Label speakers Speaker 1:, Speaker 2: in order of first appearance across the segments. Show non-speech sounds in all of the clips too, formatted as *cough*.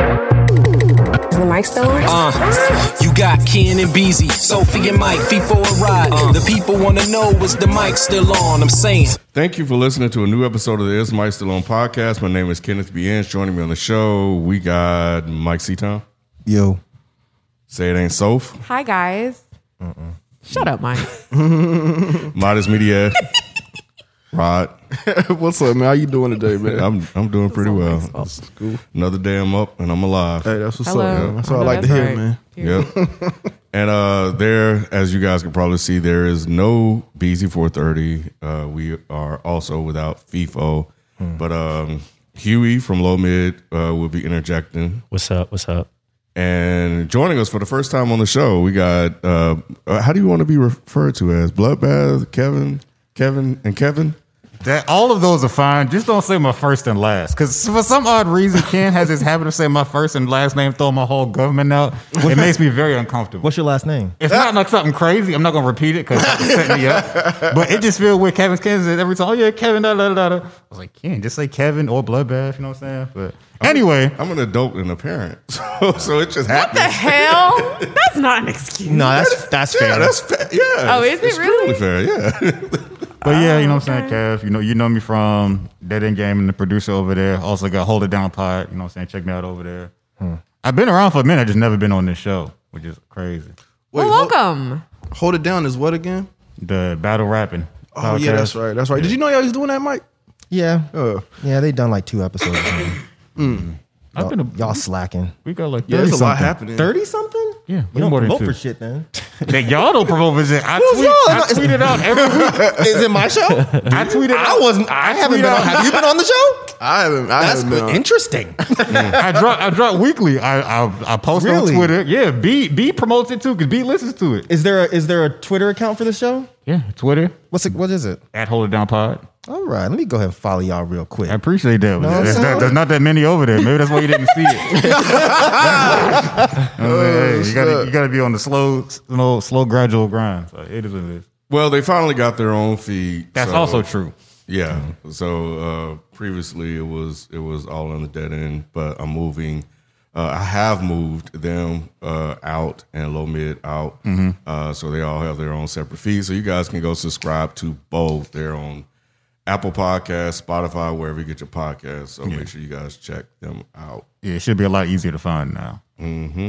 Speaker 1: Is the mic still on?
Speaker 2: Uh, you got Ken and Beezy, Sophie and Mike, feet for a ride. Uh, the people wanna know is the mic still on? I'm saying.
Speaker 3: Thank you for listening to a new episode of the Is Mike Still On podcast. My name is Kenneth B. Inch. Joining me on the show, we got Mike Seaton.
Speaker 4: Yo.
Speaker 3: Say it ain't Soph.
Speaker 5: Hi guys. Shut up, Mike.
Speaker 3: Modest Media. Rod.
Speaker 4: *laughs* What's up, man? How you doing today, man? Oh,
Speaker 3: I'm I'm doing pretty well.
Speaker 4: cool.
Speaker 3: Another day I'm up and I'm alive.
Speaker 4: Hey, that's what's
Speaker 5: Hello.
Speaker 4: up, man. That's what I
Speaker 5: Oh,
Speaker 4: like to
Speaker 5: that's
Speaker 4: hear,
Speaker 5: right.
Speaker 4: man.
Speaker 3: Yep.
Speaker 4: *laughs*
Speaker 3: and uh there, as you guys can probably see, there is no BZ four thirty. Uh we are also without FIFO.
Speaker 4: Hmm.
Speaker 3: But um Huey from Low Mid uh, will be interjecting.
Speaker 6: What's up? What's up?
Speaker 3: And joining us for the first time on the show, we got uh, uh, how do you want to be referred to as Bloodbath, Kevin, Kevin, and Kevin?
Speaker 7: That all of those are fine. Just don't say my first and last, because for some odd reason, Ken has this habit of saying my first and last name, throwing my whole government out. It makes me very uncomfortable.
Speaker 8: What's your last name?
Speaker 7: It's not like something crazy. I'm not gonna repeat it because it's setting me up. But it just feels weird. Kevin Ken says every time, "Oh yeah, Kevin." Da, da, da, da. I was like, Ken, just say Kevin or Bloodbath. You know what I'm saying? But anyway,
Speaker 3: I'm an adult and a parent, *laughs* so, so it just
Speaker 5: what the
Speaker 3: happens.
Speaker 5: hell? That's not an excuse.
Speaker 3: *laughs*
Speaker 8: No, that's that's fair.
Speaker 3: Yeah, that's fa- yeah.
Speaker 5: Oh, is it
Speaker 3: it's
Speaker 5: really?
Speaker 3: extremely fair? Yeah,
Speaker 7: but yeah, you know what I'm saying, Kev. You know, you know me from Dead End Game and the producer over there. Also got Hold It Down Pod. You know what I'm saying? Check me out over there.
Speaker 8: Hmm.
Speaker 7: I've been around for a minute. I just never been on this show, which is crazy.
Speaker 4: Wait,
Speaker 5: well,
Speaker 4: hold,
Speaker 5: welcome.
Speaker 4: hold it down is what again?
Speaker 7: The battle rapping.
Speaker 4: Oh, yeah, that's right. That's right. Did you know y'all was doing that, Mike?
Speaker 8: yeah.
Speaker 4: Uh.
Speaker 8: yeah, they done like two episodes. or something.
Speaker 7: I've been. A,
Speaker 8: Y'all slacking.
Speaker 7: we got like
Speaker 4: Yeah, there's a lot
Speaker 7: 30-something.
Speaker 4: happening.
Speaker 8: 30 something?
Speaker 7: Yeah,
Speaker 8: You don't
Speaker 7: more than
Speaker 8: vote
Speaker 7: two.
Speaker 8: for shit
Speaker 4: *laughs*
Speaker 8: then.
Speaker 7: That y'all don't promote visit. I
Speaker 8: Who's
Speaker 7: tweet,
Speaker 8: y'all?
Speaker 7: I
Speaker 8: It's-
Speaker 7: tweet it out every week.
Speaker 8: Is it my *laughs* show?
Speaker 7: I tweet it
Speaker 8: I
Speaker 7: out.
Speaker 8: wasn't I, haven't
Speaker 7: tweet
Speaker 8: been on
Speaker 7: out- *laughs*
Speaker 8: have you been on the show?
Speaker 4: I haven't. I
Speaker 8: That's
Speaker 4: haven't been on.
Speaker 8: interesting.
Speaker 7: I drop. I drop weekly. I I, I post
Speaker 8: Really?
Speaker 7: on Twitter. Yeah, B B promotes it too because B listens to it.
Speaker 8: is there a is there a Twitter account for the show?
Speaker 7: Yeah, Twitter
Speaker 8: What's it what is it?
Speaker 7: at Hold It Down Pod.
Speaker 8: All right, let me go ahead and follow y'all real quick.
Speaker 7: I appreciate that.
Speaker 8: I'm
Speaker 7: there's,
Speaker 8: saying-
Speaker 7: there's not that many over there. Maybe that's why you didn't
Speaker 8: *laughs*
Speaker 7: see it. I mean, hey, you
Speaker 8: Oh,
Speaker 7: gotta you gotta be on the slow slow slow gradual grind. So it is what it is.
Speaker 3: well, they finally got their own feed.
Speaker 7: That's
Speaker 3: so-
Speaker 7: also true.
Speaker 3: Yeah. So uh, previously it was it was all on the dead end, but I'm moving. Uh, I have moved them uh, out and low mid out, uh, so they all have their own separate feeds. So you guys can go subscribe to both. They're on Apple Podcasts, Spotify, wherever you get your podcasts. So make sure you guys check them out.
Speaker 7: Yeah, it should be a lot easier to find now. Mm-hmm.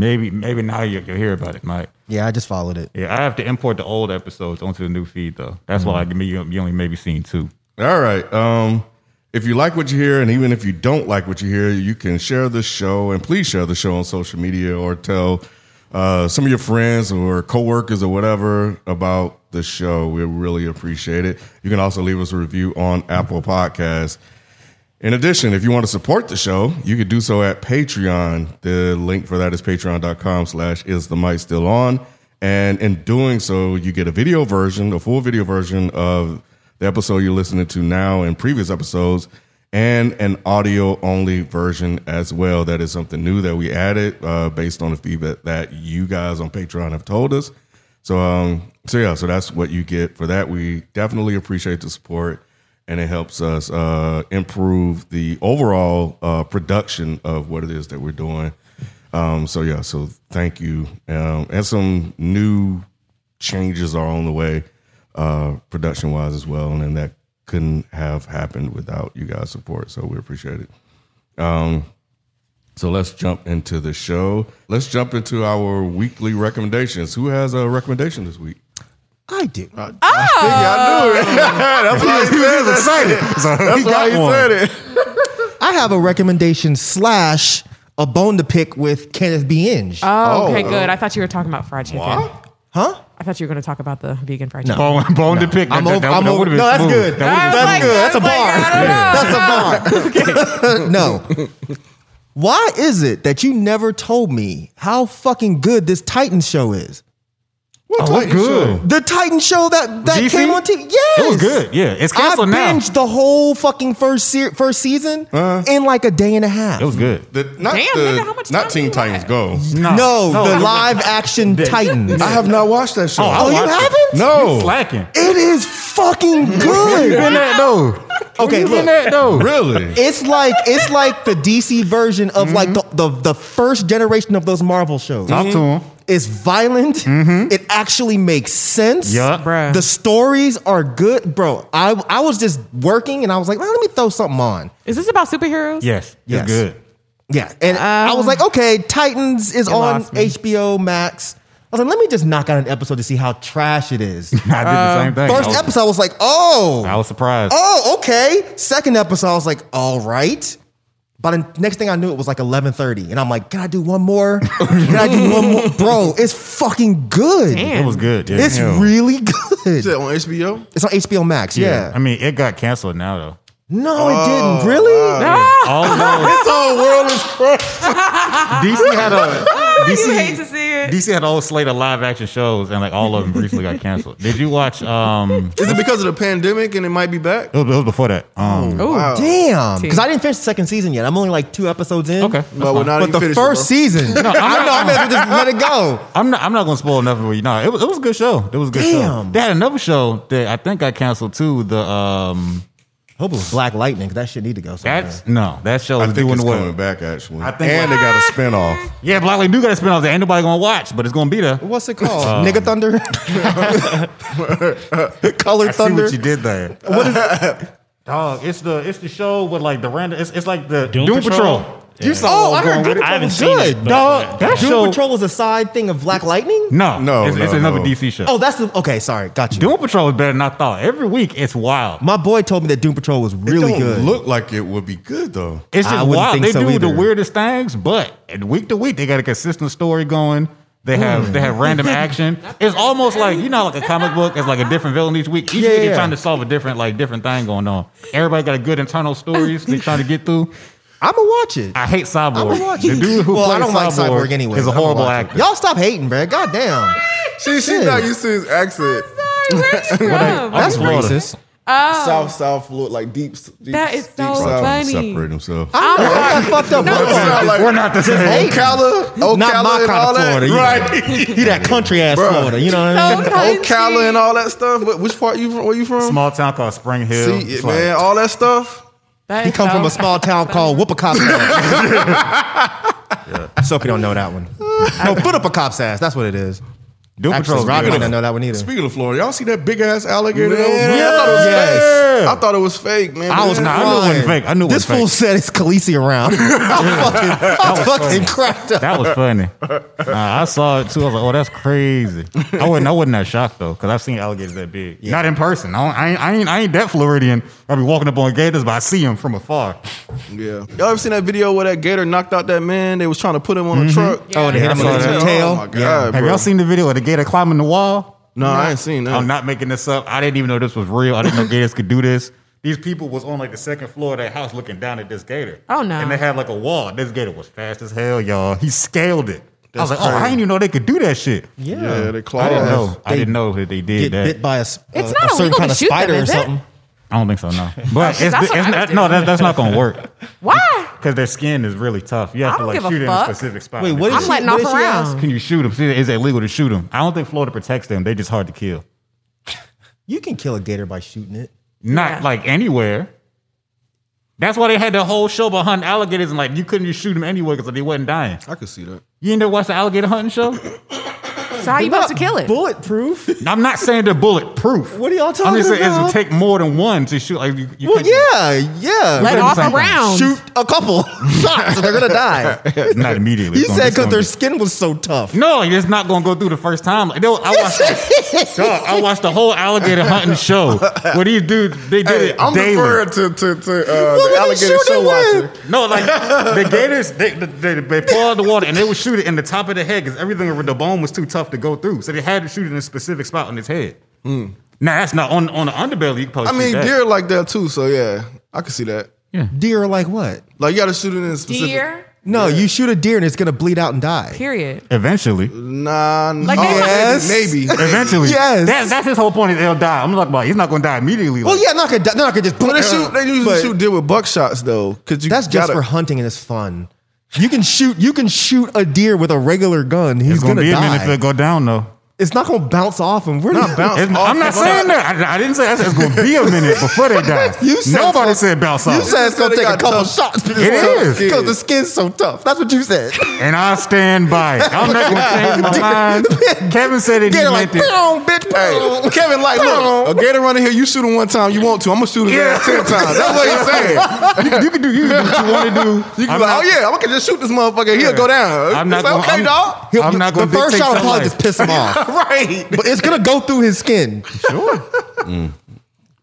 Speaker 7: Maybe maybe now you, you'll hear about it, Mike.
Speaker 8: Yeah, I just followed it.
Speaker 7: Yeah, I have to import the old episodes onto the new feed though. That's why like, me you you only maybe seen two. *laughs*
Speaker 3: All right. Um, if you like what you hear, and even if you don't like what you hear, you can share the show and please share the show on social media or tell uh, some of your friends or coworkers or whatever about the show. We really appreciate it. You can also leave us a review on Apple Podcasts. In addition, if you want to support the show, you could do so at Patreon. The link for that is patreon.com slash is the mic still on. And in doing so, you get a video version, a full video version of the episode you're listening to now and previous episodes, and an audio only version as well. That is something new that we added uh, based on the feedback that you guys on Patreon have told us. So, um, so yeah, so that's what you get for that. We definitely appreciate the support and it helps us uh, improve the overall uh, production of what it is that we're doing. Um, so yeah, so thank you, um, and some new changes are on the way, uh, production wise as well, and, then that couldn't have happened without you guys' support. So we appreciate it. Um, So let's jump into the show. Let's jump into our weekly recommendations. Who has a recommendation this week?
Speaker 8: I do.
Speaker 3: *laughs*
Speaker 7: he was excited. So he got one.
Speaker 8: it. I have a recommendation slash a bone to pick with Kenneth B. Inge.
Speaker 5: Oh, okay, good. I thought you were talking about fried chicken.
Speaker 8: huh?
Speaker 5: I I thought you were going to talk about the vegan fried
Speaker 8: No.
Speaker 5: chicken.
Speaker 7: Bone, bone to pick.
Speaker 8: I'm
Speaker 7: That-
Speaker 8: over.
Speaker 7: that-
Speaker 8: I'm
Speaker 7: that
Speaker 8: over.
Speaker 7: would've been
Speaker 8: No, that's
Speaker 7: smooth.
Speaker 8: good.
Speaker 5: I
Speaker 7: That would've
Speaker 8: That's
Speaker 5: was like-
Speaker 8: good.
Speaker 5: I
Speaker 8: That's a
Speaker 5: was like, I
Speaker 8: bar.
Speaker 5: don't know.
Speaker 8: *laughs* That's
Speaker 7: *laughs*
Speaker 8: a bar. no. Why is it that you never told me how fucking good this Titan show is?
Speaker 7: Oh, what's good?
Speaker 8: The Titan show that that
Speaker 7: GC?
Speaker 8: came on TV. Yes,
Speaker 7: It was good. Yeah, it's
Speaker 8: I
Speaker 7: canceled now.
Speaker 8: binged the whole fucking first se- first season in like a day and a half.
Speaker 7: Uh-huh. It was good.
Speaker 3: The, not
Speaker 5: Damn,
Speaker 3: the,
Speaker 5: nigga, how much time
Speaker 3: not
Speaker 5: do
Speaker 3: Teen
Speaker 5: you
Speaker 3: Titans Go.
Speaker 8: no, the live
Speaker 7: *laughs*
Speaker 8: action Titans.
Speaker 3: I have not watched that show.
Speaker 7: I
Speaker 8: Oh, you
Speaker 7: watched it.
Speaker 8: haven't?
Speaker 3: No.
Speaker 7: You slacking.
Speaker 8: It is
Speaker 7: *laughs*
Speaker 8: fucking good.
Speaker 7: Been that though.
Speaker 8: okay,
Speaker 7: Been
Speaker 8: look.
Speaker 7: that though.
Speaker 3: Really?
Speaker 8: It's like
Speaker 7: *laughs*
Speaker 8: it's like the DC version of like the, the the first generation of those Marvel shows.
Speaker 7: Mm-hmm.
Speaker 8: Mm-hmm.
Speaker 7: Talk to him. Mm-hmm.
Speaker 8: It's violent. It actually makes sense.
Speaker 7: Yeah.
Speaker 5: Bruh.
Speaker 8: The stories are good, bro. I I was just working and I was like, "Well, let me throw something on.
Speaker 5: Is this about superheroes?
Speaker 7: Yes.
Speaker 8: Yes.
Speaker 7: It's good. *laughs*
Speaker 8: Yeah, and I was like, okay, Titans is on
Speaker 5: Um, lost me.
Speaker 8: HBO Max. I was like, let me just knock out an episode to see how trash it
Speaker 5: *laughs*
Speaker 8: is.
Speaker 7: I did the same thing. I
Speaker 8: First
Speaker 7: was-
Speaker 8: episode, I was like,
Speaker 7: I
Speaker 8: oh,
Speaker 7: was surprised.
Speaker 8: oh, okay. Second episode, I was like, all right. But the next thing I knew, it was like eleven thirty, and I'm like, can I do one more? Can I do one
Speaker 7: *laughs*
Speaker 8: more, bro? It's fucking good.
Speaker 7: It was good. Yeah.
Speaker 8: It's really good.
Speaker 4: Is that on HBO?
Speaker 8: It's on HBO Max. Yeah.
Speaker 7: I mean, it got canceled now though.
Speaker 8: No,
Speaker 4: Oh,
Speaker 8: it didn't. Really?
Speaker 7: Although this whole world is DC had a DC,
Speaker 5: You hate to see it.
Speaker 7: DC had a whole slate of live action shows, and like all of them briefly got canceled. Did you watch? Um,
Speaker 4: Is it because of the pandemic and it might be back? Oh.
Speaker 7: it was, it was before that. Um,
Speaker 5: Ooh.
Speaker 8: Damn. Because I didn't finish the second season yet. I'm only like two episodes in.
Speaker 7: okay,
Speaker 4: But we're not
Speaker 8: But
Speaker 4: even
Speaker 8: the
Speaker 4: finished it,
Speaker 8: first
Speaker 7: *laughs*
Speaker 4: bro.
Speaker 8: season, I know. I may as well just let it go.
Speaker 7: I'm not. I'm not gonna spoil nothing for you. No, it was. It was a good show. It was a good show.
Speaker 8: Damn.
Speaker 7: They had another show that I think got canceled too. The um,
Speaker 8: Hope it was Black Lightning because that shit need to go. Somewhere.
Speaker 7: that's no, that show
Speaker 3: I
Speaker 7: was
Speaker 3: think
Speaker 7: doing
Speaker 3: it's
Speaker 7: well.
Speaker 3: coming back actually.
Speaker 7: I think-
Speaker 3: and they got a spinoff.
Speaker 7: Yeah, Black Lightning do got a spinoff that ain't nobody gonna watch, but it's gonna be there.
Speaker 8: What's it called?
Speaker 7: *laughs*
Speaker 8: Nigga
Speaker 4: *laughs*
Speaker 8: Thunder, Color
Speaker 7: I see
Speaker 8: Thunder.
Speaker 7: what you did there. What is
Speaker 8: *laughs*
Speaker 7: Dog, it's the it's the show with like the random. It's, it's like the Doom,
Speaker 6: Doom
Speaker 7: Patrol.
Speaker 6: Patrol?
Speaker 8: You saw? Oh, I heard Doom
Speaker 6: I
Speaker 8: Patrol
Speaker 6: haven't
Speaker 8: was
Speaker 6: seen
Speaker 8: good.
Speaker 6: it. but-
Speaker 7: Dog, that
Speaker 8: Doom
Speaker 7: show.
Speaker 8: Patrol was a side thing of Black Lightning.
Speaker 7: No,
Speaker 3: No,
Speaker 7: it's,
Speaker 3: no,
Speaker 7: it's another
Speaker 3: no.
Speaker 7: DC show.
Speaker 8: Oh, that's the okay. Sorry, got you.
Speaker 7: Doom Patrol is better than I thought. Every week, it's wild.
Speaker 8: My boy told me that Doom Patrol was really
Speaker 3: it don't
Speaker 8: good.
Speaker 3: Look like it would be good though.
Speaker 7: It's
Speaker 8: I
Speaker 7: just
Speaker 8: wouldn't
Speaker 7: wild.
Speaker 8: think
Speaker 7: They
Speaker 8: so
Speaker 7: do the
Speaker 8: either.
Speaker 7: weirdest things, but and week to week, they got a consistent story going. They have they have
Speaker 8: Hmm.
Speaker 7: random action. It's almost like you know, like a comic book. It's like a different villain each week. Each
Speaker 8: Yeah,
Speaker 7: week,
Speaker 8: yeah.
Speaker 7: they're trying to solve a different like different thing going on. Everybody got a good internal stories they're trying to get through.
Speaker 8: I'ma watch it.
Speaker 7: I hate Cyborg.
Speaker 8: I'ma watch
Speaker 7: The
Speaker 8: it.
Speaker 7: dude who
Speaker 8: well,
Speaker 7: plays
Speaker 8: I don't like
Speaker 7: Cyborg
Speaker 8: Cyborg anyway.
Speaker 7: is a
Speaker 8: but I'ma
Speaker 7: horrible
Speaker 8: watch it.
Speaker 7: actor.
Speaker 8: Y'all stop hating, bruh. Goddamn.
Speaker 4: She, she's
Speaker 8: Yeah.
Speaker 4: not used to his accent.
Speaker 5: Sorry, where are you from?
Speaker 8: That's
Speaker 7: Florida.
Speaker 8: racist.
Speaker 4: South, south, Florida, like deep. deep
Speaker 5: That is
Speaker 4: deep
Speaker 5: so
Speaker 4: south.
Speaker 3: Trying to
Speaker 5: funny.
Speaker 3: Separate himself.
Speaker 8: I know, I got fucked up.
Speaker 4: Don't sound like
Speaker 7: We're not the same.
Speaker 4: Ocala,
Speaker 8: Not
Speaker 4: Ocala,
Speaker 8: my
Speaker 4: and
Speaker 8: kind
Speaker 4: all
Speaker 8: of
Speaker 4: that.
Speaker 8: Florida. you know. You that country ass
Speaker 4: Bruh.
Speaker 8: Florida. You know what I mean?
Speaker 5: So
Speaker 4: right? Ocala
Speaker 5: country.
Speaker 4: and all that stuff. What, which part you from? Where you from?
Speaker 7: Small town called Spring Hill.
Speaker 4: See,
Speaker 7: It's like-
Speaker 4: man, all that stuff.
Speaker 5: That
Speaker 8: He
Speaker 5: is
Speaker 8: come from
Speaker 5: so-
Speaker 8: a small town called Whoopacop. yeah.
Speaker 7: *laughs*
Speaker 8: Sophie don't know that one. No, foot up a cop's ass. That's what it is.
Speaker 7: Doom
Speaker 8: Actually,
Speaker 7: Patrol's
Speaker 8: Rob
Speaker 7: good.
Speaker 8: might not know that one either.
Speaker 3: Speaking of Florida, y'all see that big ass alligator? that was-
Speaker 4: Man, I thought it was fake. I thought it was fake, man.
Speaker 7: I was
Speaker 4: Man,
Speaker 7: not- I knew it wasn't fake. I knew it
Speaker 8: this
Speaker 7: wasn't
Speaker 8: fool
Speaker 7: fake.
Speaker 8: said it's Khaleesi around.
Speaker 7: *laughs*
Speaker 8: I'm *laughs* fucking, I'm fucking cracked up.
Speaker 7: That was funny. Nah, I saw it too. I was like, "Oh, that's crazy." I wasn't. I wasn't that shocked though, because I've seen alligators that big. Not in person. I, don't, I, ain't, I ain't. I ain't that Floridian. I be walking up on gators, but I see them from afar.
Speaker 4: Yeah. Y'all ever seen that video where that gator knocked out that man? They was trying to put him on a truck.
Speaker 8: Oh, they hit him
Speaker 7: I saw
Speaker 8: with
Speaker 7: that.
Speaker 8: his
Speaker 4: Oh
Speaker 8: tail.
Speaker 4: my god.
Speaker 7: Mm-hmm. Have
Speaker 4: bro.
Speaker 7: y'all seen Oh, the video of the gator climbing the wall?
Speaker 4: No, I ain't seen that.
Speaker 7: I'm not making this up. I didn't even know this was real. I didn't know gators could do this. These people was on like the second floor of that house looking down at this gator.
Speaker 5: Oh, no.
Speaker 7: And they had like a wall. This gator was fast as hell, y'all. He scaled it. I was like, oh, I didn't even know they could do that shit.
Speaker 8: Yeah.
Speaker 4: Yeah, they claws.
Speaker 7: I didn't know. I
Speaker 8: They
Speaker 7: didn't know that they did
Speaker 8: Get
Speaker 7: that.
Speaker 8: bit by a, s- a-
Speaker 5: It's
Speaker 8: a
Speaker 5: not
Speaker 8: certain
Speaker 5: illegal
Speaker 8: kind
Speaker 5: to
Speaker 8: of
Speaker 5: shoot them,
Speaker 8: spider or
Speaker 5: is it?
Speaker 8: something.
Speaker 7: I don't think
Speaker 5: *laughs*
Speaker 7: so, no. But it's,
Speaker 5: that's
Speaker 7: it's,
Speaker 5: what I
Speaker 7: not,
Speaker 5: was
Speaker 7: no,
Speaker 5: doing.
Speaker 7: that, that's not gonna work
Speaker 5: Why?
Speaker 7: because their skin is really tough. You have
Speaker 5: I
Speaker 7: to
Speaker 5: don't
Speaker 7: like
Speaker 5: give a
Speaker 7: shoot it in a
Speaker 5: fuck.
Speaker 7: specific spot.
Speaker 8: Wait, what
Speaker 5: I'm
Speaker 8: is she,
Speaker 5: letting
Speaker 8: what
Speaker 5: off
Speaker 8: did she ask?
Speaker 5: around.
Speaker 7: Can you shoot them? See, is it illegal to shoot them? I don't think Florida protects them. They just hard to kill.
Speaker 8: You can kill a gator by shooting it.
Speaker 7: Not
Speaker 5: Yeah.
Speaker 7: like anywhere. That's why they had the whole show about hunting alligators and like you couldn't just shoot them anywhere because they wasn't dying.
Speaker 4: I could see that.
Speaker 7: You ain't never watched the alligator
Speaker 8: *coughs*
Speaker 7: hunting show?
Speaker 5: So how you supposed to kill it?
Speaker 8: Bulletproof.
Speaker 7: I'm not saying they're bulletproof.
Speaker 8: What are y'all
Speaker 7: I'm
Speaker 8: talking
Speaker 7: just saying it
Speaker 8: about?
Speaker 7: would take more than one to shoot. Like you,
Speaker 8: *laughs*
Speaker 7: you
Speaker 8: Well,
Speaker 7: can't just-
Speaker 8: yeah, yeah.
Speaker 5: Let
Speaker 7: Couldn't
Speaker 5: off
Speaker 7: say-
Speaker 5: around.
Speaker 8: shoot a couple *laughs* shots and they're gonna die.
Speaker 7: not immediately.
Speaker 8: You
Speaker 7: It's gonna-
Speaker 8: said because
Speaker 7: it's gonna
Speaker 8: their
Speaker 7: be-
Speaker 8: skin was so *laughs* tough.
Speaker 7: No, it's not gonna go through the first time. Like, they were- I watched, Dog, I watched the whole alligator hunting show where these dudes they did
Speaker 4: Hey,
Speaker 7: it
Speaker 4: I'm
Speaker 7: daily.
Speaker 4: referring to to, to uh,
Speaker 8: were
Speaker 4: the
Speaker 8: they
Speaker 4: alligator
Speaker 8: shooting
Speaker 4: show
Speaker 8: with?
Speaker 4: watcher.
Speaker 7: No, like the gators, they they, they, they pull out the water and they would shoot it in the top of the head because everything over the bone was too tough to go through. So they had to shoot it in a specific spot on his head.
Speaker 8: Hmm.
Speaker 7: Now that's not on on the underbelly. You can probably
Speaker 4: I mean,
Speaker 7: shoot that.
Speaker 4: deer are like that too. So yeah, I can see that.
Speaker 8: Deer like what?
Speaker 4: Like you got to shoot it in a specific.
Speaker 5: Deer.
Speaker 8: No, you shoot a deer and it's gonna bleed out and die.
Speaker 5: Period.
Speaker 7: Eventually,
Speaker 4: Nah.
Speaker 5: Like, they-
Speaker 8: Yes.
Speaker 4: *laughs* Maybe. maybe.
Speaker 7: eventually,
Speaker 8: Yes.
Speaker 7: That, that's his whole point. Is they'll die. I'm not about. He's not going to die immediately.
Speaker 8: Well,
Speaker 7: like-
Speaker 8: yeah, not gonna die. Not gonna just. *laughs*
Speaker 4: But they shoot. They usually
Speaker 8: But
Speaker 4: shoot deer with buckshots though, because you
Speaker 8: That's just
Speaker 4: gotta-
Speaker 8: for hunting and it's fun. You can shoot. You can shoot a deer with a regular gun. He's
Speaker 7: it's going
Speaker 8: gonna,
Speaker 7: to be a minute
Speaker 8: die.
Speaker 7: if it go down though.
Speaker 8: it's not gonna bounce off him. We're not *laughs*
Speaker 4: bounce
Speaker 7: It's- I'm not saying that. I, I didn't say that. It's going to be a minute before
Speaker 8: *laughs*
Speaker 7: they die.
Speaker 8: You said
Speaker 7: Nobody
Speaker 8: it's
Speaker 7: said bounce
Speaker 8: You
Speaker 7: off.
Speaker 8: said it's gonna
Speaker 4: They
Speaker 8: take a
Speaker 4: got
Speaker 8: couple
Speaker 4: tough-
Speaker 8: shots. It
Speaker 7: is.
Speaker 8: because the skin's so tough. That's what you said.
Speaker 7: and I stand by it. I'm not
Speaker 4: *laughs*
Speaker 7: going to change my mind. Kevin said it. He
Speaker 8: Deer like,
Speaker 7: meant it.
Speaker 8: boom, bitch,
Speaker 4: Hey,
Speaker 8: boom.
Speaker 4: Kevin, like, look, a gator running here, you shoot him one time, you want to. I'm gonna shoot his ass ten times. That's what he's saying.
Speaker 7: You, you can do. You can do what you want to do.
Speaker 4: *laughs* You can
Speaker 7: I'm
Speaker 4: be like,
Speaker 7: not-
Speaker 4: oh yeah, I'm gonna just shoot this motherfucker. He'll
Speaker 7: Yeah.
Speaker 4: go down.
Speaker 7: I'm
Speaker 4: I'm
Speaker 7: not
Speaker 4: not
Speaker 7: gonna-
Speaker 4: okay,
Speaker 7: I'm-
Speaker 4: dog.
Speaker 7: I'm
Speaker 8: He'll-
Speaker 7: not
Speaker 8: The
Speaker 7: gonna
Speaker 8: first
Speaker 7: dictate
Speaker 8: shot will
Speaker 7: your
Speaker 8: probably
Speaker 7: life.
Speaker 8: just piss him off,
Speaker 4: Right.
Speaker 8: but it's gonna go through his skin.
Speaker 3: I'm,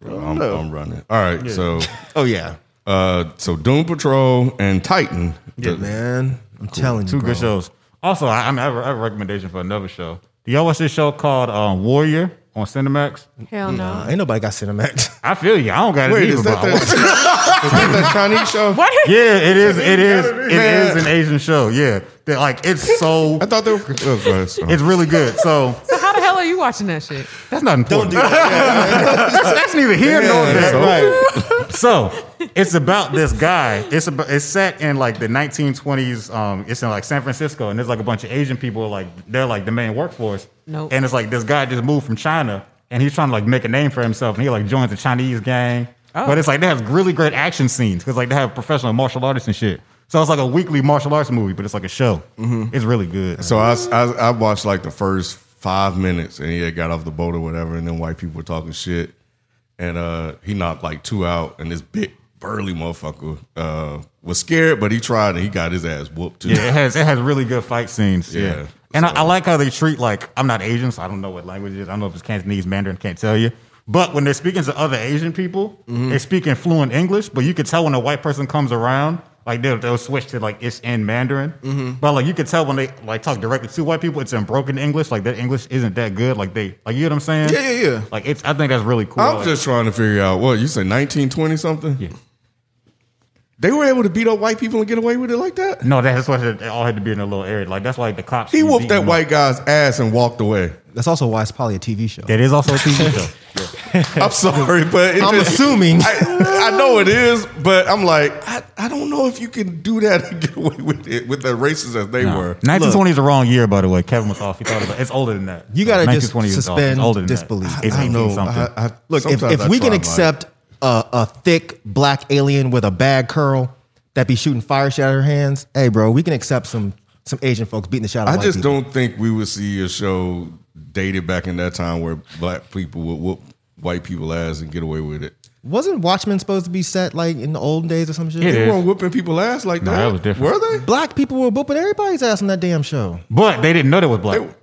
Speaker 3: I'm running. All right, so
Speaker 8: Oh yeah,
Speaker 3: uh, so Doom Patrol and Titan. The-
Speaker 8: man. I'm telling you,
Speaker 7: Two
Speaker 8: bro.
Speaker 7: *laughs* good shows. Also, I, I'm- I have a I have a recommendation for another show. Do y'all watch this show called um, Warrior on Cinemax?
Speaker 5: Hell no.
Speaker 8: Ain't nobody got Cinemax. *laughs*
Speaker 7: I feel you. I don't got it
Speaker 4: Wait,
Speaker 7: either.
Speaker 4: is that
Speaker 7: but I
Speaker 4: the,
Speaker 7: watch
Speaker 4: *laughs* is
Speaker 7: it.
Speaker 4: that the Chinese show?
Speaker 5: What?
Speaker 7: Yeah, it is. It is. It
Speaker 4: Man.
Speaker 7: is an Asian show. Yeah, They're like it's
Speaker 4: *laughs*
Speaker 7: so.
Speaker 3: I thought they were. oh, sorry, sorry.
Speaker 7: It's really good. So
Speaker 5: So how the hell are you watching that shit?
Speaker 7: that's not important. *laughs* that's, that's neither here nor there. So it's about this guy. It's about, it's set in like the 1920s. Um, it's in like San Francisco, and there's like a bunch of Asian people. Like they're like the main workforce.
Speaker 5: Nope.
Speaker 7: And it's like this guy just moved from China, and he's trying to like make a name for himself, and he like joins the Chinese gang.
Speaker 5: Oh.
Speaker 7: But it's like they have really great action scenes because like they have professional martial artists and shit. So it's like a weekly martial arts movie, but it's like a show. It's really good.
Speaker 3: So I, I I watched like the first five minutes, and he had got off the boat or whatever, and then white people were talking shit, and uh, he knocked like two out, and this big burly motherfucker uh, was scared, but he tried, and he got his ass whooped too.
Speaker 7: Yeah, it has it has really good fight scenes. Yeah.
Speaker 3: Yeah,
Speaker 7: And I,
Speaker 3: so-
Speaker 7: I like how they treat like I'm not Asian, so I don't know what language it is. I don't know if it's Cantonese, Mandarin, can't tell you. But when they're speaking to other Asian people,
Speaker 3: Mm-hmm.
Speaker 7: they speak in fluent English, but you could tell when a white person comes around, like they'll, they'll switch to like it's in Mandarin.
Speaker 3: Mm-hmm.
Speaker 7: But like you could tell when they like talk directly to white people, it's in broken English. Like their English isn't that good. Like they like you know what I'm saying?
Speaker 4: Yeah, yeah, yeah.
Speaker 7: Like it's I think that's really cool.
Speaker 3: I'm
Speaker 7: Like,
Speaker 3: just trying to figure out what you say, 1920 something.
Speaker 7: Yeah.
Speaker 3: They were able to beat up white people and get away with it like that.
Speaker 7: no, that's why they all had to be in a little area. Like that's why like, the cops.
Speaker 3: He
Speaker 7: be
Speaker 3: whooped
Speaker 7: beating
Speaker 3: that
Speaker 7: them.
Speaker 3: white guy's ass and walked away.
Speaker 8: That's also why it's probably a TV show.
Speaker 7: That is also
Speaker 3: *laughs*
Speaker 7: a TV show.
Speaker 3: I'm sorry, but it
Speaker 8: I'm
Speaker 3: just-
Speaker 8: assuming.
Speaker 3: I, I know it is, but I'm like, I, I don't know if you can do that *laughs* and get away with it with the races as they were.
Speaker 7: 1920 is the wrong year, by the way. Kevin was off. He thought about it's older than that.
Speaker 8: You gotta just
Speaker 7: 1920 is off. It's
Speaker 8: suspend
Speaker 7: older than that.
Speaker 8: disbelief.
Speaker 7: It's
Speaker 3: I
Speaker 7: 18
Speaker 3: know.
Speaker 4: Uh,
Speaker 7: something.
Speaker 3: I- I-
Speaker 8: Look, if,
Speaker 3: sometimes
Speaker 8: if
Speaker 3: I
Speaker 8: we
Speaker 3: try,
Speaker 8: can
Speaker 3: I'm like,
Speaker 8: accept a, a thick black alien with a bad curl that be shooting fire shit out of her hands, hey, bro, we can accept some some Asian folks beating the shit out of
Speaker 3: I
Speaker 8: white
Speaker 3: just
Speaker 8: people.
Speaker 3: don't think we would see a show dated back in that time where black people would whoop white people ass and get away with it.
Speaker 8: Wasn't Watchmen supposed to be set like in the olden days or some shit?
Speaker 7: Yeah.
Speaker 3: They weren't whooping people ass like
Speaker 7: No,
Speaker 3: that.
Speaker 7: that was different.
Speaker 3: Were they?
Speaker 8: Black people were whooping everybody's ass on that damn show.
Speaker 7: But they didn't know that was black.
Speaker 3: They-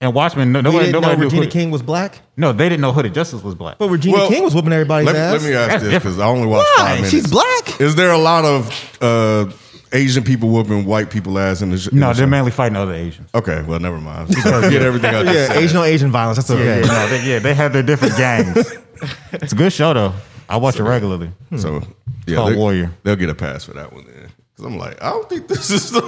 Speaker 7: and Watchmen, no,
Speaker 8: We
Speaker 7: nobody,
Speaker 8: didn't know
Speaker 7: nobody knew
Speaker 8: Regina
Speaker 7: Hooded-
Speaker 8: King was black,
Speaker 7: No, they didn't know Hooded Justice was black.
Speaker 8: but Regina
Speaker 3: Well,
Speaker 8: King was whooping everybody's
Speaker 3: Let, me-
Speaker 8: ass.
Speaker 3: let me ask
Speaker 7: That's
Speaker 3: this because I only watched
Speaker 8: Why?
Speaker 3: five minutes.
Speaker 8: She's black.
Speaker 3: Is there a lot of uh, Asian people whooping white people ass in the, sh- in
Speaker 7: no,
Speaker 3: the show?
Speaker 7: they're mainly fighting other Asians.
Speaker 3: Okay, well, never
Speaker 7: *laughs*
Speaker 3: mind. Forget everything I just
Speaker 8: yeah,
Speaker 3: said.
Speaker 8: Asian on Asian violence. That's
Speaker 7: Yeah,
Speaker 8: okay.
Speaker 7: yeah, no, they, yeah, they have their different gangs. it's a good show though. I watch it regularly.
Speaker 3: So yeah,
Speaker 7: called
Speaker 3: they,
Speaker 7: Warrior.
Speaker 3: They'll get a pass for that one then. Because I'm like, I don't think this is the *laughs*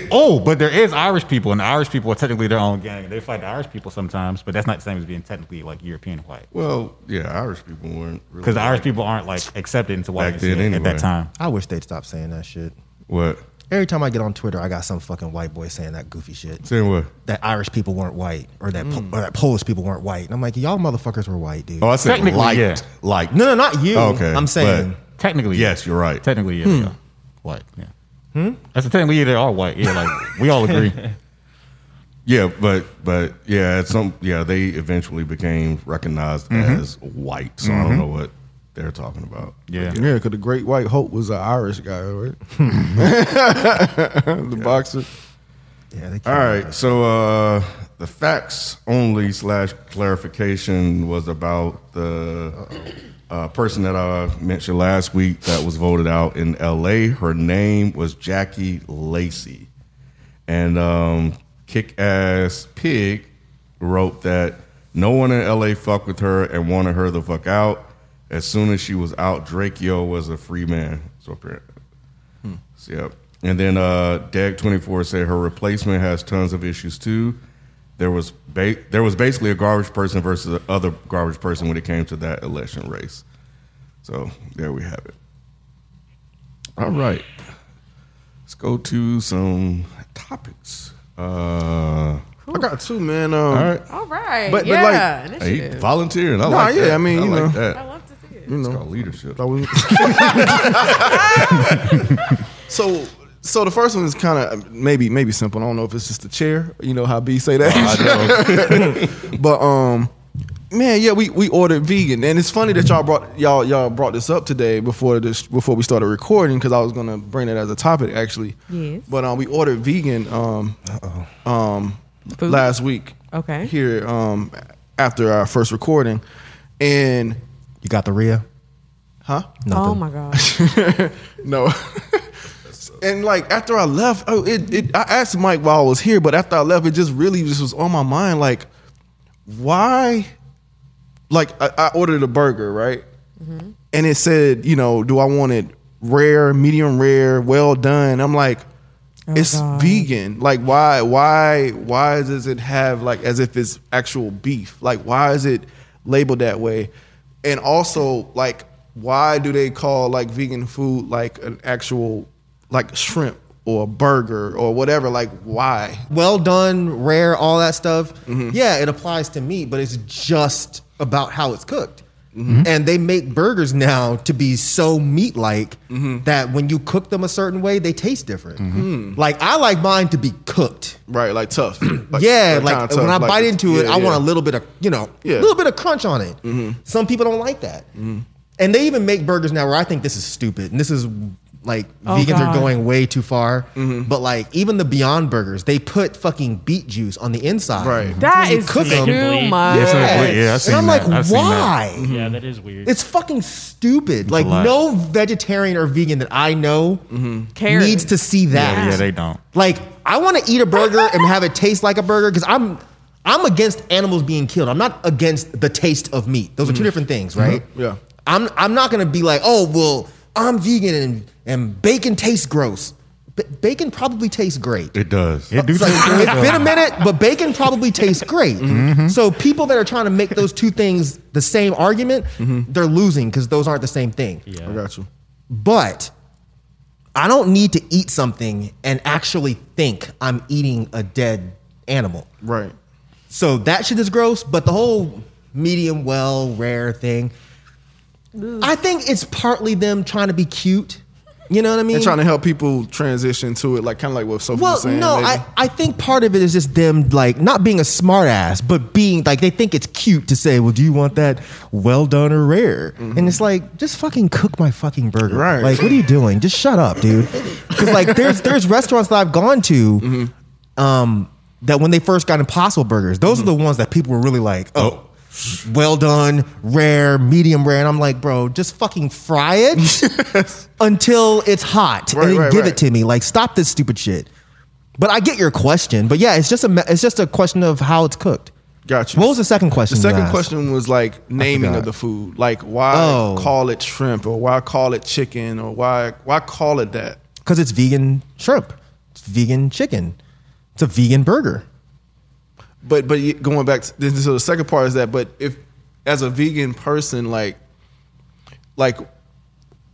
Speaker 3: like.
Speaker 7: Oh, but there is Irish people, and the Irish people are technically their own gang. They fight the Irish people sometimes, but that's not the same as being technically like European white.
Speaker 3: Well, yeah, Irish people weren't really
Speaker 7: Because the Irish people aren't like accepted into white
Speaker 3: Back then
Speaker 7: at
Speaker 3: anyway.
Speaker 7: that time.
Speaker 8: I wish they'd stop saying that shit.
Speaker 3: What?
Speaker 8: Every time I get on Twitter, I got some fucking white boy saying that goofy shit.
Speaker 3: Saying what?
Speaker 8: that Irish people weren't white or that Po- or that Polish people weren't white. And I'm like, y'all motherfuckers were white, dude.
Speaker 3: Oh, I said
Speaker 7: Technically,
Speaker 3: liked.
Speaker 7: yeah.
Speaker 3: Liked.
Speaker 8: no, no, not you.
Speaker 3: Okay,
Speaker 8: I'm saying
Speaker 7: Technically,
Speaker 3: Yes, you're right.
Speaker 7: Technically, yeah, they are white. Yeah. That's the technically yeah, they are white. Yeah, like we all agree.
Speaker 3: Yeah, but but yeah, at some yeah, they eventually became recognized
Speaker 7: Mm-hmm.
Speaker 3: as white. So I don't know what they're talking about.
Speaker 7: Yeah.
Speaker 4: Yeah, because the Great White Hope was an Irish guy, right?
Speaker 8: Hmm.
Speaker 3: *laughs*
Speaker 4: the boxer.
Speaker 8: yeah, they
Speaker 3: All right. So uh, the facts only slash clarification was about the uh, person that I mentioned last week that was voted out in L.A. Her name was Jackie Lacey, and um, kick ass pig wrote that no one in LA fucked with her and wanted her the fuck out. As soon as she was out, Drakeo was a free man. So apparently, so, yep. And then uh, Dag24 said her replacement has tons of issues too. There was ba- there was basically a garbage person versus the other garbage person when it came to that election race. So there we have it. All right, let's go to some topics. Uh,
Speaker 4: I got two, man. Um,
Speaker 3: all right,
Speaker 5: All right.
Speaker 4: But- but, like,
Speaker 5: yeah.
Speaker 3: hey,
Speaker 5: initiative.
Speaker 3: volunteering. I
Speaker 4: Nah,
Speaker 3: like
Speaker 4: yeah,
Speaker 3: that.
Speaker 4: I mean,
Speaker 3: I
Speaker 4: you
Speaker 3: like
Speaker 4: know.
Speaker 3: that.
Speaker 5: I love to see it. Oh
Speaker 4: you
Speaker 3: it's
Speaker 4: know,
Speaker 3: called leadership.
Speaker 4: I was- *laughs* so so the first one is kind of maybe maybe simple. I don't know if it's just the chair. You know how B say that. *laughs* but um, man, yeah, we we ordered vegan, and it's funny that y'all brought y'all y'all brought this up today before this before we started recording because I was gonna bring it as a topic actually.
Speaker 5: Yes.
Speaker 4: But um, we ordered vegan um um
Speaker 5: Food?
Speaker 4: last week.
Speaker 5: Okay.
Speaker 4: Here um after our first recording, and
Speaker 8: You got the Rhea?
Speaker 4: huh?
Speaker 5: Oh my god.
Speaker 4: No. *laughs* and like after I left, oh, it, it I asked Mike while I was here, but after I left, it just really just was on my mind. Like, why? Like I, I ordered a burger, right? And it said, you know, do I want it rare, medium rare, well done? I'm like,
Speaker 8: Oh,
Speaker 4: it's
Speaker 5: God.
Speaker 4: vegan. Like why why why does it have like as if it's actual beef? Like why is it labeled that way? And also like why do they call like vegan food like an actual like shrimp or a burger or whatever? Like why?
Speaker 8: well done, rare, all that stuff. Yeah, it applies to meat, but it's just about how it's cooked. Mm-hmm. And they make burgers now to be so meat like that when you cook them a certain way, they taste different. Like I like mine to be cooked.
Speaker 4: Right, like tough.
Speaker 8: yeah, like
Speaker 4: kinda tough,
Speaker 8: when I bite into it,
Speaker 4: yeah,
Speaker 8: I
Speaker 4: yeah.
Speaker 8: want a little bit of you know, a
Speaker 4: Yeah.
Speaker 8: little bit of crunch on it.
Speaker 7: Mm-hmm.
Speaker 8: Some people don't like that, and they even make burgers now where I think this is stupid, and this is like
Speaker 5: Oh,
Speaker 8: vegans
Speaker 5: God.
Speaker 8: are going way too far.
Speaker 7: Mm-hmm.
Speaker 8: But like even the Beyond Burgers, they put fucking beet juice on the inside.
Speaker 4: Right.
Speaker 5: That
Speaker 8: When you
Speaker 5: is
Speaker 8: cook 'em-
Speaker 5: too
Speaker 6: Yeah.
Speaker 5: much.
Speaker 7: Yeah, yeah, I've
Speaker 8: and
Speaker 7: seen
Speaker 8: I'm
Speaker 7: that.
Speaker 8: like,
Speaker 7: I've seen that. Mm-hmm.
Speaker 8: why?
Speaker 6: Yeah, that is weird.
Speaker 8: It's fucking stupid. like
Speaker 7: lot. Mm-hmm.
Speaker 8: no vegetarian or vegan that I know
Speaker 5: Cares.
Speaker 8: needs to see that.
Speaker 7: Yeah, yeah, they don't.
Speaker 8: Like I want to eat a burger and have it taste like a burger because I'm I'm against animals being killed. I'm not against the taste of meat. Those are two different things, right?
Speaker 4: Yeah.
Speaker 8: I'm I'm not gonna be like, oh well, I'm vegan and and bacon tastes gross. Ba- bacon probably tastes great.
Speaker 3: It does.
Speaker 7: It do
Speaker 8: It's like,
Speaker 7: taste good,
Speaker 8: it's
Speaker 7: though.
Speaker 8: been a minute, but bacon probably tastes great. So people that are trying to make those two things the same argument, they're losing because those aren't the same thing.
Speaker 4: I got you.
Speaker 8: But I don't need to eat something and actually think I'm eating a dead animal.
Speaker 4: Right.
Speaker 8: So that shit is gross, but the whole medium well rare thing, I think it's partly them trying to be cute. You know what I mean?
Speaker 4: And trying to help people transition to it, like kind of like what Sophie
Speaker 8: well,
Speaker 4: was saying.
Speaker 8: no,
Speaker 4: maybe.
Speaker 8: I, I think part of it is just them like not being a smart ass, but being like they think it's cute to say, Well, do you want that well done or rare? And it's like, just fucking cook my fucking burger.
Speaker 4: Mm-hmm. Right.
Speaker 8: Like, what are you doing? Just shut up,
Speaker 4: *laughs*
Speaker 8: dude. Cause like there's there's restaurants that I've gone to
Speaker 4: Mm-hmm.
Speaker 8: um that when they first got impossible burgers, those are the ones that people were really like, oh. Well done, rare, medium rare, and I'm like, bro, just fucking fry
Speaker 4: *laughs*
Speaker 8: it until it's hot,
Speaker 4: Right,
Speaker 8: and then
Speaker 4: right,
Speaker 8: give
Speaker 4: right.
Speaker 8: it to me. Like, stop this stupid shit. But I get your question. But yeah, it's just a me- it's just a question of how it's cooked.
Speaker 4: Got you.
Speaker 8: What was the second
Speaker 4: The
Speaker 8: question? you
Speaker 4: second
Speaker 8: asked?
Speaker 4: question was like naming
Speaker 8: forgot.
Speaker 4: of the food. Like why
Speaker 8: Oh.
Speaker 4: call it shrimp or why call it chicken or why why call it that?
Speaker 8: because it's vegan shrimp, it's vegan chicken, it's a vegan burger.
Speaker 4: But but y- going back to this, so the second part is that but if as a vegan person like like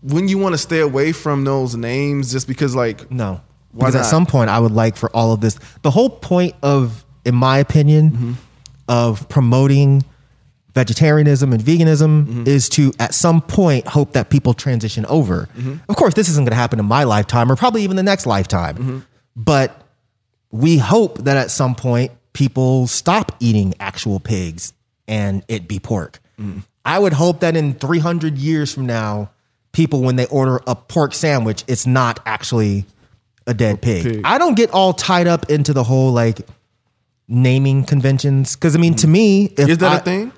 Speaker 4: when you want to stay away from those names just because like
Speaker 8: No,
Speaker 4: Why
Speaker 8: because at
Speaker 4: not?
Speaker 8: some point I would like for all of this. The whole point of, in my opinion,
Speaker 4: Mm-hmm.
Speaker 8: of promoting vegetarianism and veganism
Speaker 4: Mm-hmm.
Speaker 8: is to at some point hope that people transition over.
Speaker 4: Mm-hmm.
Speaker 8: Of course, this isn't going to happen in my lifetime or probably even the next lifetime,
Speaker 4: Mm-hmm.
Speaker 8: but we hope that at some point people stop eating actual pigs and it be pork.
Speaker 4: Mm.
Speaker 8: I would hope that in 300 years from now, people, when they order a pork sandwich, it's not actually a dead pig. I don't get all tied up into the whole like naming conventions. Cause I mean, to me, if
Speaker 4: Is that
Speaker 8: a
Speaker 4: a thing?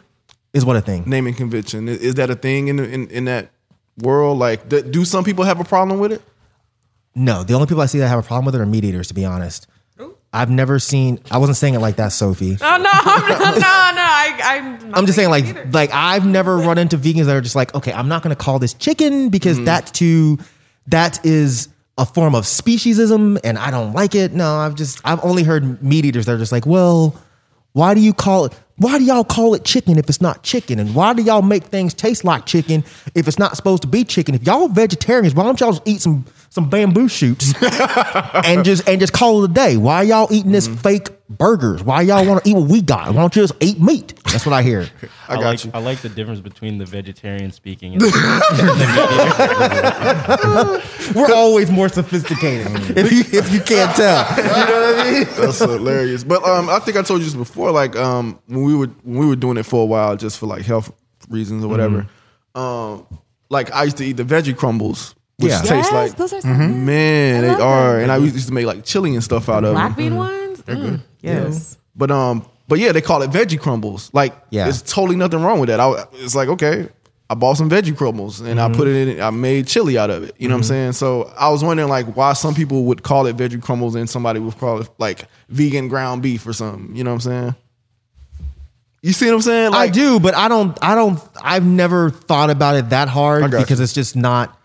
Speaker 8: Is what a thing?
Speaker 4: Naming convention. I- Is that a thing in in, in that world? Like th- do some people have a problem with it?
Speaker 8: No, the only people I see that have a problem with it are meat eaters, to be honest. I've never seen. I wasn't saying it like that, Sophie.
Speaker 5: Oh, no, *laughs* I'm not, no, no. I, I'm, not
Speaker 8: I'm just saying, like,
Speaker 5: either.
Speaker 8: like I've never run into vegans that are just like, okay, I'm not going to call this chicken because that's too, that is a form of speciesism, and I don't like it. No, I've just, I've only heard meat eaters that are just like, well, why do you call it? Why do y'all call it chicken if it's not chicken? And why do y'all make things taste like chicken if it's not supposed to be chicken? If y'all vegetarians, why don't y'all just eat some some bamboo shoots and just and just call it a day? Why y'all eating this fake burgers? Why y'all want to eat what we got? Why don't you just eat meat? That's what I hear.
Speaker 4: I got
Speaker 6: like,
Speaker 4: you.
Speaker 6: I like the difference between the vegetarian speaking and the
Speaker 8: We're always more sophisticated. *laughs* if you if you can't tell, you know what I mean.
Speaker 4: *laughs* That's hilarious. But um, I think I told you this before. Like um, when we would when we were doing it for a while, just for like health reasons or whatever. Um, like I used to eat the veggie crumbles, which
Speaker 8: Yeah.
Speaker 4: taste
Speaker 5: yes,
Speaker 4: like Mm-hmm.
Speaker 5: those are so good.
Speaker 4: man,
Speaker 5: I
Speaker 4: they
Speaker 5: love
Speaker 4: are.
Speaker 5: them.
Speaker 4: And I used to make like chili and stuff out of them.
Speaker 5: Black bean ones? Mm, Yes.
Speaker 4: But um, but yeah, they call it veggie crumbles. Like,
Speaker 8: Yeah.
Speaker 4: there's totally nothing wrong with that. I, it's like okay, I bought some veggie crumbles and I put it in. I made chili out of it. You know what I'm saying? So I was wondering like why some people would call it veggie crumbles and somebody would call it like vegan ground beef or something. You know what I'm saying? You see what I'm saying?
Speaker 8: I do, but I don't. I don't. I've never thought about it that
Speaker 4: I
Speaker 8: hard
Speaker 4: got
Speaker 8: because
Speaker 4: you.
Speaker 8: it's just not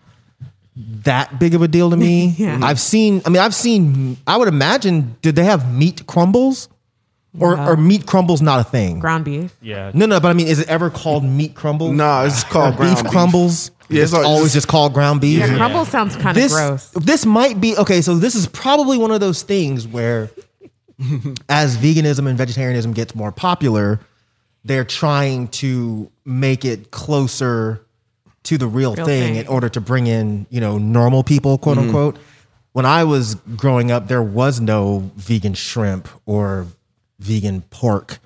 Speaker 8: that big of a deal to *laughs* me.
Speaker 5: Yeah.
Speaker 8: I've seen. I mean, I've seen. I would imagine. Did they have meat crumbles, or
Speaker 5: No.
Speaker 8: or meat crumbles not a thing?
Speaker 5: Ground beef.
Speaker 6: yeah.
Speaker 8: No, no. But I mean, is it ever called meat crumble?
Speaker 4: Nah, it's called ground
Speaker 8: beef
Speaker 4: beef.
Speaker 8: crumbles.
Speaker 4: Yeah,
Speaker 8: it's,
Speaker 4: it's always-
Speaker 8: always just called ground beef.
Speaker 5: Yeah, crumble sounds kind of
Speaker 8: this
Speaker 5: gross.
Speaker 8: this might be okay. So this is probably one of those things where, *laughs* as veganism and vegetarianism gets more popular, they're trying to make it closer to the real,
Speaker 5: Real
Speaker 8: thing,
Speaker 5: thing.
Speaker 8: in order to bring in you know normal people, quote unquote. When I was growing up, there was no vegan shrimp or vegan pork.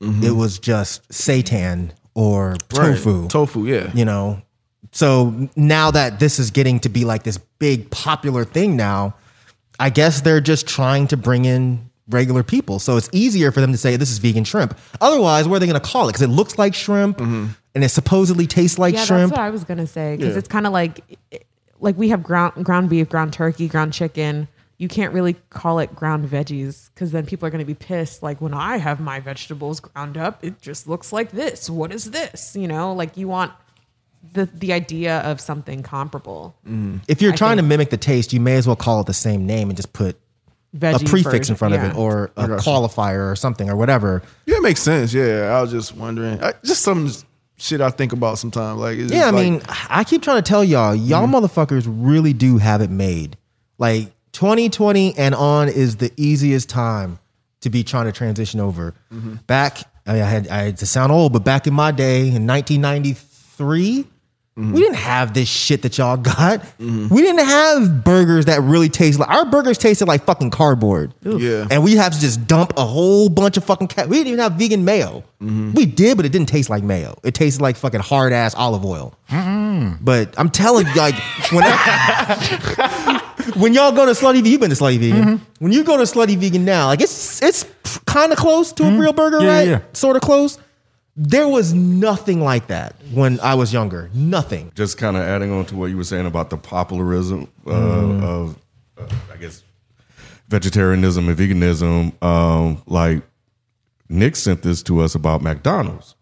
Speaker 8: It was just seitan or
Speaker 4: Right.
Speaker 8: tofu
Speaker 4: Tofu, yeah.
Speaker 8: you know so now that this is getting to be like this big popular thing now i guess they're just trying to bring in regular people so it's easier for them to say this is vegan shrimp otherwise what are they going to call it because it looks like shrimp and it supposedly tastes like
Speaker 5: yeah,
Speaker 8: shrimp
Speaker 5: that's what I was gonna say because it's kind of like, like we have ground ground beef, ground turkey, ground chicken. You can't really call it ground veggies because then people are gonna be pissed. Like when I have my vegetables ground up, it just looks like this. What is this? You know, like you want the the idea of something comparable.
Speaker 8: Mm. if you're trying to mimic the taste you may as well call it the same name and just put a
Speaker 5: Veggie
Speaker 8: prefix in
Speaker 5: version,
Speaker 8: front
Speaker 5: yeah.
Speaker 8: of it or a qualifier or something or whatever
Speaker 4: Yeah, it makes sense. Yeah, I was just wondering. I, just some shit I think about sometimes. Like, it's
Speaker 8: Yeah, I
Speaker 4: just like-
Speaker 8: mean, I keep trying to tell y'all, y'all motherfuckers really do have it made. Like 2020 and on is the easiest time to be trying to transition over. Back, I had I had to sound old, but back in my day in 1993, we didn't have this shit that y'all got. We didn't have burgers that really taste like our burgers tasted like fucking cardboard.
Speaker 4: Yeah.
Speaker 8: And we have to just dump a whole bunch of fucking cat. We didn't even have vegan mayo. We did, but it didn't taste like mayo. It tasted like fucking hard ass olive oil. But I'm telling you, like when I- when y'all go to Slutty Vegan, you've been to Slutty Vegan. When you go to Slutty Vegan now, like it's it's kind of close to a real burger,
Speaker 7: Yeah,
Speaker 8: right?
Speaker 7: yeah.
Speaker 8: Sort of close. There was nothing like that when I was younger. Nothing.
Speaker 3: just kind of adding on to what you were saying about the popularism uh, of, uh, I guess, vegetarianism and veganism. Um, like Nick sent this to us about McDonald's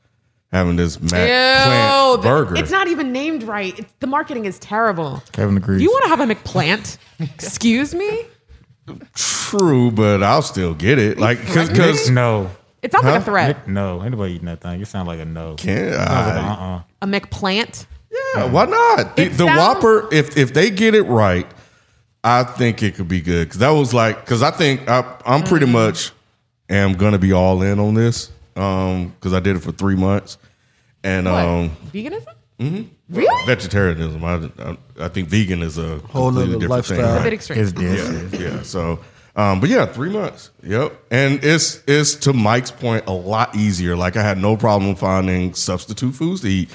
Speaker 3: having this Mac plant
Speaker 5: the-
Speaker 3: burger.
Speaker 5: It's not even named right. It's, the marketing is terrible.
Speaker 7: Kevin agrees.
Speaker 5: You want to have a McPlant? Excuse me?
Speaker 3: True, but I'll still get it. Like because
Speaker 7: Nick, no.
Speaker 5: It sounds like a threat.
Speaker 7: Nick, no. Ain't nobody eating that thing. You sound like a no.
Speaker 3: Can't
Speaker 7: Sounds like
Speaker 3: I?
Speaker 7: a uh-uh.
Speaker 5: A McPlant?
Speaker 3: Yeah, why not? The,
Speaker 5: It
Speaker 3: the
Speaker 5: sounds-
Speaker 3: Whopper, if if they get it right, I think it could be good. Cause that was like, cause I think I, I'm
Speaker 5: Mm-hmm.
Speaker 3: pretty much am gonna be all in on this. Um, cause I did it for three months, and
Speaker 5: What?
Speaker 3: um, Mm-hmm.
Speaker 5: Veganism? Really?
Speaker 3: vegetarianism. I, I I think vegan is a
Speaker 4: Whole
Speaker 3: completely
Speaker 4: nother
Speaker 3: different
Speaker 4: lifestyle.
Speaker 3: thing.
Speaker 5: A
Speaker 3: right?
Speaker 5: bit extreme.
Speaker 7: It's this.
Speaker 3: yeah. So, um, but yeah, three months. Yep. And it's it's to Mike's point a lot easier. Like I had no problem finding substitute foods to eat.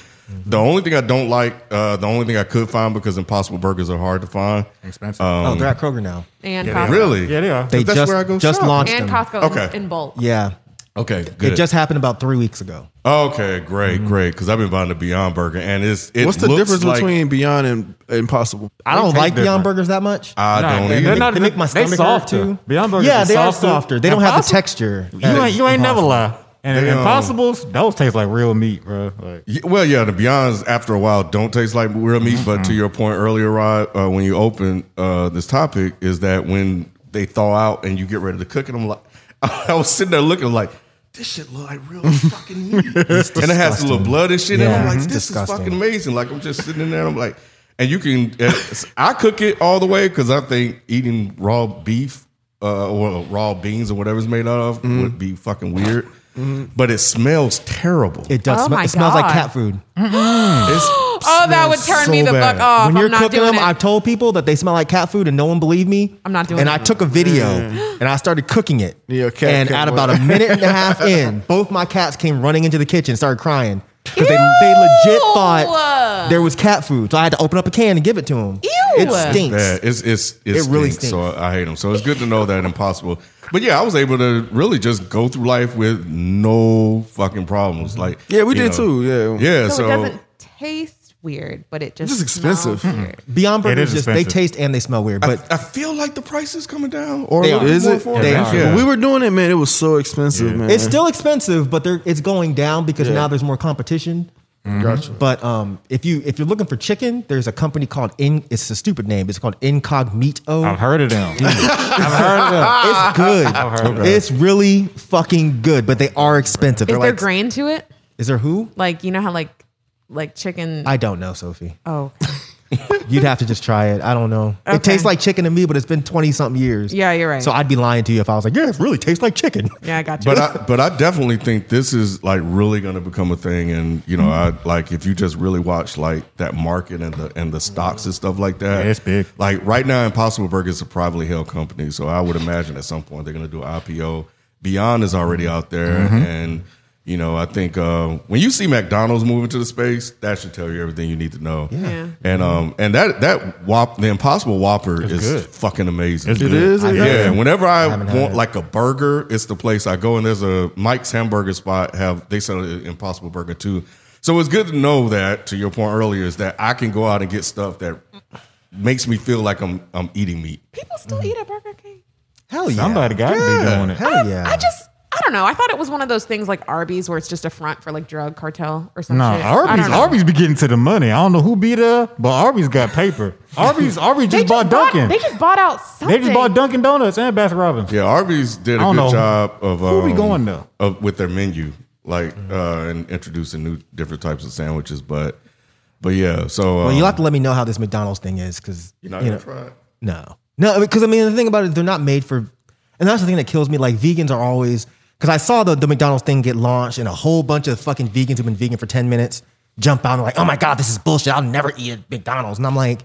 Speaker 3: The only thing I don't like, uh, the only thing I could find because Impossible Burgers are hard to find.
Speaker 7: Expensive.
Speaker 8: oh, they're at Kroger now.
Speaker 5: and
Speaker 3: Yeah,
Speaker 5: Costco.
Speaker 3: really?
Speaker 7: yeah, they are.
Speaker 8: They
Speaker 3: that's
Speaker 8: just
Speaker 3: where I go
Speaker 8: just
Speaker 3: shopping.
Speaker 8: launched
Speaker 5: And
Speaker 8: them.
Speaker 5: Costco in-
Speaker 3: Okay.
Speaker 5: in bulk.
Speaker 8: Yeah.
Speaker 3: Okay, good.
Speaker 8: It just happened about three weeks ago.
Speaker 3: okay, great, great. Because I've been buying the Beyond Burger, and it's it
Speaker 4: What's the
Speaker 3: looks
Speaker 4: difference
Speaker 3: like-
Speaker 4: between Beyond and Impossible?
Speaker 8: I don't
Speaker 7: taste
Speaker 8: like Beyond
Speaker 7: different.
Speaker 8: Burgers that much.
Speaker 3: I
Speaker 7: Nah,
Speaker 3: don't
Speaker 7: man,
Speaker 3: either.
Speaker 7: they're not-
Speaker 8: they make my
Speaker 7: they
Speaker 8: stomach
Speaker 7: softer.
Speaker 8: hurt too.
Speaker 7: Beyond Burgers
Speaker 8: yeah,
Speaker 7: is
Speaker 8: they are
Speaker 7: softer.
Speaker 8: softer. They don't have the
Speaker 7: Impossible-
Speaker 8: texture. Uh,
Speaker 7: You ain't, you ain't never lie. And
Speaker 3: They, um,
Speaker 7: Impossibles, those taste like real meat, bro. Like,
Speaker 3: Y- Well, yeah, the Beyonds after a while don't taste like real meat. But
Speaker 8: Mm-hmm.
Speaker 3: to your point earlier, Rod, uh, when you open uh, this topic, is that when they thaw out and you get ready to cook it, I'm like, *laughs* I was sitting there looking like, this shit look like
Speaker 8: *laughs*
Speaker 3: real fucking meat, and it has a little blood and shit. And
Speaker 8: Yeah,
Speaker 3: I'm like,
Speaker 8: it's
Speaker 3: this
Speaker 8: disgusting.
Speaker 3: is fucking amazing. Like I'm just sitting in there, and I'm like, and you can, uh, I cook it all the way because I think eating raw beef uh, or raw beans or whatever it's made out of
Speaker 8: Mm-hmm.
Speaker 3: would be fucking weird. But it smells terrible.
Speaker 8: It does.
Speaker 5: Oh
Speaker 8: smell,
Speaker 5: my
Speaker 8: it smells like
Speaker 5: God. Mm-hmm.
Speaker 8: cat food.
Speaker 5: *gasps* Oh, that would turn me the fuck off.
Speaker 8: when
Speaker 5: I'm
Speaker 8: you're
Speaker 5: not
Speaker 8: cooking
Speaker 5: doing it.
Speaker 8: them, I've told people that they smell like cat food, and no one believed me.
Speaker 5: I'm not doing
Speaker 8: And
Speaker 5: it.
Speaker 8: I took a video and I started cooking it.
Speaker 4: Yeah, cat
Speaker 8: and
Speaker 4: came
Speaker 8: at
Speaker 4: with-
Speaker 8: about a minute and a half in, both my cats came running into the kitchen, and started crying because they they legit thought there was cat food. So I had to open up a can and give it to them. Ew, it stinks.
Speaker 3: Yeah, it's it's it,
Speaker 8: It really
Speaker 3: stinks, So I hate them. So it's good to know that impossible. But yeah, I was able to really just go through life with no fucking problems. Like
Speaker 4: Yeah, we
Speaker 3: you
Speaker 4: did too, yeah.
Speaker 3: yeah.
Speaker 5: so,
Speaker 3: So,
Speaker 5: it doesn't taste weird, but it just
Speaker 4: It's just expensive.
Speaker 5: smells weird.
Speaker 8: Beyond
Speaker 7: It
Speaker 8: burgers,
Speaker 7: is
Speaker 8: just they
Speaker 7: expensive.
Speaker 8: taste and they smell weird. But
Speaker 3: I feel like the price is coming down. Or
Speaker 8: They
Speaker 3: a little
Speaker 8: are.
Speaker 3: bit
Speaker 4: Is
Speaker 3: more
Speaker 4: it?
Speaker 3: for
Speaker 8: They are.
Speaker 4: When we were doing it, man, it was so expensive, man.
Speaker 8: it's still expensive, but they're, it's going down because now there's more competition.
Speaker 4: Gotcha.
Speaker 8: But um, if you if you're looking for chicken, there's a company called In. It's a stupid name. It's called Incognito.
Speaker 7: I've heard of them. I've heard of them.
Speaker 8: It's good.
Speaker 7: heard that.
Speaker 8: It's really fucking good, but they are expensive.
Speaker 5: Is
Speaker 8: They're
Speaker 5: there
Speaker 8: like-
Speaker 5: grain to it?
Speaker 8: Is there who?
Speaker 5: Like you know how like like chicken.
Speaker 8: I don't know, Sophie.
Speaker 5: oh,
Speaker 8: You'd have to just try it. I don't know.
Speaker 5: Okay.
Speaker 8: It tastes like chicken to me, but it's been twenty something years.
Speaker 5: Yeah, you're right.
Speaker 8: So I'd be lying to you if I was like, yeah, it really tastes like chicken.
Speaker 5: yeah, I got you.
Speaker 3: But I, but I definitely think this is like really going to become a thing, and you know, I like if you just really watch like that market and the and the stocks and stuff like that.
Speaker 7: Yeah, it's big.
Speaker 3: Like right now, Impossible Burger is a privately held company, so I would imagine at some point they're going to do an IPO. Beyond is already out there,
Speaker 7: Mm-hmm.
Speaker 3: and you know, I think uh, when you see McDonald's moving to the space, that should tell you everything you need to know.
Speaker 5: Yeah.
Speaker 3: And um and that that whop the Impossible Whopper is
Speaker 7: good.
Speaker 3: fucking amazing.
Speaker 7: It's It good. is?
Speaker 3: Yeah.
Speaker 7: I've
Speaker 8: had it.
Speaker 3: Whenever I,
Speaker 8: haven't had
Speaker 3: want
Speaker 8: it.
Speaker 3: like a burger, it's the place I go. And there's a Mike's Hamburger spot. Have they sell an Impossible Burger too? So it's good to know that. To your point earlier, is that I can go out and get stuff that makes me feel like I'm I'm eating meat.
Speaker 5: People still eat at Burger King.
Speaker 8: Hell yeah.
Speaker 7: Somebody got to be doing it.
Speaker 8: Hell *laughs* yeah.
Speaker 5: I just I don't know. I thought it was one of those things like Arby's where it's just a front for like drug cartel or something.
Speaker 7: No,
Speaker 5: shit. I
Speaker 7: Arby's
Speaker 5: don't know.
Speaker 7: Arby's be getting to the money. I don't know who be there, but Arby's got *laughs* paper. Arby's Arby's
Speaker 5: They
Speaker 7: just, bought Dunkin'.
Speaker 5: They just bought out something.
Speaker 7: They just bought Dunkin' Donuts and Bath Robbins.
Speaker 3: Yeah, Arby's did a
Speaker 7: I
Speaker 3: good
Speaker 7: don't know.
Speaker 3: job of um,
Speaker 7: Who we going to?
Speaker 3: of with their menu, like uh, and introducing new different types of sandwiches. But but yeah, so
Speaker 8: well, you'll
Speaker 3: um,
Speaker 8: have to let me know how this McDonald's thing is because
Speaker 3: you're not gonna try it.
Speaker 8: No, no, because I mean the thing about it, they're not made for, and that's the thing that kills me. Like vegans are always because I saw the, the McDonald's thing get launched, and a whole bunch of fucking vegans who've been vegan for ten minutes jump out and like, oh my god, this is bullshit. I'll never eat at McDonald's, and I'm like,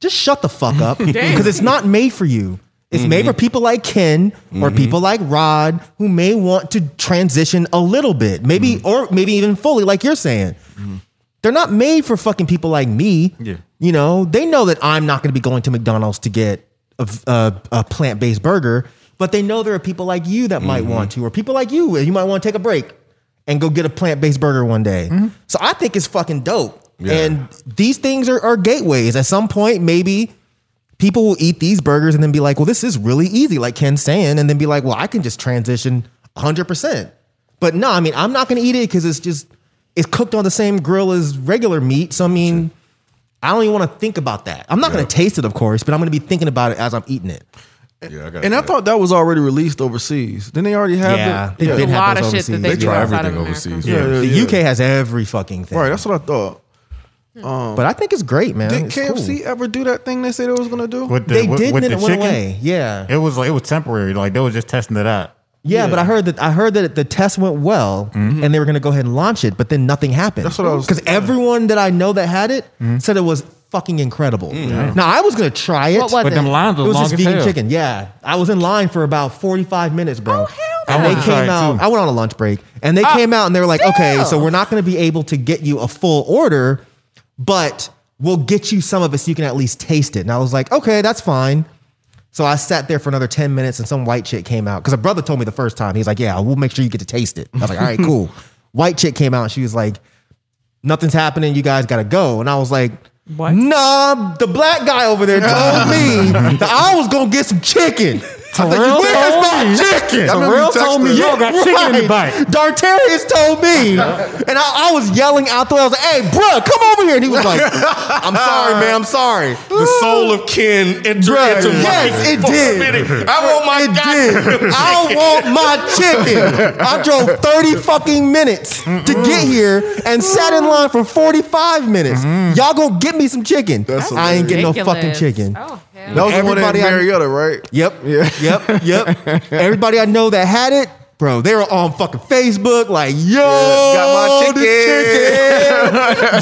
Speaker 8: just shut the fuck up because it's not made for you. It's made for people like Ken or people like Rod who may want to transition a little bit, maybe or maybe even fully, like you're saying they're not made for fucking people like me.
Speaker 7: Yeah.
Speaker 8: You know, they know that I'm not going to be going to McDonald's to get a, a, a plant based burger, but they know there are people like you that might want to, or people like you, and you might want to take a break and go get a plant based burger one day. So I think it's fucking dope.
Speaker 3: Yeah.
Speaker 8: And these things are, are gateways. At some point, maybe people will eat these burgers and then be like, well, this is really easy, like Ken's saying, and then be like, well, I can just transition 100%. But no, I mean, I'm not going to eat it because it's just, it's cooked on the same grill as regular meat. So, I mean, I don't even want to think about that. I'm not going
Speaker 3: Yeah.
Speaker 8: to taste it, of course, but I'm going to be thinking about it as I'm eating it.
Speaker 3: Yeah, I got
Speaker 4: And I thought that was already released overseas. Didn't they already have it?
Speaker 8: They've
Speaker 5: There's
Speaker 8: been
Speaker 5: a
Speaker 8: had
Speaker 5: lot of shit
Speaker 8: those
Speaker 5: that
Speaker 8: overseas.
Speaker 5: they,
Speaker 3: they
Speaker 5: do
Speaker 3: try
Speaker 5: outside
Speaker 3: everything
Speaker 5: of America.
Speaker 3: overseas.
Speaker 4: Yeah, yeah,
Speaker 8: The
Speaker 4: yeah.
Speaker 8: UK has every fucking thing.
Speaker 4: Right, that's what I thought.
Speaker 8: but I think it's great, man.
Speaker 4: Did
Speaker 8: It's
Speaker 4: KFC
Speaker 8: cool.
Speaker 4: ever do that thing they said it was gonna do?
Speaker 7: With the,
Speaker 8: They
Speaker 7: with,
Speaker 8: did,
Speaker 7: with
Speaker 8: and then
Speaker 7: the
Speaker 8: it went
Speaker 7: chicken.
Speaker 8: away. Yeah.
Speaker 7: It was like it was temporary. Like they was just testing it out.
Speaker 8: Yeah, but I heard that I heard that the test went well, and they were going to go ahead and launch it, but then nothing happened.
Speaker 4: Mm-hmm. That's what I was- Mm-hmm.
Speaker 8: Because everyone that I know that had it said it was fucking incredible. Now I was going to try it.
Speaker 5: What was
Speaker 7: But
Speaker 5: it?
Speaker 7: them lines
Speaker 8: it
Speaker 7: was
Speaker 8: was
Speaker 7: long
Speaker 8: just
Speaker 7: as
Speaker 8: vegan
Speaker 7: hell.
Speaker 8: chicken. Yeah, I was in line for about forty-five minutes, bro.
Speaker 5: Oh, hell
Speaker 8: And
Speaker 7: no.
Speaker 8: they
Speaker 7: I
Speaker 8: came
Speaker 7: tried too.
Speaker 8: out. I went on a lunch break, and they came out and they were like, "Okay, so
Speaker 5: Ah, still.
Speaker 8: we're not going to be able to get you a full order, but we'll get you some of it so you can at least taste it." And I was like, "Okay, that's fine." So I sat there for another 10 minutes and some white chick came out. Because a brother told me the first time. He's like, Yeah, we'll make sure you get to taste it. I was like, All
Speaker 3: *laughs*
Speaker 8: right, cool. White chick came out and she was like, Nothing's happening. You guys got to go. And I was like,
Speaker 5: What?
Speaker 8: Nah, the black guy over there told
Speaker 3: *laughs*
Speaker 8: me that I was going to get some chicken. I was like,
Speaker 7: Terrell
Speaker 8: Where's
Speaker 7: told
Speaker 8: my
Speaker 7: you?
Speaker 8: chicken?
Speaker 7: Terrell told me y'all got chicken in the
Speaker 8: right.
Speaker 7: bike.
Speaker 8: Dartarius told
Speaker 3: *laughs*
Speaker 8: me. And I, I was yelling out the way. I was like, Hey, bro, come over here. And he was like, I'm sorry, man. I'm sorry.
Speaker 3: The soul of Ken entered
Speaker 8: Bruh,
Speaker 3: into
Speaker 8: yes, it
Speaker 3: for a
Speaker 8: did.
Speaker 3: minute. I want my
Speaker 8: it
Speaker 3: goddamn
Speaker 8: did. I want my chicken. I drove 30 fucking minutes to get here and sat in line for 45 minutes.
Speaker 3: Mm-hmm.
Speaker 8: Y'all gonna get me some chicken. I ain't getting no fucking chicken.
Speaker 5: Oh, hell.
Speaker 4: That was the one in
Speaker 8: Everybody I-
Speaker 4: Marietta, right?
Speaker 8: Yep. Yep. Yep. Everybody I know that had it, bro, they were on fucking Facebook like, yo,
Speaker 4: got my
Speaker 8: this chicken.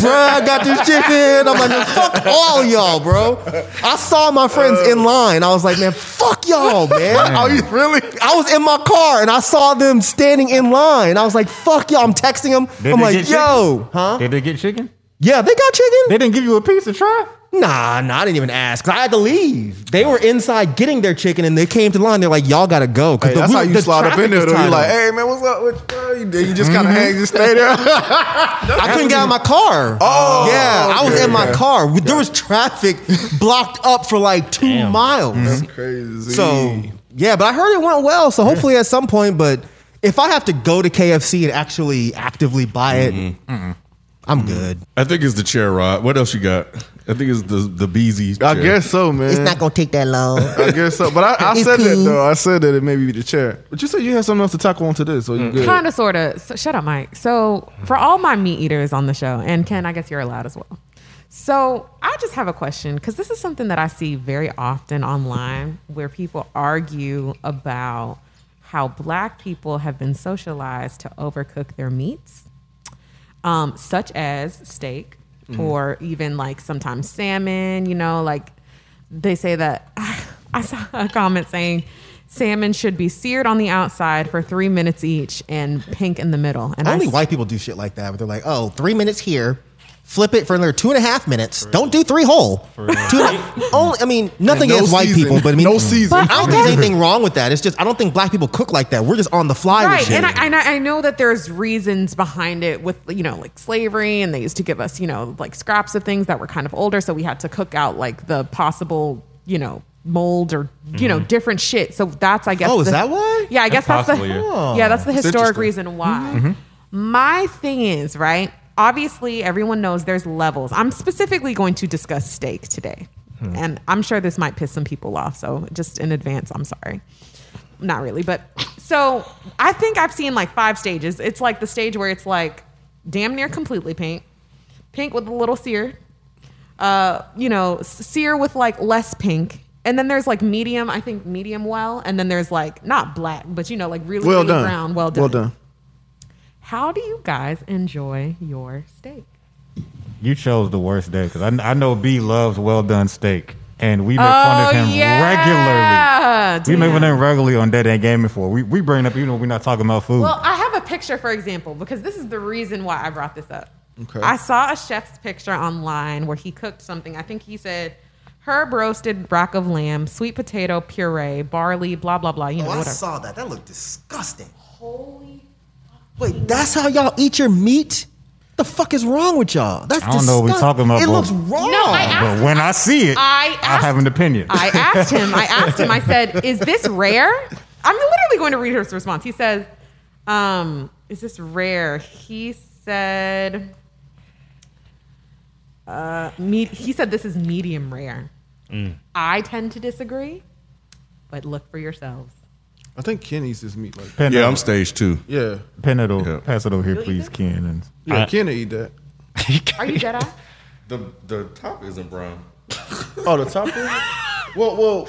Speaker 8: bro, I got this chicken. I'm like, man, fuck all y'all, bro. I saw my friends in line. I was like, man, fuck y'all,
Speaker 4: *laughs*
Speaker 8: man.
Speaker 4: Oh, you really?
Speaker 8: I was in my car and I saw them standing in line. I was like, fuck y'all. I'm texting them.
Speaker 7: Did
Speaker 8: I'm
Speaker 7: they
Speaker 8: like,
Speaker 7: get chicken?
Speaker 8: yo, huh?
Speaker 7: Did they get chicken?
Speaker 8: Yeah, they got chicken.
Speaker 7: They didn't give you a piece to try?
Speaker 8: Nah, nah, I didn't even ask. 'cause I had to leave. They were inside getting their chicken and they came to line. They're like, y'all gotta go. 'cause
Speaker 4: Hey,
Speaker 8: the
Speaker 4: that's how
Speaker 8: route-
Speaker 4: you
Speaker 8: the
Speaker 4: slide up in
Speaker 8: traffic
Speaker 4: there.
Speaker 8: is
Speaker 4: Though. You're
Speaker 8: tied
Speaker 4: like,
Speaker 8: up.
Speaker 4: hey man, what's up? What uh, you, you just kind of hang, just stay there.
Speaker 8: I couldn't get out of my car.
Speaker 4: *laughs* Oh,
Speaker 8: yeah, I was
Speaker 4: okay,
Speaker 8: in my
Speaker 4: okay.
Speaker 8: car. There was
Speaker 4: *laughs*
Speaker 8: traffic blocked up for like two
Speaker 6: Damn.
Speaker 8: miles.
Speaker 4: Mm-hmm. Crazy.
Speaker 8: So yeah, but I heard it went well. So hopefully at some point, but if I have to go to KFC and actually actively buy it,
Speaker 4: Mm-hmm.
Speaker 8: I'm good.
Speaker 3: I think it's the chair rod. What else you got? I think it's the the BZ.
Speaker 4: I
Speaker 3: chair.
Speaker 4: guess so, man.
Speaker 8: It's not gonna take that long.
Speaker 4: I guess so. But I, I
Speaker 8: It's
Speaker 4: said that
Speaker 8: cool.
Speaker 4: though. I said that it may be the chair. But you said you had something else to tackle on to this, so you good.
Speaker 5: Kind of, sort of. So, shut up, Mike. So, for all my meat eaters on the show, and Ken, I guess you're allowed as well. So, I just have a question because this is something that I see very often online where people argue about how black people have been socialized to overcook their meats, um, such as steak or even like sometimes salmon, you know, like they say that *sighs* I saw a comment saying salmon should be seared on the outside for three minutes each and pink in the middle. And I
Speaker 8: Only
Speaker 5: s-
Speaker 8: white people do shit like that, but they're like, oh, three minutes here, flip it for another two and a half minutes. Don't do three whole.
Speaker 5: *laughs*
Speaker 8: Two and a- only, I mean, nothing
Speaker 4: no
Speaker 8: against white
Speaker 4: season.
Speaker 8: people, but I mean,
Speaker 4: No season.
Speaker 8: I don't
Speaker 5: But I
Speaker 8: think there's
Speaker 5: guess-
Speaker 8: anything wrong with that. It's just I don't think black people cook like that. We're just on the fly with
Speaker 5: right
Speaker 8: shit.
Speaker 5: and I, and I I know that there's reasons behind it with you know like slavery and they used to give us you know like scraps of things that were kind of older so we had to cook out like the possible you know mold or you know different shit so that's i guess
Speaker 8: Mm-hmm. Oh, is
Speaker 5: the-
Speaker 8: that why?
Speaker 5: yeah i guess
Speaker 7: possible,
Speaker 5: that's
Speaker 7: yeah.
Speaker 5: the yeah. that's the historic reason why my thing is right obviously everyone knows there's levels i'm specifically going to discuss steak today and i'm sure this might piss some people off so just in advance i'm sorry not really, but so I think I've seen like five stages. It's like the stage where it's like damn near completely pink, pink with a little sear, uh, you know, s- sear with like less pink. And then there's like medium, I think medium well, and then there's like not black, but you know, like really,
Speaker 4: well
Speaker 5: really
Speaker 4: done.
Speaker 5: brown, well done.
Speaker 4: Well done.
Speaker 5: How do you guys enjoy your steak?
Speaker 7: You chose the worst day because I, I know B loves well done steak, and we make
Speaker 5: Oh,
Speaker 7: fun of him regularly. We make fun of him regularly on Dead End Gaming for. We we bring it up even when we're not talking about food.
Speaker 5: Well, I have a picture, for example, because this is the reason why I brought this up.
Speaker 4: Okay.
Speaker 5: I saw a chef's picture online where he cooked something. I think he said herb roasted rack of lamb, sweet potato puree, barley, blah blah blah. You know
Speaker 8: Oh, I
Speaker 5: whatever.
Speaker 8: saw that. That looked disgusting. Holy. Wait, that's how y'all eat your meat? The fuck is wrong with y'all? That's
Speaker 7: I don't know what we
Speaker 8: disgust-
Speaker 7: talking about,
Speaker 8: It
Speaker 7: bro.
Speaker 8: looks wrong.
Speaker 5: No, I
Speaker 7: but
Speaker 5: asked-
Speaker 7: when I see it,
Speaker 5: I
Speaker 7: I have
Speaker 5: asked-
Speaker 7: an opinion.
Speaker 5: I asked him. I asked him. I said, "Is this rare?" I'm literally going to read his response. He says, um, "Is this rare?" He said, uh, me- "He said this is medium rare." I tend to disagree, but look for yourselves.
Speaker 4: I think Ken eats his meat like that.
Speaker 7: Pen
Speaker 3: Yeah,
Speaker 7: it-
Speaker 3: I'm stage two.
Speaker 4: Yeah.
Speaker 7: *laughs* pen it over.
Speaker 3: Yeah.
Speaker 7: Pass it over here, please, Ken. And
Speaker 4: Yeah,
Speaker 6: I-
Speaker 4: Ken eat that.
Speaker 5: Are you Jedi?
Speaker 3: The the top isn't brown.
Speaker 4: Oh, the top one? Well, well.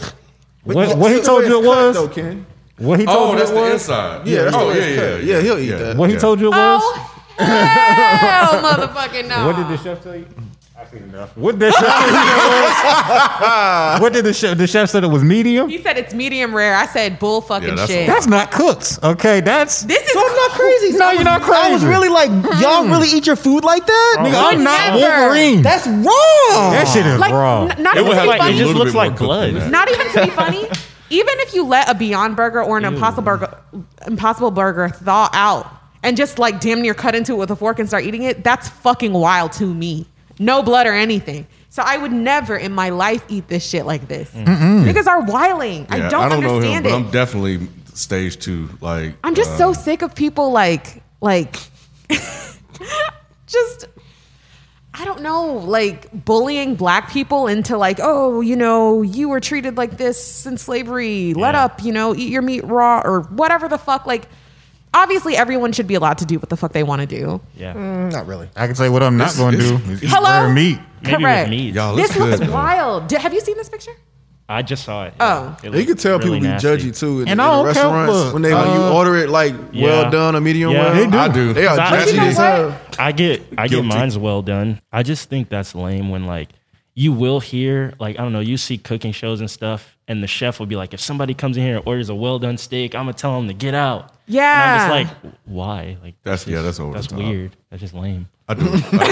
Speaker 7: what, what he told you it was?
Speaker 4: Though, Ken.
Speaker 7: What he told
Speaker 3: Oh,
Speaker 7: you
Speaker 3: that's
Speaker 7: it
Speaker 3: the
Speaker 7: was?
Speaker 3: inside.
Speaker 4: Yeah, that's the
Speaker 3: oh
Speaker 4: way it's
Speaker 3: yeah, yeah,
Speaker 4: cut. Yeah, he'll eat that.
Speaker 7: What he told you it was?
Speaker 5: *laughs* Oh Hell, motherfucking no.
Speaker 7: What did the chef tell you? I seen enough. What did the chef
Speaker 4: *laughs*
Speaker 7: tell you? what did the chef? The chef said it was medium.
Speaker 5: He said it's medium rare. I said bull fucking
Speaker 3: that's
Speaker 5: shit.
Speaker 3: a-
Speaker 7: That's not cooked. Okay, that's.
Speaker 5: this is
Speaker 8: I'm not crazy.
Speaker 7: No,
Speaker 8: I
Speaker 7: you're
Speaker 8: was-
Speaker 7: not
Speaker 8: I was
Speaker 7: crazy.
Speaker 8: really like,
Speaker 5: Mm-hmm.
Speaker 8: y'all really eat your food like that? Nigga,
Speaker 7: Nigga, I'm not
Speaker 5: Never.
Speaker 7: Wolverine.
Speaker 8: that's wrong.
Speaker 7: that shit is
Speaker 5: like
Speaker 7: raw.
Speaker 5: n- not
Speaker 3: It
Speaker 5: even
Speaker 3: would
Speaker 6: It, was
Speaker 5: to
Speaker 3: have
Speaker 5: be
Speaker 6: like,
Speaker 3: a
Speaker 6: it
Speaker 5: funny.
Speaker 6: just
Speaker 3: little
Speaker 6: looks
Speaker 3: bit
Speaker 6: like
Speaker 3: more cooked than
Speaker 6: blood.
Speaker 5: Not even
Speaker 3: *laughs*
Speaker 5: to be funny. Even if you let a Beyond Burger or an Impossible Burger, Impossible Burger thaw out and just like damn near cut into it with a fork and start eating it, that's fucking wild to me. No blood or anything. So I would never in my life eat this shit like this. Niggas are wiling. I don't,
Speaker 3: know him,
Speaker 5: understand
Speaker 3: but
Speaker 5: it.
Speaker 3: I'm definitely stage two. Like
Speaker 5: I'm just
Speaker 3: uh,
Speaker 5: so sick of people like like *laughs* just I don't know, like bullying black people into like, oh, you know, you were treated like this since slavery. Let
Speaker 6: Yeah.
Speaker 5: up, you know, eat your meat raw or whatever the fuck. Like, obviously, everyone should be allowed to do what the fuck they want to do.
Speaker 6: Yeah.
Speaker 8: Not really.
Speaker 7: I can tell you what I'm not going to do is eat
Speaker 5: Hello?
Speaker 7: rare meat.
Speaker 6: Maybe
Speaker 5: Correct.
Speaker 6: with meat.
Speaker 3: Y'all, it looks
Speaker 5: This looks
Speaker 3: good, though.
Speaker 5: wild. Did, have you seen this picture?
Speaker 6: I just saw it.
Speaker 5: Oh.
Speaker 6: It
Speaker 4: You
Speaker 6: looked
Speaker 4: can tell
Speaker 6: really
Speaker 4: people
Speaker 6: nasty.
Speaker 4: be judgy too in,
Speaker 7: And
Speaker 4: in
Speaker 7: I
Speaker 4: the
Speaker 7: don't care,
Speaker 4: restaurants
Speaker 7: look,
Speaker 4: when they when you
Speaker 7: uh,
Speaker 4: order it like well
Speaker 6: yeah.
Speaker 4: done or medium
Speaker 6: Yeah.
Speaker 4: well.
Speaker 6: They do.
Speaker 3: I do.
Speaker 4: They are
Speaker 6: But I-
Speaker 4: judgy.
Speaker 6: But you know
Speaker 4: as
Speaker 5: what?
Speaker 4: hell.
Speaker 6: I get I
Speaker 3: Guilty.
Speaker 6: get mine's well done. I just think that's lame when like you will hear like I don't know you see cooking shows and stuff and the chef will be like if somebody comes in here and orders a well done steak I'm gonna tell them to get out.
Speaker 5: Yeah.
Speaker 6: And I'm just like why like
Speaker 3: That's-
Speaker 6: this
Speaker 3: yeah,
Speaker 6: is-
Speaker 3: that's over the
Speaker 6: that's
Speaker 3: top.
Speaker 6: weird. That's just lame.
Speaker 3: I do.
Speaker 5: it is. It's *laughs* like,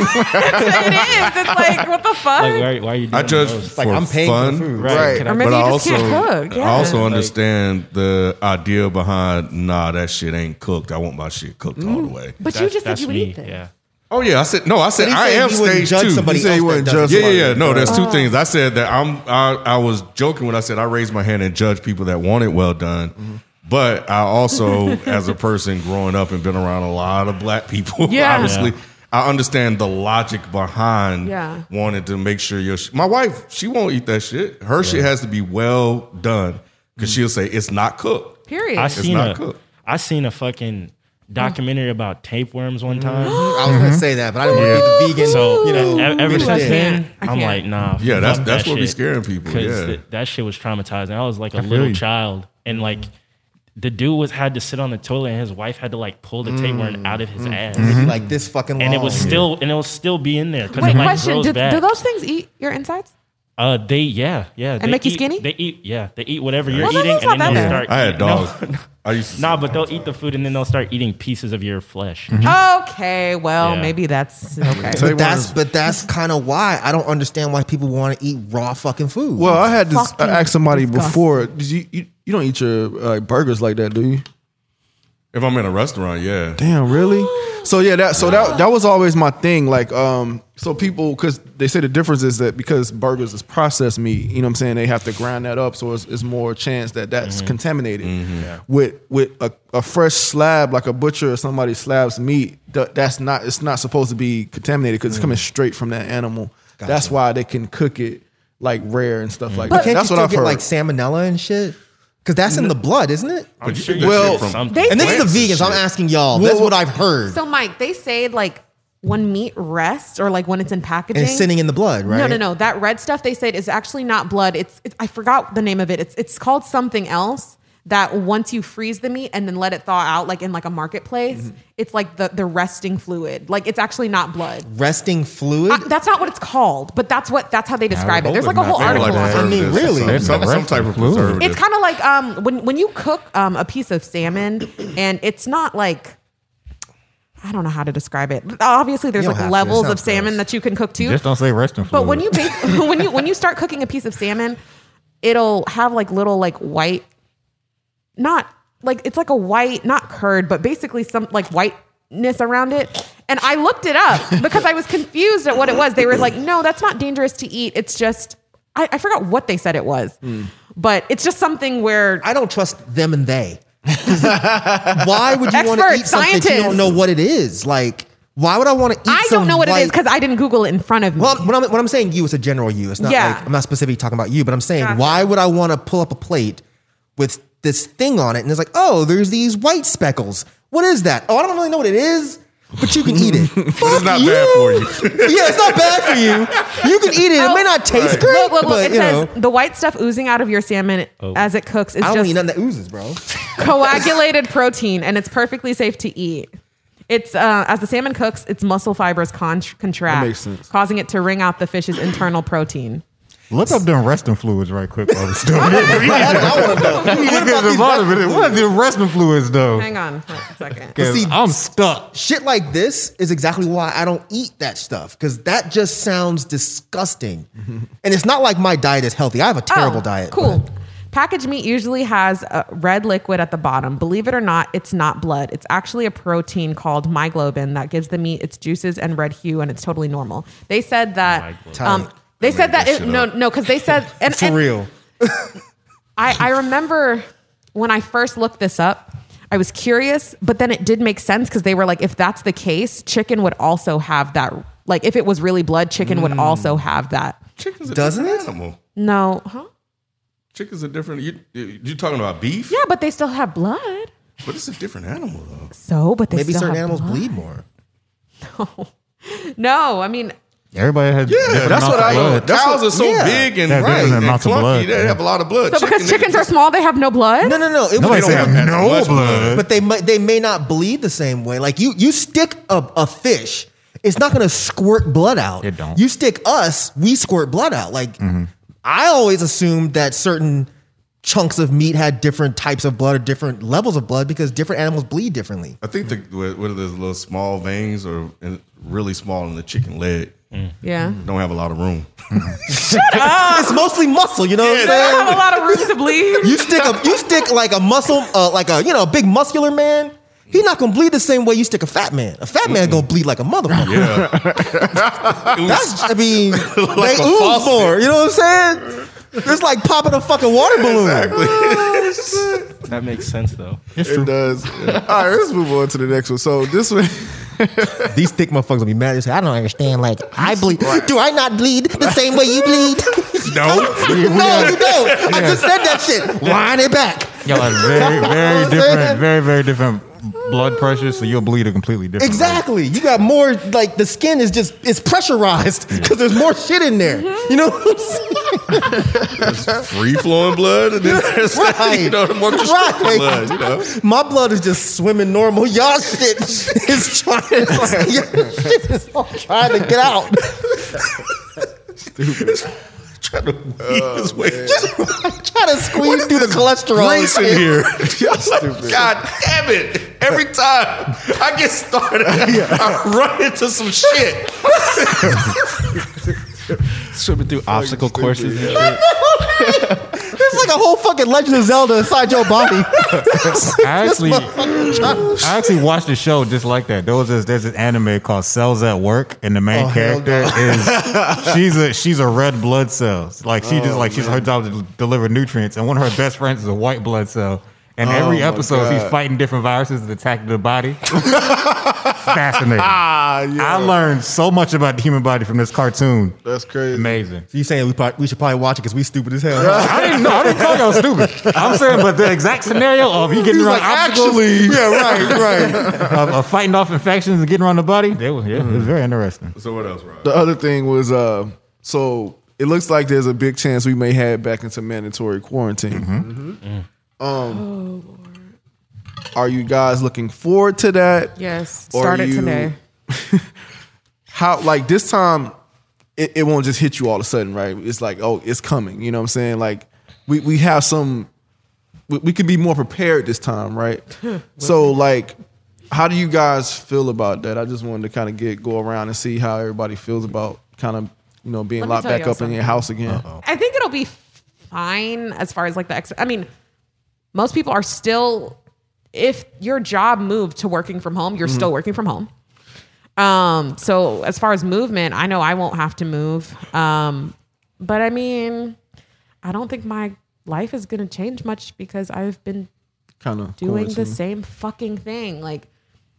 Speaker 5: what the fuck?
Speaker 6: Like why, why are you? Doing
Speaker 3: I judge
Speaker 6: those?
Speaker 3: for
Speaker 8: I'm paying for
Speaker 3: fun,
Speaker 8: food.
Speaker 6: Right.
Speaker 4: Right.
Speaker 6: Can
Speaker 5: Or
Speaker 6: I-
Speaker 5: maybe
Speaker 3: but I
Speaker 5: you just
Speaker 3: also,
Speaker 5: can't cook.
Speaker 3: I
Speaker 5: Yeah.
Speaker 3: also understand the idea behind nah, that shit ain't cooked. I want my shit cooked all the way.
Speaker 5: but you
Speaker 6: that's-
Speaker 5: just said
Speaker 6: that's
Speaker 5: you would
Speaker 6: me,
Speaker 5: eat this.
Speaker 6: Yeah.
Speaker 3: Oh yeah, I said no. I said
Speaker 8: But he
Speaker 3: I
Speaker 8: said
Speaker 3: am
Speaker 8: he wouldn't
Speaker 3: stage
Speaker 8: judge
Speaker 3: two.
Speaker 8: somebody
Speaker 4: He said he
Speaker 8: else that
Speaker 4: wouldn't
Speaker 8: does
Speaker 4: judge
Speaker 8: it.
Speaker 3: yeah,
Speaker 4: somebody.
Speaker 3: yeah, yeah. No, there's two things. I said that I'm. I, I was joking when I said I raised my hand and judged people that want it well done.
Speaker 8: Mm-hmm.
Speaker 3: But I
Speaker 8: *laughs*
Speaker 3: also, as a person growing up and been around a lot of black people, *laughs*
Speaker 5: Yeah.
Speaker 3: obviously, I understand the logic behind
Speaker 5: Yeah.
Speaker 3: wanting to make sure your. Sh- my wife, she won't eat that shit. Her shit has to be well done
Speaker 8: Mm-hmm.
Speaker 3: because she'll say it's not cooked.
Speaker 5: Period.
Speaker 6: I seen
Speaker 3: not
Speaker 6: a
Speaker 3: cooked.
Speaker 6: I seen a fucking documentary about tapeworms one time.
Speaker 5: Mm.
Speaker 8: I was gonna say that, but I didn't want to be the vegan.
Speaker 3: *gasps*
Speaker 6: So
Speaker 8: you know,
Speaker 6: e- ever
Speaker 8: bitch
Speaker 6: since
Speaker 8: shit.
Speaker 6: then,
Speaker 5: I
Speaker 6: I'm
Speaker 5: can't.
Speaker 6: like, nah.
Speaker 3: Yeah, that's-
Speaker 6: fuck
Speaker 3: that's
Speaker 6: that
Speaker 3: what be
Speaker 6: shit.
Speaker 3: scaring people,
Speaker 6: 'Cause
Speaker 3: yeah.
Speaker 6: th- that shit was traumatizing. I was like a
Speaker 7: feel
Speaker 6: little
Speaker 7: you.
Speaker 6: child, and like the dude was had to sit on the toilet, and his wife had to like pull the
Speaker 3: Mm.
Speaker 6: tapeworm out of his ass,
Speaker 3: Mm-hmm.
Speaker 8: like this fucking.
Speaker 6: and it was
Speaker 8: long.
Speaker 6: still and it will still be in there because
Speaker 5: Wait,
Speaker 6: it like
Speaker 5: question.
Speaker 6: grows
Speaker 5: Do,
Speaker 6: back.
Speaker 5: do those things eat your insides?
Speaker 6: uh, they yeah yeah they
Speaker 5: make you
Speaker 6: eat-
Speaker 5: skinny?
Speaker 6: They eat yeah they eat whatever you're
Speaker 5: Well, then
Speaker 6: eating,
Speaker 5: that's not
Speaker 6: and
Speaker 5: that
Speaker 6: then they'll
Speaker 5: bad.
Speaker 6: start.
Speaker 3: I had
Speaker 6: no,
Speaker 3: dogs.
Speaker 4: *laughs*
Speaker 3: I used to.
Speaker 6: Nah, but they'll eat the food and then they'll start eating pieces of your flesh.
Speaker 5: Okay, well,
Speaker 6: Yeah.
Speaker 5: maybe
Speaker 8: *laughs*
Speaker 5: that's okay.
Speaker 8: But that's but that's kind of why I don't understand why people want to eat raw fucking food.
Speaker 4: Well, I had to s-
Speaker 5: Fucking
Speaker 4: ask somebody
Speaker 5: disgusting.
Speaker 4: before. Did you, you you don't eat your uh, burgers like that, do you?
Speaker 3: If I'm in a restaurant, yeah.
Speaker 4: Damn, really? So yeah, that so that that was always my thing. Like, um, so people because they say the difference is that because burgers is processed meat, you know what I'm saying? They have to grind that up, so it's, it's more chance that that's contaminated. With with a, a fresh slab, like a butcher or somebody slabs meat, that, that's not it's not supposed to be contaminated because it's coming straight from that animal. That's why they can cook it like rare and stuff like
Speaker 8: but
Speaker 4: that.
Speaker 8: can't
Speaker 4: That's
Speaker 8: you
Speaker 4: what
Speaker 8: still
Speaker 4: I've
Speaker 8: get
Speaker 4: heard.
Speaker 8: like salmonella and shit? Because that's in the blood, isn't it?
Speaker 3: But you
Speaker 6: sure
Speaker 3: get that
Speaker 6: you
Speaker 4: Well,
Speaker 3: shit from-
Speaker 6: Something.
Speaker 5: They
Speaker 8: And this
Speaker 5: say,
Speaker 8: is the vegans. I'm asking y'all. That's
Speaker 4: Well,
Speaker 8: what I've heard.
Speaker 5: so, Mike, they say like when meat rests or like when it's in packaging,
Speaker 8: and it's sitting in the blood, right?
Speaker 5: No, no, no. That red stuff they said is actually not blood. It's, it's I forgot the name of it. It's it's called something else. That once you freeze the meat and then let it thaw out, like in like a marketplace,
Speaker 8: Mm-hmm.
Speaker 5: it's like the the resting fluid. Like it's actually not blood.
Speaker 8: Resting fluid.
Speaker 5: Uh, that's not what it's called, but that's what that's how they describe it.
Speaker 7: hope
Speaker 5: There's like
Speaker 7: it's
Speaker 5: a whole
Speaker 7: not that.
Speaker 3: They were
Speaker 5: article.
Speaker 3: like
Speaker 5: on it.
Speaker 8: I mean,
Speaker 3: preservatives or
Speaker 8: really?
Speaker 3: something. some, some type of preservative.
Speaker 5: It's kind of like um, when when you cook um, a piece of salmon, and it's not like I don't know how to describe it. Obviously, there's
Speaker 8: You don't
Speaker 5: like
Speaker 8: have to. It
Speaker 5: levels of
Speaker 8: sounds
Speaker 5: salmon
Speaker 8: gross.
Speaker 5: that you can cook too.
Speaker 7: Just don't say resting
Speaker 5: But
Speaker 7: fluid.
Speaker 8: Mm.
Speaker 5: when you bake, *laughs* when you when you start cooking a piece of salmon, it'll have like little like white, not like it's like a white, not curd, but basically some like whiteness around it. And I looked it
Speaker 8: *laughs*
Speaker 5: up because I was confused at what it was. They were like, "No, that's not dangerous to eat. It's just I, I forgot what they said it was, but it's just something where
Speaker 8: Hmm. I don't trust them and they. Why would you want to
Speaker 5: Expert
Speaker 8: eat something that you
Speaker 5: scientists.
Speaker 8: don't know what it is? Like, why would I want to eat?
Speaker 5: I don't
Speaker 8: some
Speaker 5: know what it is
Speaker 8: white-
Speaker 5: because I didn't Google it in front of me.
Speaker 8: Well, when I'm, when I'm saying you, it's a general you. It's not
Speaker 5: Yeah.
Speaker 8: like, I'm not specifically talking about you, but I'm saying,
Speaker 5: Gotcha.
Speaker 8: why would I want to pull up a plate with this thing on it? And it's like, oh, there's these white speckles. What is that? Oh, I don't really know what it is, but you can
Speaker 3: *laughs*
Speaker 8: eat it. Fuck
Speaker 3: not
Speaker 8: you.
Speaker 3: bad for you.
Speaker 8: yeah, it's not bad for you. You can eat it. It may not taste great,
Speaker 5: Look, look, look.
Speaker 8: but
Speaker 5: it
Speaker 8: you
Speaker 5: says
Speaker 8: know, Oh.
Speaker 5: the white stuff oozing out of your salmon as it cooks is
Speaker 8: I don't
Speaker 5: just
Speaker 3: *laughs*
Speaker 8: eat nothing that oozes, bro.
Speaker 5: coagulated protein and it's perfectly safe to eat. It's uh, as the salmon cooks, its muscle fibers con- contract,
Speaker 4: That makes sense.
Speaker 5: causing it to wring out the fish's internal protein.
Speaker 7: Look up them resting fluids right quick while
Speaker 5: *laughs*
Speaker 7: we're still here. We need to get to the bottom of it. What are the resting fluids though?
Speaker 5: Hang on for a second.
Speaker 7: 'Cause
Speaker 8: See,
Speaker 7: I'm stuck.
Speaker 8: Shit like this is exactly why I don't eat that stuff because that just sounds disgusting. and it's not like my diet is healthy. I have a terrible
Speaker 5: Oh,
Speaker 8: diet.
Speaker 5: Cool.
Speaker 8: but-
Speaker 5: Packaged meat usually has a red liquid at the bottom. Believe it or not, it's not blood. It's actually a protein called myoglobin that gives the meat its juices and red hue, and it's totally normal. They said that. Um,
Speaker 8: Tight.
Speaker 5: they said that
Speaker 3: this
Speaker 5: it,
Speaker 3: shit
Speaker 5: no, no, because they said and,
Speaker 8: For
Speaker 5: and
Speaker 8: real.
Speaker 5: I, I remember when I first looked this up, I was curious, but then it did make sense because they were like, if that's the case, chicken would also have that. Like, if it was really blood, chicken
Speaker 8: Mm.
Speaker 5: would also have that.
Speaker 3: Chicken's a
Speaker 8: Doesn't
Speaker 3: different
Speaker 8: it?
Speaker 3: animal.
Speaker 5: No, huh?
Speaker 3: Chicken's a different. You you you talking about beef?
Speaker 5: Yeah, but they still have blood.
Speaker 3: But it's a different animal though.
Speaker 5: So, but they
Speaker 8: Maybe
Speaker 5: still
Speaker 8: certain
Speaker 5: have
Speaker 8: animals
Speaker 5: blood.
Speaker 8: bleed more.
Speaker 5: *laughs* No, I mean,
Speaker 7: Everybody has
Speaker 3: Yeah,
Speaker 7: different
Speaker 3: that's what
Speaker 7: amounts of
Speaker 3: I.
Speaker 7: blood.
Speaker 3: Cows
Speaker 8: That's what-
Speaker 3: are so
Speaker 8: yeah.
Speaker 3: big and,
Speaker 7: Yeah,
Speaker 3: right,
Speaker 7: different
Speaker 3: and
Speaker 7: amounts of
Speaker 3: clunky.
Speaker 7: blood,
Speaker 3: They
Speaker 7: yeah.
Speaker 3: have a lot of blood.
Speaker 5: so because chickens are small, they have no blood.
Speaker 8: No, no, no. It
Speaker 3: don't
Speaker 8: would,
Speaker 7: Nobody say I have
Speaker 3: have that
Speaker 7: no
Speaker 3: much blood.
Speaker 7: blood.
Speaker 8: but they might, they may not bleed the same way. Like you, you stick a, a fish, it's not going to squirt blood out.
Speaker 7: It don't. Mm-hmm.
Speaker 8: You stick us, we squirt blood out. Like I always assumed that certain chunks of meat had different types of blood or different levels of blood because different animals bleed differently.
Speaker 3: I think the what what are those little small veins or and really small in the chicken leg
Speaker 5: Yeah. *laughs*
Speaker 3: don't have a lot of room.
Speaker 8: Ah, it's mostly muscle. You know what I'm
Speaker 5: They
Speaker 8: saying?
Speaker 5: don't have a lot of room to bleed.
Speaker 8: You stick a you stick like a muscle, uh, like a you know a big muscular man. He not gonna bleed the same way you stick a fat man. A fat man gonna bleed like a motherfucker.
Speaker 4: *laughs*
Speaker 8: *laughs* That's I mean
Speaker 3: Like
Speaker 8: they
Speaker 3: a
Speaker 8: ooze
Speaker 3: faucet.
Speaker 8: more. You know what I'm saying? It's like popping a fucking water balloon. *laughs*
Speaker 6: That makes sense though.
Speaker 4: It does. All right, let's move on to the next one. So this one, *laughs*
Speaker 8: These thick motherfuckers will be mad. They say, I don't understand. Like I bleed. Do I not bleed the same way you bleed? *laughs* Oh,
Speaker 3: No,
Speaker 8: no, you don't. I just said that shit. Wind it back. *laughs*
Speaker 7: Y'all have very, very
Speaker 8: I'm saying?
Speaker 7: different, very, very different blood pressure, so you'll bleed a completely different. way.
Speaker 8: Exactly. You got more like the skin is just it's pressurized because there's more shit in there. You know what I'm saying?
Speaker 3: free flowing blood, and then there's *laughs* you
Speaker 8: *laughs* Right.
Speaker 3: know the more restricted
Speaker 8: Right.
Speaker 3: blood. You
Speaker 8: *laughs*
Speaker 3: know,
Speaker 8: My blood is just swimming normal. Y'all *laughs* shit is trying *laughs* y'all shit is all trying to get out. *laughs*
Speaker 3: trying to weave his way
Speaker 8: trying to squeeze through the cholesterol. and
Speaker 3: grace in
Speaker 8: shit.
Speaker 3: here. Y'all stupid. God damn it. Every time I get
Speaker 4: *laughs*
Speaker 3: started, I run into some shit.
Speaker 6: Swimming through obstacle courses. and shit.
Speaker 8: It's like a whole fucking Legend of Zelda inside your body.
Speaker 7: I actually,
Speaker 4: *laughs*
Speaker 7: I actually watched a show just like that. There was this, there's this anime called Cells at Work, and the main
Speaker 8: Oh, hell
Speaker 7: character
Speaker 4: *laughs*
Speaker 7: is she's a she's a red blood cell. Like she
Speaker 4: Oh,
Speaker 7: just like she's her job is to deliver nutrients, and one of her best friends is a white blood cell. And every
Speaker 4: Oh, my
Speaker 7: episode, he's
Speaker 4: God.
Speaker 7: fighting different viruses that attack the
Speaker 4: *laughs*
Speaker 7: body. Fascinating.
Speaker 4: ah,
Speaker 7: I
Speaker 4: yeah,
Speaker 7: learned so much about the human body from this cartoon.
Speaker 4: that's crazy. *laughs*
Speaker 7: Amazing.
Speaker 8: *laughs* you saying we, probably, we should probably watch it because we stupid as hell.
Speaker 7: I didn't know. I didn't call y'all stupid. I'm saying, but the exact scenario of you getting around obstacles,
Speaker 8: yeah, right, right.
Speaker 7: *laughs* of, of fighting off infections and getting around the body. They were, yeah, it was very interesting.
Speaker 3: So what else, Rob?
Speaker 4: The other thing was, uh, so it looks like there's a big chance we may head back into mandatory quarantine. Um, are you guys looking forward to that?
Speaker 5: Yes.
Speaker 4: Or
Speaker 5: Start it
Speaker 4: you-
Speaker 5: today.
Speaker 4: How like this time, it, it won't just hit you all of a sudden, right? It's like, oh, it's coming. You know what I'm saying? Like, we we have some, we, we could be more prepared this time, right? so like. How do you guys feel about that? I just wanted to kind of get go around and see how everybody feels about kind of you know being
Speaker 5: Let me
Speaker 4: locked
Speaker 5: tell
Speaker 4: back
Speaker 5: y'all
Speaker 4: up in your
Speaker 5: something.
Speaker 4: house again.
Speaker 5: I think it'll be fine as far as like the ex. I mean, most people are still, if your job moved to working from home, you're still working from home. Um, so as far as movement, I know I won't have to move. Um, but I mean, I don't think my life is going to change much because I've been
Speaker 4: kind of
Speaker 5: doing the same fucking thing. Like,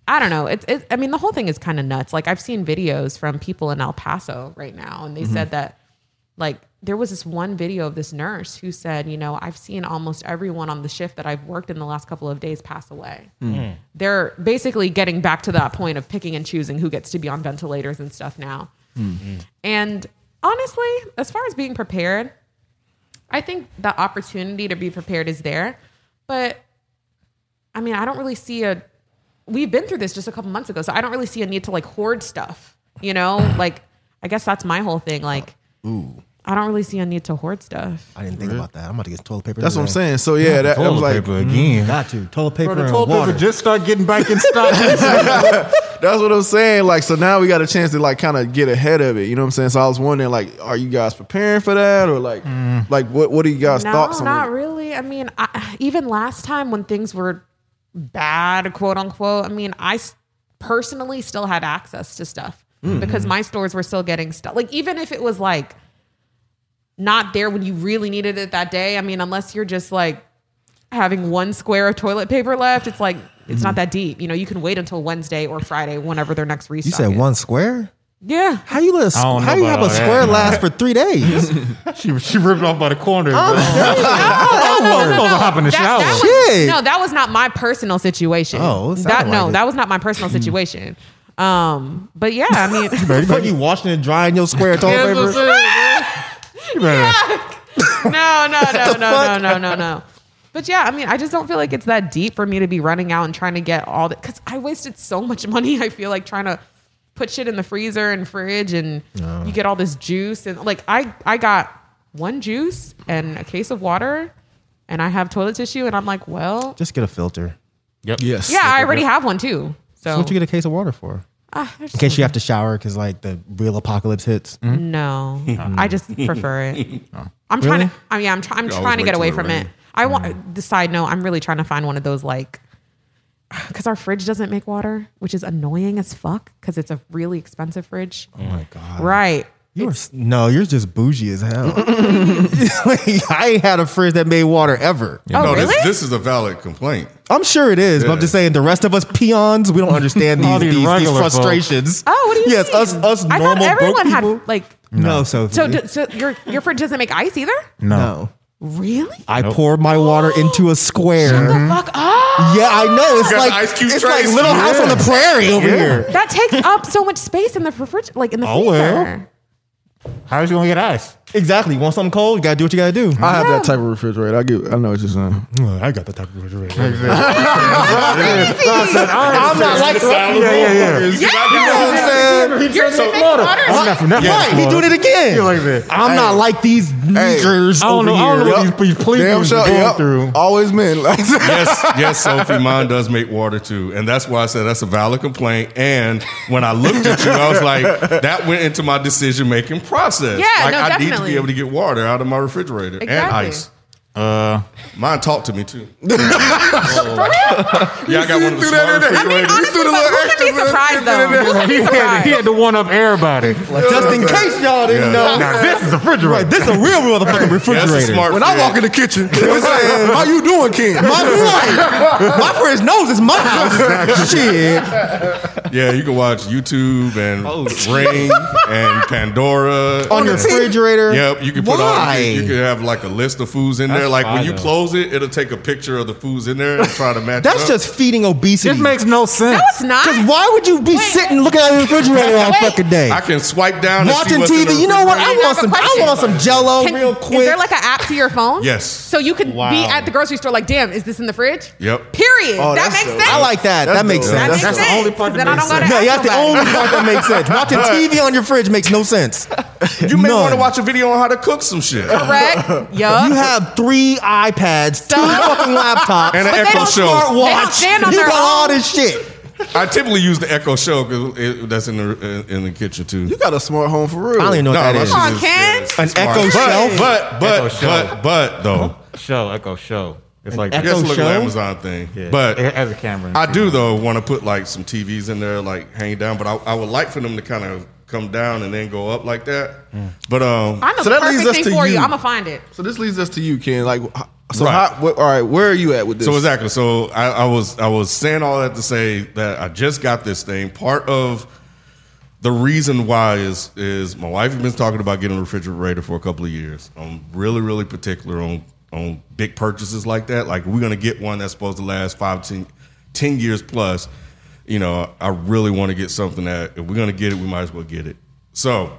Speaker 5: I don't know. It's, it's I mean, the whole thing is kind of nuts. Like, I've seen videos from people in El Paso right now, and they said that, like, there was this one video of this nurse who said, you know, I've seen almost everyone on the shift that I've worked in the last couple of days pass away. They're basically getting back to that point of picking and choosing who gets to be on ventilators and stuff now. And honestly, as far as being prepared, I think the opportunity to be prepared is there. But I mean, I don't really see a we've been through this just a couple months ago, so I don't really see a need to like hoard stuff. You know, like I guess that's my whole thing. Like,
Speaker 8: Ooh,
Speaker 5: I don't really see a need to hoard stuff.
Speaker 8: I didn't think about that. I'm about to get toilet paper.
Speaker 4: That's what I'm
Speaker 8: today.
Speaker 4: saying. So yeah, that, I was
Speaker 7: Toilet
Speaker 4: like,
Speaker 7: paper again.
Speaker 8: mm, Got to toilet paper
Speaker 7: Bro, the
Speaker 8: and
Speaker 7: toilet
Speaker 8: water.
Speaker 7: paper just start getting back in *laughs* stock.
Speaker 4: That's what I'm saying. Like, so now we got a chance to like kind of get ahead of it. You know what I'm saying? So I was wondering, like, are you guys preparing for that, or like, like what what are you guys'
Speaker 5: No,
Speaker 4: thoughts on?
Speaker 5: not
Speaker 4: it?
Speaker 5: really. I mean, I, even last time when things were bad, quote unquote, I mean, I s- personally still had access to stuff because my stores were still getting stuff. Like, even if it was like not there when you really needed it that day, I mean, unless you're just like having one square of toilet paper left, it's like, it's not that deep. You know, you can wait until Wednesday or Friday, whenever their next restock
Speaker 8: You said
Speaker 5: is.
Speaker 8: one square.
Speaker 5: Yeah.
Speaker 8: How you let a,
Speaker 7: don't
Speaker 8: squ-
Speaker 7: know
Speaker 8: how you
Speaker 7: about
Speaker 8: have
Speaker 7: all
Speaker 8: a
Speaker 7: that,
Speaker 8: square
Speaker 7: man.
Speaker 8: last for three days?
Speaker 7: she she ripped off by the corner. bro. *laughs*
Speaker 5: Oh, no, no, no,
Speaker 7: supposed to
Speaker 5: no.
Speaker 7: hop in the
Speaker 5: That-
Speaker 7: shower.
Speaker 5: that was-
Speaker 8: Shit.
Speaker 5: no, that was not my personal situation.
Speaker 8: Oh, it
Speaker 5: that
Speaker 8: sounded
Speaker 5: no,
Speaker 8: like it. Mm-hmm.
Speaker 5: that was not my personal situation. Um, but yeah, I mean, *laughs*
Speaker 8: *laughs* Before you washing and drying your square toilet paper.
Speaker 7: You better-
Speaker 5: no, no, no, no, no,
Speaker 8: fuck?
Speaker 5: no, no, no. But yeah, I mean, I just don't feel like it's that deep for me to be running out and trying to get all that because I wasted so much *laughs* money. I feel like trying to put shit in the freezer and fridge, and
Speaker 8: Oh.
Speaker 5: you get all this juice and like I I got one juice and a case of water, and I have toilet tissue, and I'm like, well,
Speaker 8: Just get a filter.
Speaker 7: Yep.
Speaker 4: Yes.
Speaker 5: yeah, I already have one too. So
Speaker 8: What you get a case of water for?
Speaker 5: Ah,
Speaker 8: In case you have to shower because like the real apocalypse hits.
Speaker 5: No,
Speaker 8: Mm-hmm.
Speaker 5: I just prefer
Speaker 8: *laughs*
Speaker 5: it.
Speaker 8: Oh.
Speaker 5: I'm trying to. I mean, I'm, try, I'm
Speaker 3: always
Speaker 5: trying to
Speaker 3: wait
Speaker 5: get
Speaker 3: till
Speaker 5: away
Speaker 3: it
Speaker 5: from
Speaker 3: rain.
Speaker 5: it. I want. The side note, I'm really trying to find one of those like, because our fridge doesn't make water, which is annoying as fuck. Because it's a really expensive fridge.
Speaker 8: Oh my god.
Speaker 5: Right.
Speaker 8: You are, s- no, you're just bougie as hell. *laughs* Like, I ain't had a fridge that made water ever.
Speaker 5: Oh,
Speaker 3: no,
Speaker 5: really?
Speaker 3: this, this is a valid complaint.
Speaker 8: I'm sure it is, but
Speaker 3: Yeah.
Speaker 8: I'm just saying the rest of us peons, we don't understand *laughs*
Speaker 7: All
Speaker 8: these,
Speaker 7: these
Speaker 8: these, these
Speaker 7: regular folks.
Speaker 8: frustrations.
Speaker 5: oh, what do you?
Speaker 8: Yes,
Speaker 5: mean?
Speaker 8: us us
Speaker 5: I
Speaker 8: normal
Speaker 5: thought everyone
Speaker 8: broke
Speaker 5: had
Speaker 8: people. Mm-hmm.
Speaker 5: like.
Speaker 8: No, Sophie.
Speaker 5: So, d- so your your fridge doesn't make ice either.
Speaker 7: No.
Speaker 8: no.
Speaker 5: Really?
Speaker 8: I poured my water into a square. *gasps*
Speaker 5: The fuck up.
Speaker 8: Yeah, I know. It's
Speaker 3: got
Speaker 8: like
Speaker 3: the ice cube
Speaker 8: it's
Speaker 3: trays.
Speaker 8: like Little House on the Prairie over here.
Speaker 5: That takes up so much space in the fridge, like in the
Speaker 7: Oh,
Speaker 5: freezer.
Speaker 7: well. How is you gonna get ice?
Speaker 8: Exactly. Want something cold? You gotta do what you gotta do.
Speaker 4: I have that type of refrigerator. I get. I know what you're saying.
Speaker 8: I got the type of refrigerator.
Speaker 7: *laughs* I'm not like yeah, yeah, yeah.
Speaker 5: Your fridge makes water.
Speaker 7: I'm not from that
Speaker 8: Right,
Speaker 7: part.
Speaker 8: he doing it again.
Speaker 7: Yeah, like that.
Speaker 8: I'm not like these losers
Speaker 7: I don't
Speaker 8: over
Speaker 7: know- I don't know
Speaker 8: here.
Speaker 7: what These- these police
Speaker 4: Damn
Speaker 7: dudes
Speaker 4: sure.
Speaker 7: are going
Speaker 4: Yep.
Speaker 7: through.
Speaker 4: Always been *laughs* like.
Speaker 3: yes, *laughs* yes, Sophie, mine does make water too. And that's why I said that's a valid complaint. And when I looked at you, I was like, that went into my decision making process.
Speaker 5: Yeah,
Speaker 3: like,
Speaker 5: no,
Speaker 3: I need to
Speaker 5: definitely.
Speaker 3: be able to get water out of my refrigerator and
Speaker 5: Exactly.
Speaker 3: ice.
Speaker 7: Uh,
Speaker 3: Mine talked to me
Speaker 4: *laughs*
Speaker 3: too. yeah, I got one of the smart
Speaker 5: I mean,
Speaker 3: refrigerators.
Speaker 5: honestly, but who could be surprised
Speaker 8: *laughs*
Speaker 5: though? Who could
Speaker 7: he,
Speaker 5: be
Speaker 7: had, he
Speaker 5: surprised?
Speaker 7: had to one up everybody.
Speaker 8: Just in case y'all didn't know.
Speaker 7: Now this is a refrigerator.
Speaker 8: Right, this is a real motherfucking
Speaker 3: Yeah, that's a
Speaker 8: refrigerator.
Speaker 3: smart
Speaker 4: when I
Speaker 3: fridge.
Speaker 4: walk in the
Speaker 3: *laughs*
Speaker 4: kitchen, they say, "How you doing,
Speaker 8: *laughs*
Speaker 4: King?"
Speaker 8: my boy, my friend's nose is my house. Shit.
Speaker 3: Yeah, you can watch YouTube and Ring and Pandora.
Speaker 8: On your
Speaker 3: and-
Speaker 8: refrigerator.
Speaker 3: Yep, you can put
Speaker 8: Why?
Speaker 3: all. You, you can have like a list of foods in there.
Speaker 6: That's
Speaker 3: Like when
Speaker 6: fine,
Speaker 3: you
Speaker 6: though.
Speaker 3: close it, it'll take a picture of the foods in there and try to match.
Speaker 8: That's
Speaker 3: up.
Speaker 8: just feeding obesity.
Speaker 7: This makes no sense.
Speaker 5: No, it's not.
Speaker 8: Because why would you be
Speaker 5: Wait,
Speaker 8: sitting
Speaker 5: wait.
Speaker 8: looking at the refrigerator all
Speaker 5: Wait.
Speaker 8: fucking day?
Speaker 3: I can swipe down
Speaker 8: Watching
Speaker 3: and see what's in the
Speaker 8: TV. You know what? I
Speaker 3: refrigerator.
Speaker 8: want some. I
Speaker 5: question.
Speaker 8: want some Jello
Speaker 5: Can-
Speaker 8: real
Speaker 5: Is
Speaker 8: quick.
Speaker 5: there like an app to your phone?
Speaker 3: Yes.
Speaker 5: So you could be at the grocery store like, damn, is this in the fridge?
Speaker 3: Yep.
Speaker 5: Period.
Speaker 4: Oh,
Speaker 5: that
Speaker 4: that's
Speaker 5: makes
Speaker 4: dope.
Speaker 5: sense.
Speaker 8: I like that. That
Speaker 4: That's
Speaker 8: makes
Speaker 4: dope.
Speaker 5: that.
Speaker 8: sense.
Speaker 5: makes
Speaker 7: That's the
Speaker 5: sense.
Speaker 7: only part that
Speaker 5: Then I
Speaker 7: makes
Speaker 5: don't gotta
Speaker 7: sense.
Speaker 5: ask
Speaker 8: No, yeah, that's the
Speaker 5: nobody. *laughs*
Speaker 8: only part that makes sense. Watching TV on your fridge makes no sense.
Speaker 3: You may
Speaker 8: None.
Speaker 3: want to watch a video on how to cook some shit.
Speaker 5: Correct. Yup.
Speaker 8: *laughs* You have three
Speaker 7: *laughs*
Speaker 8: iPads, two fucking laptops,
Speaker 3: And an
Speaker 8: a
Speaker 3: Echo Show.
Speaker 5: They don't
Speaker 8: smartwatch.
Speaker 5: stand on
Speaker 8: You
Speaker 5: their
Speaker 8: got all
Speaker 5: own.
Speaker 8: this shit.
Speaker 3: I typically use the Echo Show because that's in the in the kitchen too.
Speaker 4: You got a smart home for real.
Speaker 8: I don't even know
Speaker 3: No,
Speaker 8: what that
Speaker 3: my
Speaker 8: is.
Speaker 3: shit
Speaker 5: Come on,
Speaker 3: is-
Speaker 5: Ken.
Speaker 3: it's
Speaker 8: An
Speaker 3: smart.
Speaker 8: Echo
Speaker 3: But-
Speaker 8: shelf?
Speaker 3: but
Speaker 7: Echo
Speaker 3: but
Speaker 7: shelf.
Speaker 3: but but though.
Speaker 7: Show echo show. It's like
Speaker 8: echo
Speaker 3: That's a
Speaker 8: Echo
Speaker 3: little
Speaker 8: Show?
Speaker 3: Amazon thing.
Speaker 7: Yeah.
Speaker 3: But
Speaker 7: It has a camera in
Speaker 3: I
Speaker 7: it,
Speaker 3: do
Speaker 7: too.
Speaker 3: though want to put like some TVs in there, like hang down. But I, I would like for them to kind of come down and then go up like that.
Speaker 7: Mm.
Speaker 3: But um,
Speaker 5: I know
Speaker 4: So
Speaker 5: the
Speaker 4: that leads
Speaker 5: perfect
Speaker 4: us
Speaker 5: thing
Speaker 4: to
Speaker 5: for you.
Speaker 4: you.
Speaker 5: I'm gonna find it.
Speaker 8: Oh,
Speaker 4: So this leads us to you, Ken. Like, h- so
Speaker 3: Right.
Speaker 4: how, what, all right, where are you at with this?
Speaker 3: So exactly. So I, I was I was saying all that to say that I just got this thing. Part of the reason why is is my wife has been talking about getting a refrigerator for a couple of years. I'm really really particular on on big purchases like that. Like we're gonna get one that's supposed to last five ten, 10 years plus. You know, I really want to get something that if we're gonna get it, we might as well get it. So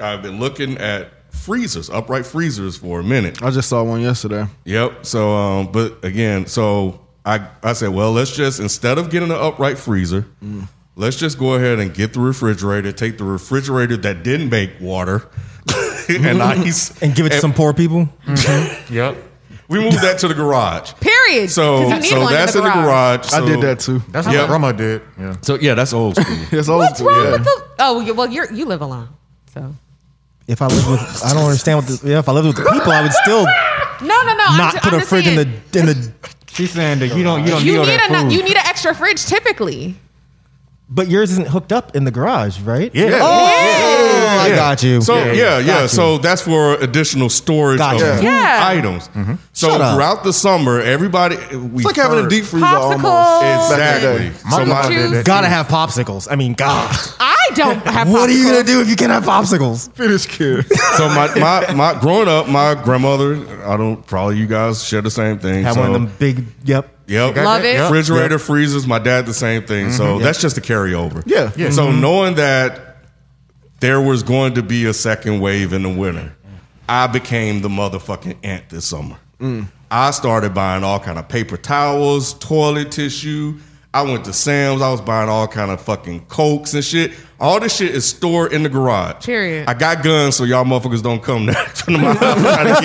Speaker 3: I've been looking at freezers, upright freezers for a minute.
Speaker 4: *laughs* I just saw one yesterday.
Speaker 3: Yep. So, um, but again, so I- I, I said, well, let's just, instead of getting an upright freezer,
Speaker 4: Mm.
Speaker 3: let's just go ahead and get the refrigerator, take the refrigerator that didn't make water *laughs*
Speaker 4: *laughs*
Speaker 3: and ice.
Speaker 8: *laughs* and give it to some poor people.
Speaker 6: Yep.
Speaker 3: We moved that to the garage.
Speaker 5: Period.
Speaker 3: So,
Speaker 5: 'Cause you need
Speaker 3: so
Speaker 5: one
Speaker 3: that's in the garage.
Speaker 4: I
Speaker 3: So-
Speaker 4: did that too.
Speaker 7: That's what
Speaker 3: Yeah.
Speaker 7: my grandma did. Yeah.
Speaker 3: So, yeah, that's old school.
Speaker 4: That's all.
Speaker 5: What's wrong
Speaker 4: yeah.
Speaker 5: with the? Oh you- well, you're you live alone, so no,
Speaker 8: If I lived with, I don't understand what this. Yeah, if I lived with
Speaker 5: *laughs*
Speaker 8: the people, I would still
Speaker 5: no, no.
Speaker 8: not
Speaker 5: I'm,
Speaker 8: put
Speaker 5: I'm
Speaker 8: a
Speaker 5: just
Speaker 8: fridge in
Speaker 5: saying,
Speaker 8: the in the.
Speaker 7: She's saying that you don't you don't
Speaker 5: You
Speaker 7: need all
Speaker 5: need
Speaker 7: that
Speaker 5: a
Speaker 7: food.
Speaker 5: you need an extra fridge typically.
Speaker 8: But yours isn't hooked up in the garage, right?
Speaker 7: yeah.
Speaker 8: Oh, I got
Speaker 3: *laughs*
Speaker 8: you.
Speaker 3: So yeah, yeah.
Speaker 8: Got you.
Speaker 3: So that's for additional storage
Speaker 8: Got
Speaker 3: of
Speaker 8: you.
Speaker 3: food
Speaker 5: Yeah.
Speaker 3: items. So
Speaker 8: Shut up.
Speaker 3: throughout the summer, everybody we
Speaker 4: Mm-hmm. It's like having a deep freezer
Speaker 5: Popsicles.
Speaker 4: almost. Back in the
Speaker 3: exactly.
Speaker 4: day.
Speaker 3: So
Speaker 7: grandma
Speaker 3: my,
Speaker 7: did that.
Speaker 8: Gotta have popsicles. I mean, God,
Speaker 5: I
Speaker 8: *laughs*
Speaker 5: don't have.
Speaker 8: what are you gonna
Speaker 5: popsicles.
Speaker 8: do if you can't have popsicles?
Speaker 4: Finish kid.
Speaker 7: *laughs*
Speaker 3: so my, my my growing up, my grandmother. I don't probably you guys share the same thing.
Speaker 8: Have
Speaker 3: so,
Speaker 8: one of them big. Yep.
Speaker 3: Yep.
Speaker 5: Love it.
Speaker 7: Yep. Mm-hmm.
Speaker 3: Refrigerator freezers. My dad the same thing. so that's just a carryover.
Speaker 4: Yeah. Yeah.
Speaker 3: So knowing that there was going to be a second wave in the winter, I became the motherfucking ant this summer.
Speaker 7: Mm.
Speaker 3: I started buying all kind of paper towels, toilet tissue. I went to Sam's. I was buying all kind of fucking cokes and shit. All this shit is stored in the garage.
Speaker 5: Period.
Speaker 3: I got guns, so y'all motherfuckers don't come *laughs* to to my house trying to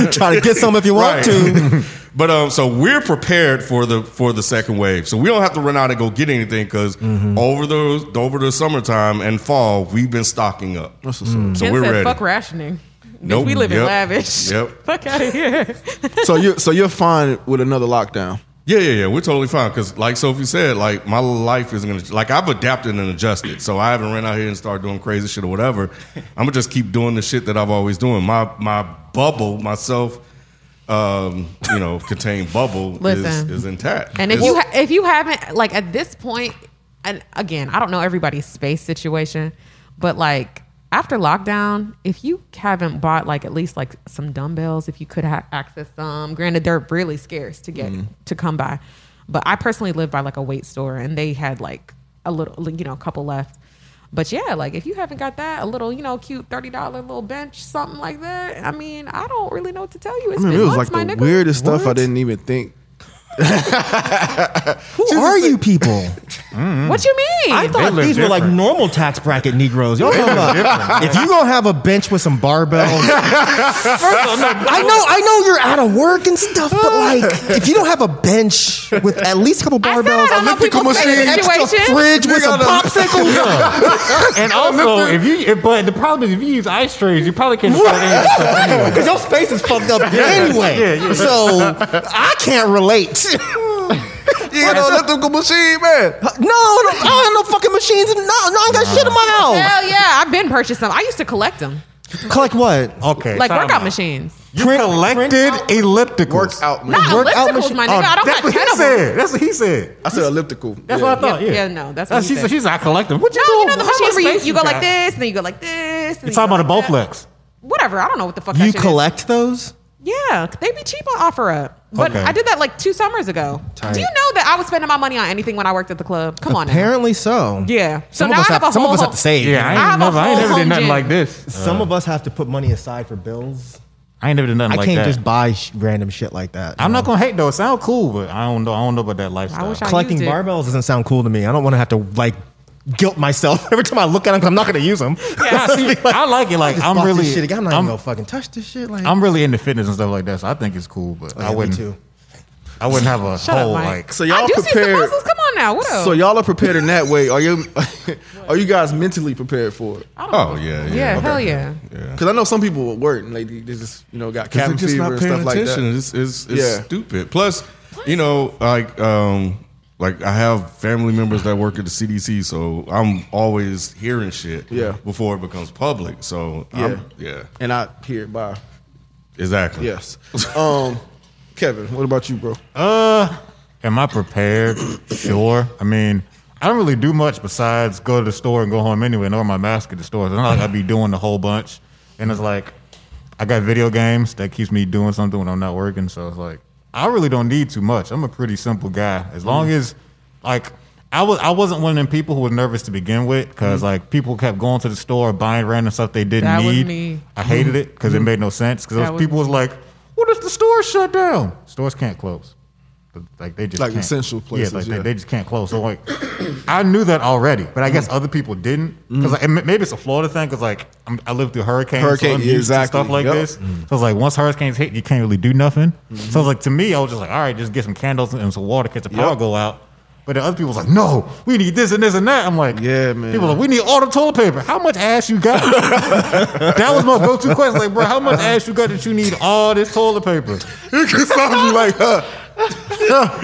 Speaker 3: get
Speaker 8: Try to get some if you
Speaker 3: Right.
Speaker 8: want to.
Speaker 3: *laughs* but um, so we're prepared for the for the second wave, so we don't have to run out and go get anything because
Speaker 8: Mm-hmm.
Speaker 3: over the over the summertime and fall, we've been stocking up. So
Speaker 5: Jen
Speaker 3: we're
Speaker 5: said,
Speaker 3: ready.
Speaker 5: "Fuck rationing."
Speaker 3: Nope.
Speaker 5: We live in
Speaker 3: Yep.
Speaker 5: lavish. *laughs*
Speaker 3: Yep.
Speaker 5: Fuck out of here.
Speaker 3: *laughs*
Speaker 4: so you so you're fine with another lockdown.
Speaker 3: Yeah, yeah, yeah. We're totally fine because, like Sophie said, like my life isn't gonna like I've adapted and adjusted, so I haven't ran out here and started doing crazy shit
Speaker 5: *laughs*
Speaker 3: or whatever. I'm gonna just keep doing the shit that I've always doing. My my bubble, myself, um, you know, contained bubble is,
Speaker 5: Listen.
Speaker 3: is intact.
Speaker 5: And if
Speaker 3: It's-
Speaker 5: you ha- if you haven't like at this point, and again, I don't know everybody's space situation, but like after lockdown, if you haven't bought like at least like some dumbbells, if you could have access some, granted they're really scarce to
Speaker 4: Mm-hmm.
Speaker 5: get to come by, but I personally live by like a weight store and they had like a little, you know, a couple left. But yeah, like if you haven't got that, a little, you know, cute thirty dollar little bench, something like that. I mean, I don't really know what to tell you. It's
Speaker 4: I mean,
Speaker 5: been
Speaker 4: it was
Speaker 5: months,
Speaker 4: like
Speaker 5: my
Speaker 4: the
Speaker 5: nigga.
Speaker 4: weirdest stuff I didn't even think.
Speaker 8: Who are you people?
Speaker 5: What
Speaker 4: Mm.
Speaker 5: you mean?
Speaker 8: I thought
Speaker 7: live
Speaker 8: these were like
Speaker 7: different.
Speaker 8: normal tax bracket Negroes. Y'all talking about if you gonna have a bench with some *laughs* barbells. I know, I know you're out of work and stuff, but like if you don't have a bench with at least a couple
Speaker 5: I said
Speaker 8: barbells,
Speaker 5: I don't know people's
Speaker 8: an extra
Speaker 5: situation.
Speaker 8: fridge with some *laughs* popsicles.
Speaker 7: And also, if you if, but the problem is if you use ice trays, you probably can't afford any
Speaker 6: *laughs*
Speaker 7: stuff anyway.
Speaker 8: Because your space is fucked up anyway. So I can't relate.
Speaker 4: You ain't got no electrical machine, man.
Speaker 8: No, I don't, I don't have no fucking machines. No, no, I ain't got shit in my
Speaker 7: Oh.
Speaker 8: house.
Speaker 5: Hell yeah, I've been purchased some. I used to collect them,
Speaker 8: Collect what?
Speaker 7: Okay.
Speaker 5: like
Speaker 7: time
Speaker 5: workout
Speaker 7: out.
Speaker 5: machines.
Speaker 7: You collected ellipticals.
Speaker 4: Workout machine.
Speaker 5: Not
Speaker 8: workout
Speaker 5: ellipticals,
Speaker 8: machine-
Speaker 5: my nigga.
Speaker 8: Oh,
Speaker 5: I don't
Speaker 7: That's
Speaker 5: got
Speaker 7: what he
Speaker 5: ten of them.
Speaker 7: said. That's what he said.
Speaker 4: I said elliptical.
Speaker 7: That's
Speaker 4: Yeah.
Speaker 7: what I thought. Yeah.
Speaker 5: yeah, no, that's what he
Speaker 7: she
Speaker 5: said.
Speaker 7: She's like collective. What you
Speaker 5: No,
Speaker 7: doing?
Speaker 5: you know the
Speaker 7: How much
Speaker 5: machine where you,
Speaker 7: space
Speaker 5: you go like
Speaker 7: got?
Speaker 5: this, and then you go like this. and
Speaker 7: You
Speaker 5: then
Speaker 7: talking about a
Speaker 5: go like that.
Speaker 7: Bowflex?
Speaker 5: Whatever. I don't know what the fuck. that
Speaker 8: You
Speaker 5: shit is.
Speaker 8: collect those?
Speaker 5: Yeah, they be cheap on offer up. But
Speaker 7: Okay.
Speaker 5: I did that like two summers ago. Do you know that I was spending my money on anything when I worked at the club? Come on, now.
Speaker 8: Apparently so.
Speaker 5: Yeah. So
Speaker 8: some
Speaker 5: now
Speaker 8: of us
Speaker 5: I have a
Speaker 8: some of
Speaker 5: whole-
Speaker 8: us have to save.
Speaker 7: Yeah, I
Speaker 5: I
Speaker 7: ain't
Speaker 5: have a
Speaker 7: never, I ain't
Speaker 5: whole
Speaker 7: never did
Speaker 5: home
Speaker 7: nothing
Speaker 5: gym.
Speaker 7: like this.
Speaker 8: Some of us have to put money aside for bills.
Speaker 7: I ain't never did nothing
Speaker 8: I
Speaker 7: like
Speaker 8: can't
Speaker 7: that.
Speaker 8: just buy sh- random shit like that. you
Speaker 7: I'm
Speaker 8: know?
Speaker 7: not gonna hate though. It sound cool, but I don't know. I don't know about that lifestyle.
Speaker 5: I wish I
Speaker 8: collecting
Speaker 5: used it.
Speaker 8: barbells doesn't sound cool to me. I don't want to have to like guilt myself *laughs* every time I look at them. 'cause I'm not gonna use
Speaker 5: *laughs*
Speaker 8: them. *laughs*
Speaker 7: Yeah, see, I like it. Like I'm really,
Speaker 8: shit again. I'm not
Speaker 7: I'm,
Speaker 8: even gonna fucking touch this shit. Like
Speaker 7: I'm really into fitness and stuff like that. So I think it's cool, but
Speaker 8: Oh, Yeah,
Speaker 7: I
Speaker 8: me
Speaker 7: wouldn't. *laughs*
Speaker 8: too.
Speaker 7: I wouldn't have a
Speaker 5: Shut up,
Speaker 7: whole
Speaker 5: Mike.
Speaker 7: oh, like.
Speaker 4: So
Speaker 5: I
Speaker 4: y'all
Speaker 5: do see some
Speaker 4: prepared.
Speaker 5: muscles. Come on now. What up?
Speaker 4: So y'all are prepared in that way. Are you? *laughs* Are you guys mentally prepared for it?
Speaker 3: oh yeah, yeah,
Speaker 5: yeah,
Speaker 3: Okay.
Speaker 5: hell yeah.
Speaker 4: Because I know some people were working, like they they just you know got cabin
Speaker 3: Because they're just
Speaker 4: fever
Speaker 3: not
Speaker 4: and
Speaker 3: paying
Speaker 4: stuff like
Speaker 3: attention.
Speaker 4: that.
Speaker 3: It's, it's, it's
Speaker 4: Yeah.
Speaker 3: stupid. Plus, you know, like um, like I have family members that work at the CDC, so I'm always hearing shit.
Speaker 4: Yeah.
Speaker 3: Before it becomes public, so yeah, I'm, yeah,
Speaker 4: And I hear it by
Speaker 3: exactly.
Speaker 4: yes. Um, Kevin, what about you, bro?
Speaker 7: Uh, am I prepared? sure. I mean, I don't really do much besides go to the store and go home anyway, and order my mask at the store. It's not like I'd be doing the whole bunch. And it's like, I got video games that keeps me doing something when I'm not working. So it's like, I really don't need too much. I'm a pretty simple guy. As long
Speaker 5: Mm.
Speaker 7: as, like, I was I wasn't one of them people who was nervous to begin with because like people kept going to the store buying random stuff they didn't
Speaker 5: Mm. That was
Speaker 7: need.
Speaker 5: me. Mm.
Speaker 7: I hated it because it made no sense because
Speaker 5: That was
Speaker 7: people was like, "What if the store shut down? Stores can't close." like they just
Speaker 4: Like
Speaker 7: can't-
Speaker 4: essential places,
Speaker 7: Yeah, like
Speaker 4: yeah.
Speaker 7: They, they just can't close. So like, I knew that already, but I
Speaker 4: Mm.
Speaker 7: guess other people didn't because maybe it's a Florida thing because like I'm, I lived through hurricanes,
Speaker 4: Hurricane,
Speaker 7: so I'm used to
Speaker 4: exactly,
Speaker 7: stuff like
Speaker 4: yep.
Speaker 7: this. So it's like once hurricanes hit, you can't really do nothing. So it's like to me, I was just like, all right, just get some candles and some water, catch the power
Speaker 4: Yep.
Speaker 7: go out. But the other people was like, no, we need this and this and that. I'm like,
Speaker 4: Yeah, man.
Speaker 7: People are like, we need all the toilet paper. How much ass you got? that was my go-to question. Like, bro, how much ass you got that you need all this toilet paper?
Speaker 4: It sounds you like, huh?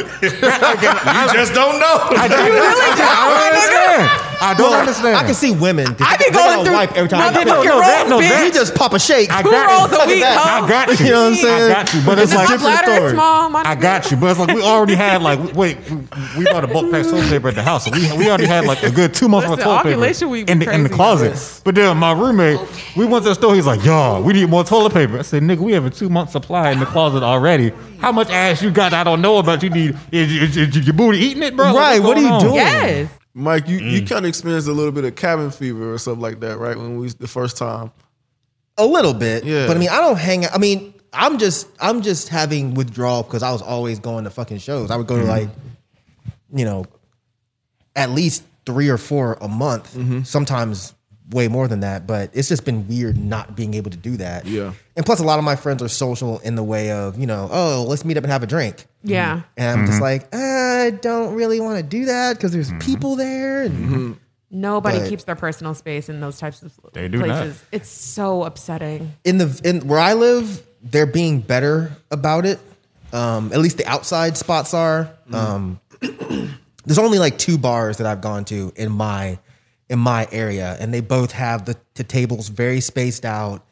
Speaker 3: You just don't know.
Speaker 7: I, I, I,
Speaker 8: Oh
Speaker 7: don't understand. I don't understand.
Speaker 8: I can see women. I
Speaker 5: be going through-
Speaker 8: wipe every time.
Speaker 5: I be
Speaker 8: No,
Speaker 5: fucking
Speaker 8: no,
Speaker 5: rolls,
Speaker 8: no,
Speaker 5: bitch.
Speaker 8: you just pop a shake.
Speaker 7: I
Speaker 5: Who rolls a
Speaker 7: got you.
Speaker 5: week,
Speaker 7: I
Speaker 5: hoe?
Speaker 7: got you.
Speaker 8: You know what I'm saying?
Speaker 7: I got you. But
Speaker 5: Is
Speaker 7: it's
Speaker 5: my
Speaker 7: like
Speaker 5: bladder
Speaker 8: story.
Speaker 5: small? My
Speaker 7: I got you, but it's like we already
Speaker 5: *laughs*
Speaker 7: had like we- wait, we, we bought a bulk pack toilet paper at the house, so we we already had like a good two months worth of
Speaker 5: Listen,
Speaker 7: toilet
Speaker 5: ovulation
Speaker 7: paper
Speaker 5: week be
Speaker 7: in the, in the
Speaker 5: crazy.
Speaker 7: closet. But then my roommate, we went to the store. He's like, "Y'all, we need more toilet paper." I said, "Nigga, we have a two month supply in the closet already. How much ass you got? I don't know about. You need is, is, is your booty eating it, bro?
Speaker 8: Right,
Speaker 7: what's
Speaker 8: what are
Speaker 7: going
Speaker 8: you
Speaker 7: on?
Speaker 8: doing?
Speaker 5: Yes.
Speaker 4: Mike, you,
Speaker 8: Mm.
Speaker 4: you kind of experienced a little bit of cabin fever or something like that, right? When we the first time.
Speaker 8: A little bit.
Speaker 4: Yeah.
Speaker 8: But I mean, I don't hang out. I mean, I'm just I'm just having withdrawal because I was always going to fucking shows. I would
Speaker 4: Mm-hmm.
Speaker 8: go to like, you know, at least three or four a month,
Speaker 4: Mm-hmm.
Speaker 8: sometimes way more than that. But it's just been weird not being able to do that.
Speaker 4: Yeah.
Speaker 8: And plus a lot of my friends are social in the way of, you know, oh, let's meet up and have a drink.
Speaker 5: Yeah.
Speaker 8: And I'm
Speaker 4: Mm-hmm.
Speaker 8: just like, "Ah, I don't really want to do that because there's people there. And
Speaker 5: Nobody
Speaker 8: But-
Speaker 5: keeps their personal space in those types of
Speaker 7: They do not.
Speaker 5: places. It's so upsetting.
Speaker 8: in the in where I live, they're being better about it. Um, at least the outside spots are. Um, *clears throat* there's only like two bars that I've gone to in my in my area, and they both have the, the tables very spaced out.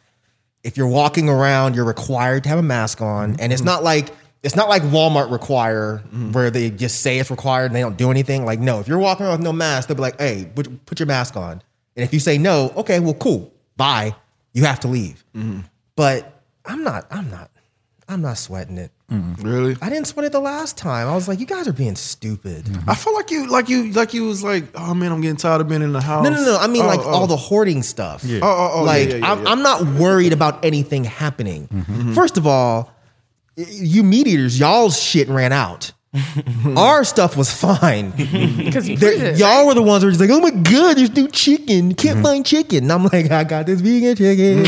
Speaker 8: If you're walking around, you're required to have a mask on, and it's not like it's not like Walmart require where they just say it's required and they don't do anything. Like no, if you're walking around with no mask, they'll be like, "Hey, put, put your mask on." And if you say no, okay, well, cool, bye. You have to leave. But I'm not. I'm not. I'm not sweating it.
Speaker 4: Really?
Speaker 8: Mm-hmm. I didn't sweat it the last time. I was like, you guys are being stupid.
Speaker 4: I feel like you, like you, like you was like, oh man, I'm getting tired of being in the house.
Speaker 8: No, no, no. I mean,
Speaker 4: Oh,
Speaker 8: like
Speaker 4: oh.
Speaker 8: all the hoarding stuff. Yeah.
Speaker 4: Oh, oh, oh, yeah,
Speaker 8: like
Speaker 4: yeah, yeah,
Speaker 8: I'm,
Speaker 4: yeah.
Speaker 8: I'm not worried about anything happening.
Speaker 4: Mm-hmm.
Speaker 8: First of all, y- you meat eaters, y'all's shit ran
Speaker 4: *laughs*
Speaker 8: out. Our stuff was fine.
Speaker 5: Because you
Speaker 8: There-
Speaker 5: choose it.
Speaker 8: y'all were the ones who were just like, "Oh my god, there's no chicken. You Can't find chicken." And I'm like, "I got this vegan chicken,"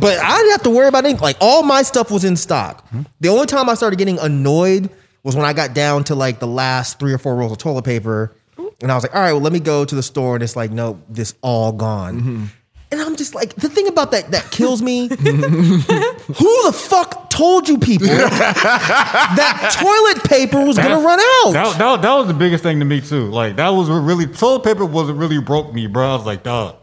Speaker 8: but I didn't have to worry about anything. Like all my stuff was in stock. The only time I started getting annoyed was when I got down to like the last three or four rolls of toilet paper, and I was like, "All right, well, let me go to the store." And it's like, "No, this all gone." And I'm just like, the thing about that that kills me. who the fuck told you people that toilet paper was gonna run out?
Speaker 7: That, that, that was the biggest thing to me too. Like that was what really toilet paper was what really broke me, bro. I was like, dog,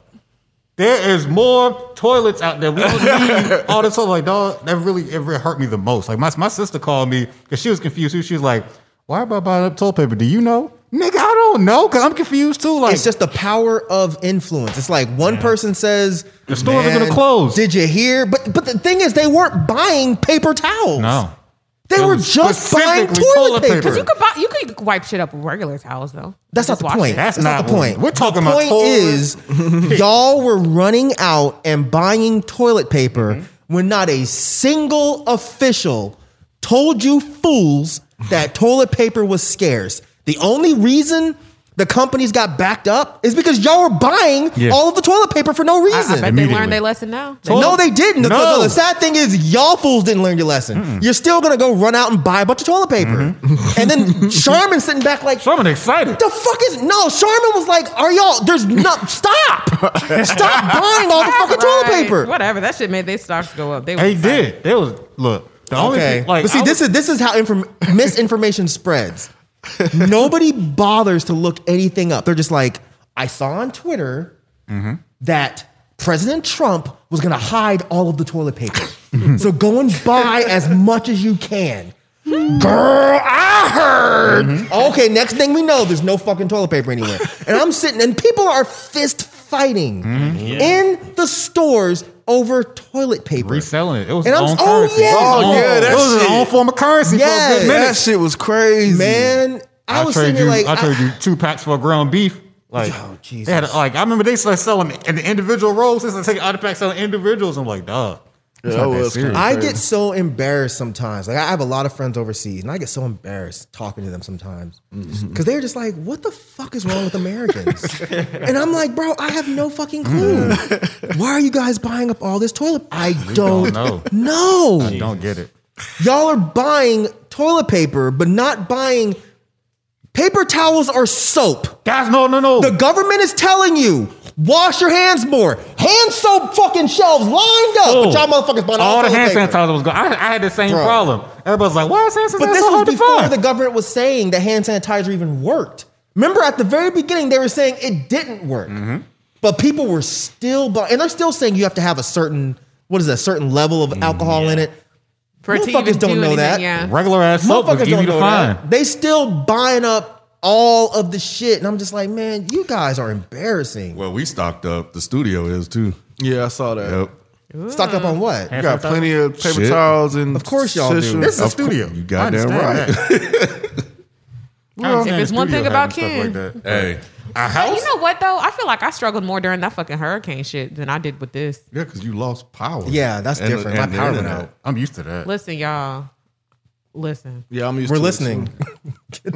Speaker 7: there is more toilets out there. We don't need all this. So like, dog, that really it really hurt me the most. Like my my sister called me because she was confused. too. She was like, why am I buying up toilet paper? Do you know, nigga? I don't know because I'm confused too. Like
Speaker 8: it's just the power of influence. It's like one person says the
Speaker 7: stores are gonna close."
Speaker 8: Did you hear? But but the thing is, they weren't buying paper towels.
Speaker 7: no.
Speaker 8: they
Speaker 7: It
Speaker 8: were
Speaker 7: was
Speaker 8: just buying
Speaker 7: specifically
Speaker 8: toilet,
Speaker 7: toilet
Speaker 8: paper.
Speaker 7: paper. 'Cause
Speaker 5: You could buy, you could wipe shit up with regular towels though.
Speaker 8: That's not
Speaker 5: Just
Speaker 8: the
Speaker 5: wash
Speaker 8: point.
Speaker 5: it.
Speaker 7: That's
Speaker 8: not
Speaker 7: not
Speaker 8: the
Speaker 7: what-
Speaker 8: point.
Speaker 7: we're talking
Speaker 8: the
Speaker 7: about
Speaker 8: point
Speaker 7: toilet
Speaker 8: is y'all were running out and buying toilet paper when not a single official told you fools that toilet paper was scarce. The only reason the companies got backed up is because y'all were buying
Speaker 7: Yeah.
Speaker 8: all of the toilet paper for
Speaker 5: I,
Speaker 8: no
Speaker 5: I
Speaker 8: reason.
Speaker 5: bet they
Speaker 7: Immediately.
Speaker 5: learned their lesson now.
Speaker 7: Toilet-
Speaker 8: no, they didn't. The, the-
Speaker 7: No.
Speaker 8: the sad thing is, y'all fools didn't learn your lesson. You're still gonna go run out and buy a bunch of toilet paper, and then Charmin's sitting back like,
Speaker 7: So I'm excited.
Speaker 8: the fuck is no? Sharman was like, "Are y'all? There's
Speaker 7: *laughs*
Speaker 8: no stop, stop buying all the fucking toilet
Speaker 5: Right.
Speaker 8: paper."
Speaker 5: Whatever. That shit made their stocks go up. They
Speaker 7: They
Speaker 5: was excited.
Speaker 7: did. They was look. The only
Speaker 8: Okay,
Speaker 7: thing, like
Speaker 8: but see,
Speaker 7: I
Speaker 8: this
Speaker 7: was-
Speaker 8: is this is how inform- misinformation
Speaker 7: *laughs*
Speaker 8: spreads. Nobody bothers to look anything up. They're just like, "I saw on Twitter
Speaker 7: Mm-hmm.
Speaker 8: that." President Trump was going to hide all of the toilet
Speaker 7: *laughs*
Speaker 8: paper. so go and buy as much as you can. Girl, I heard. Okay, next thing we know, there's no fucking toilet paper anywhere. And I'm sitting, and people are fist fighting in the stores over toilet paper.
Speaker 7: reselling it. It was
Speaker 8: And
Speaker 7: its
Speaker 8: I'm-
Speaker 7: own
Speaker 8: oh,
Speaker 7: currency.
Speaker 8: yeah.
Speaker 7: It was its
Speaker 4: Oh,
Speaker 7: own-
Speaker 4: yeah, that
Speaker 7: it was its
Speaker 4: shit.
Speaker 7: own form of currency for a
Speaker 8: Yes.
Speaker 7: good
Speaker 4: that
Speaker 7: minute.
Speaker 4: shit was crazy,
Speaker 8: Man, I, was sitting
Speaker 7: trade
Speaker 8: there
Speaker 7: you,
Speaker 8: like,
Speaker 7: I trade
Speaker 8: I-
Speaker 7: you two packs for ground beef. Like,
Speaker 8: Oh, Jesus.
Speaker 7: they had like I remember they started selling in the individual rolls. They started taking out of pack selling individuals. I'm like, dog.
Speaker 4: Yeah, I was kinda
Speaker 8: I
Speaker 4: crazy.
Speaker 8: get so embarrassed sometimes. Like I have a lot of friends overseas, and I get so embarrassed talking to them sometimes because
Speaker 7: Mm-hmm.
Speaker 8: they're just like, "What the fuck is wrong with Americans?" and I'm like, "Bro, I have no fucking clue. Why are you guys buying up all this toilet? I don't,
Speaker 7: Mm-hmm.
Speaker 8: *laughs*
Speaker 7: don't
Speaker 8: know.
Speaker 7: Oh, Don't get it.
Speaker 8: Y'all are buying toilet paper, but not buying paper towels or soap."
Speaker 7: Guys, no, no, no.
Speaker 8: The government is telling you, wash your hands more. Hand soap fucking shelves lined up. But y'all motherfuckers buying all,
Speaker 7: all the hand
Speaker 8: toilet paper.
Speaker 7: sanitizer was gone. I, I had the same
Speaker 8: Bro.
Speaker 7: problem. Everybody's like, "Why is hand sanitizer
Speaker 8: But this
Speaker 7: so
Speaker 8: was
Speaker 7: hard to
Speaker 8: before
Speaker 7: find?"
Speaker 8: the government was saying that hand sanitizer even worked. Remember, at the very beginning, they were saying it didn't work.
Speaker 7: Mm-hmm.
Speaker 8: But people were still buying, and they're still saying you have to have a certain, what is it, a certain level of alcohol in it.
Speaker 5: For it to
Speaker 8: Motherfuckers
Speaker 5: even
Speaker 8: don't
Speaker 5: do
Speaker 8: know
Speaker 5: anything,
Speaker 8: that.
Speaker 5: Yeah.
Speaker 7: Regular ass soap was
Speaker 8: Motherfuckers
Speaker 7: easy
Speaker 8: don't
Speaker 7: to
Speaker 8: know
Speaker 7: find.
Speaker 8: that. They still buying up all of the shit. And I'm just like, man, you guys are embarrassing.
Speaker 3: Well, we stocked up. The studio is too.
Speaker 4: Yeah, I saw that.
Speaker 3: Yep.
Speaker 8: Stocked up on what?
Speaker 4: You got plenty of paper
Speaker 3: Shit.
Speaker 4: towels and
Speaker 8: Of course y'all do.
Speaker 4: tissue.
Speaker 8: This is
Speaker 7: Of course.
Speaker 3: You goddamn
Speaker 7: I
Speaker 3: right.
Speaker 7: understand that. I understand
Speaker 5: If it's
Speaker 7: the
Speaker 5: one
Speaker 7: studio
Speaker 5: thing about
Speaker 7: having stuff
Speaker 5: Ken.
Speaker 7: like that.
Speaker 3: Hey.
Speaker 7: a
Speaker 5: But
Speaker 7: house.
Speaker 5: you know what though? I feel like I struggled more during that fucking hurricane shit than I did with this.
Speaker 3: Yeah, because you lost power.
Speaker 8: Yeah, that's
Speaker 3: And-
Speaker 8: different.
Speaker 3: and
Speaker 8: My power
Speaker 3: the
Speaker 8: went
Speaker 3: internet.
Speaker 8: out.
Speaker 7: I'm used to that.
Speaker 5: Listen, y'all. Listen.
Speaker 4: Yeah, I'm used
Speaker 8: We're
Speaker 4: to it,
Speaker 8: listening.
Speaker 7: *laughs*
Speaker 4: too.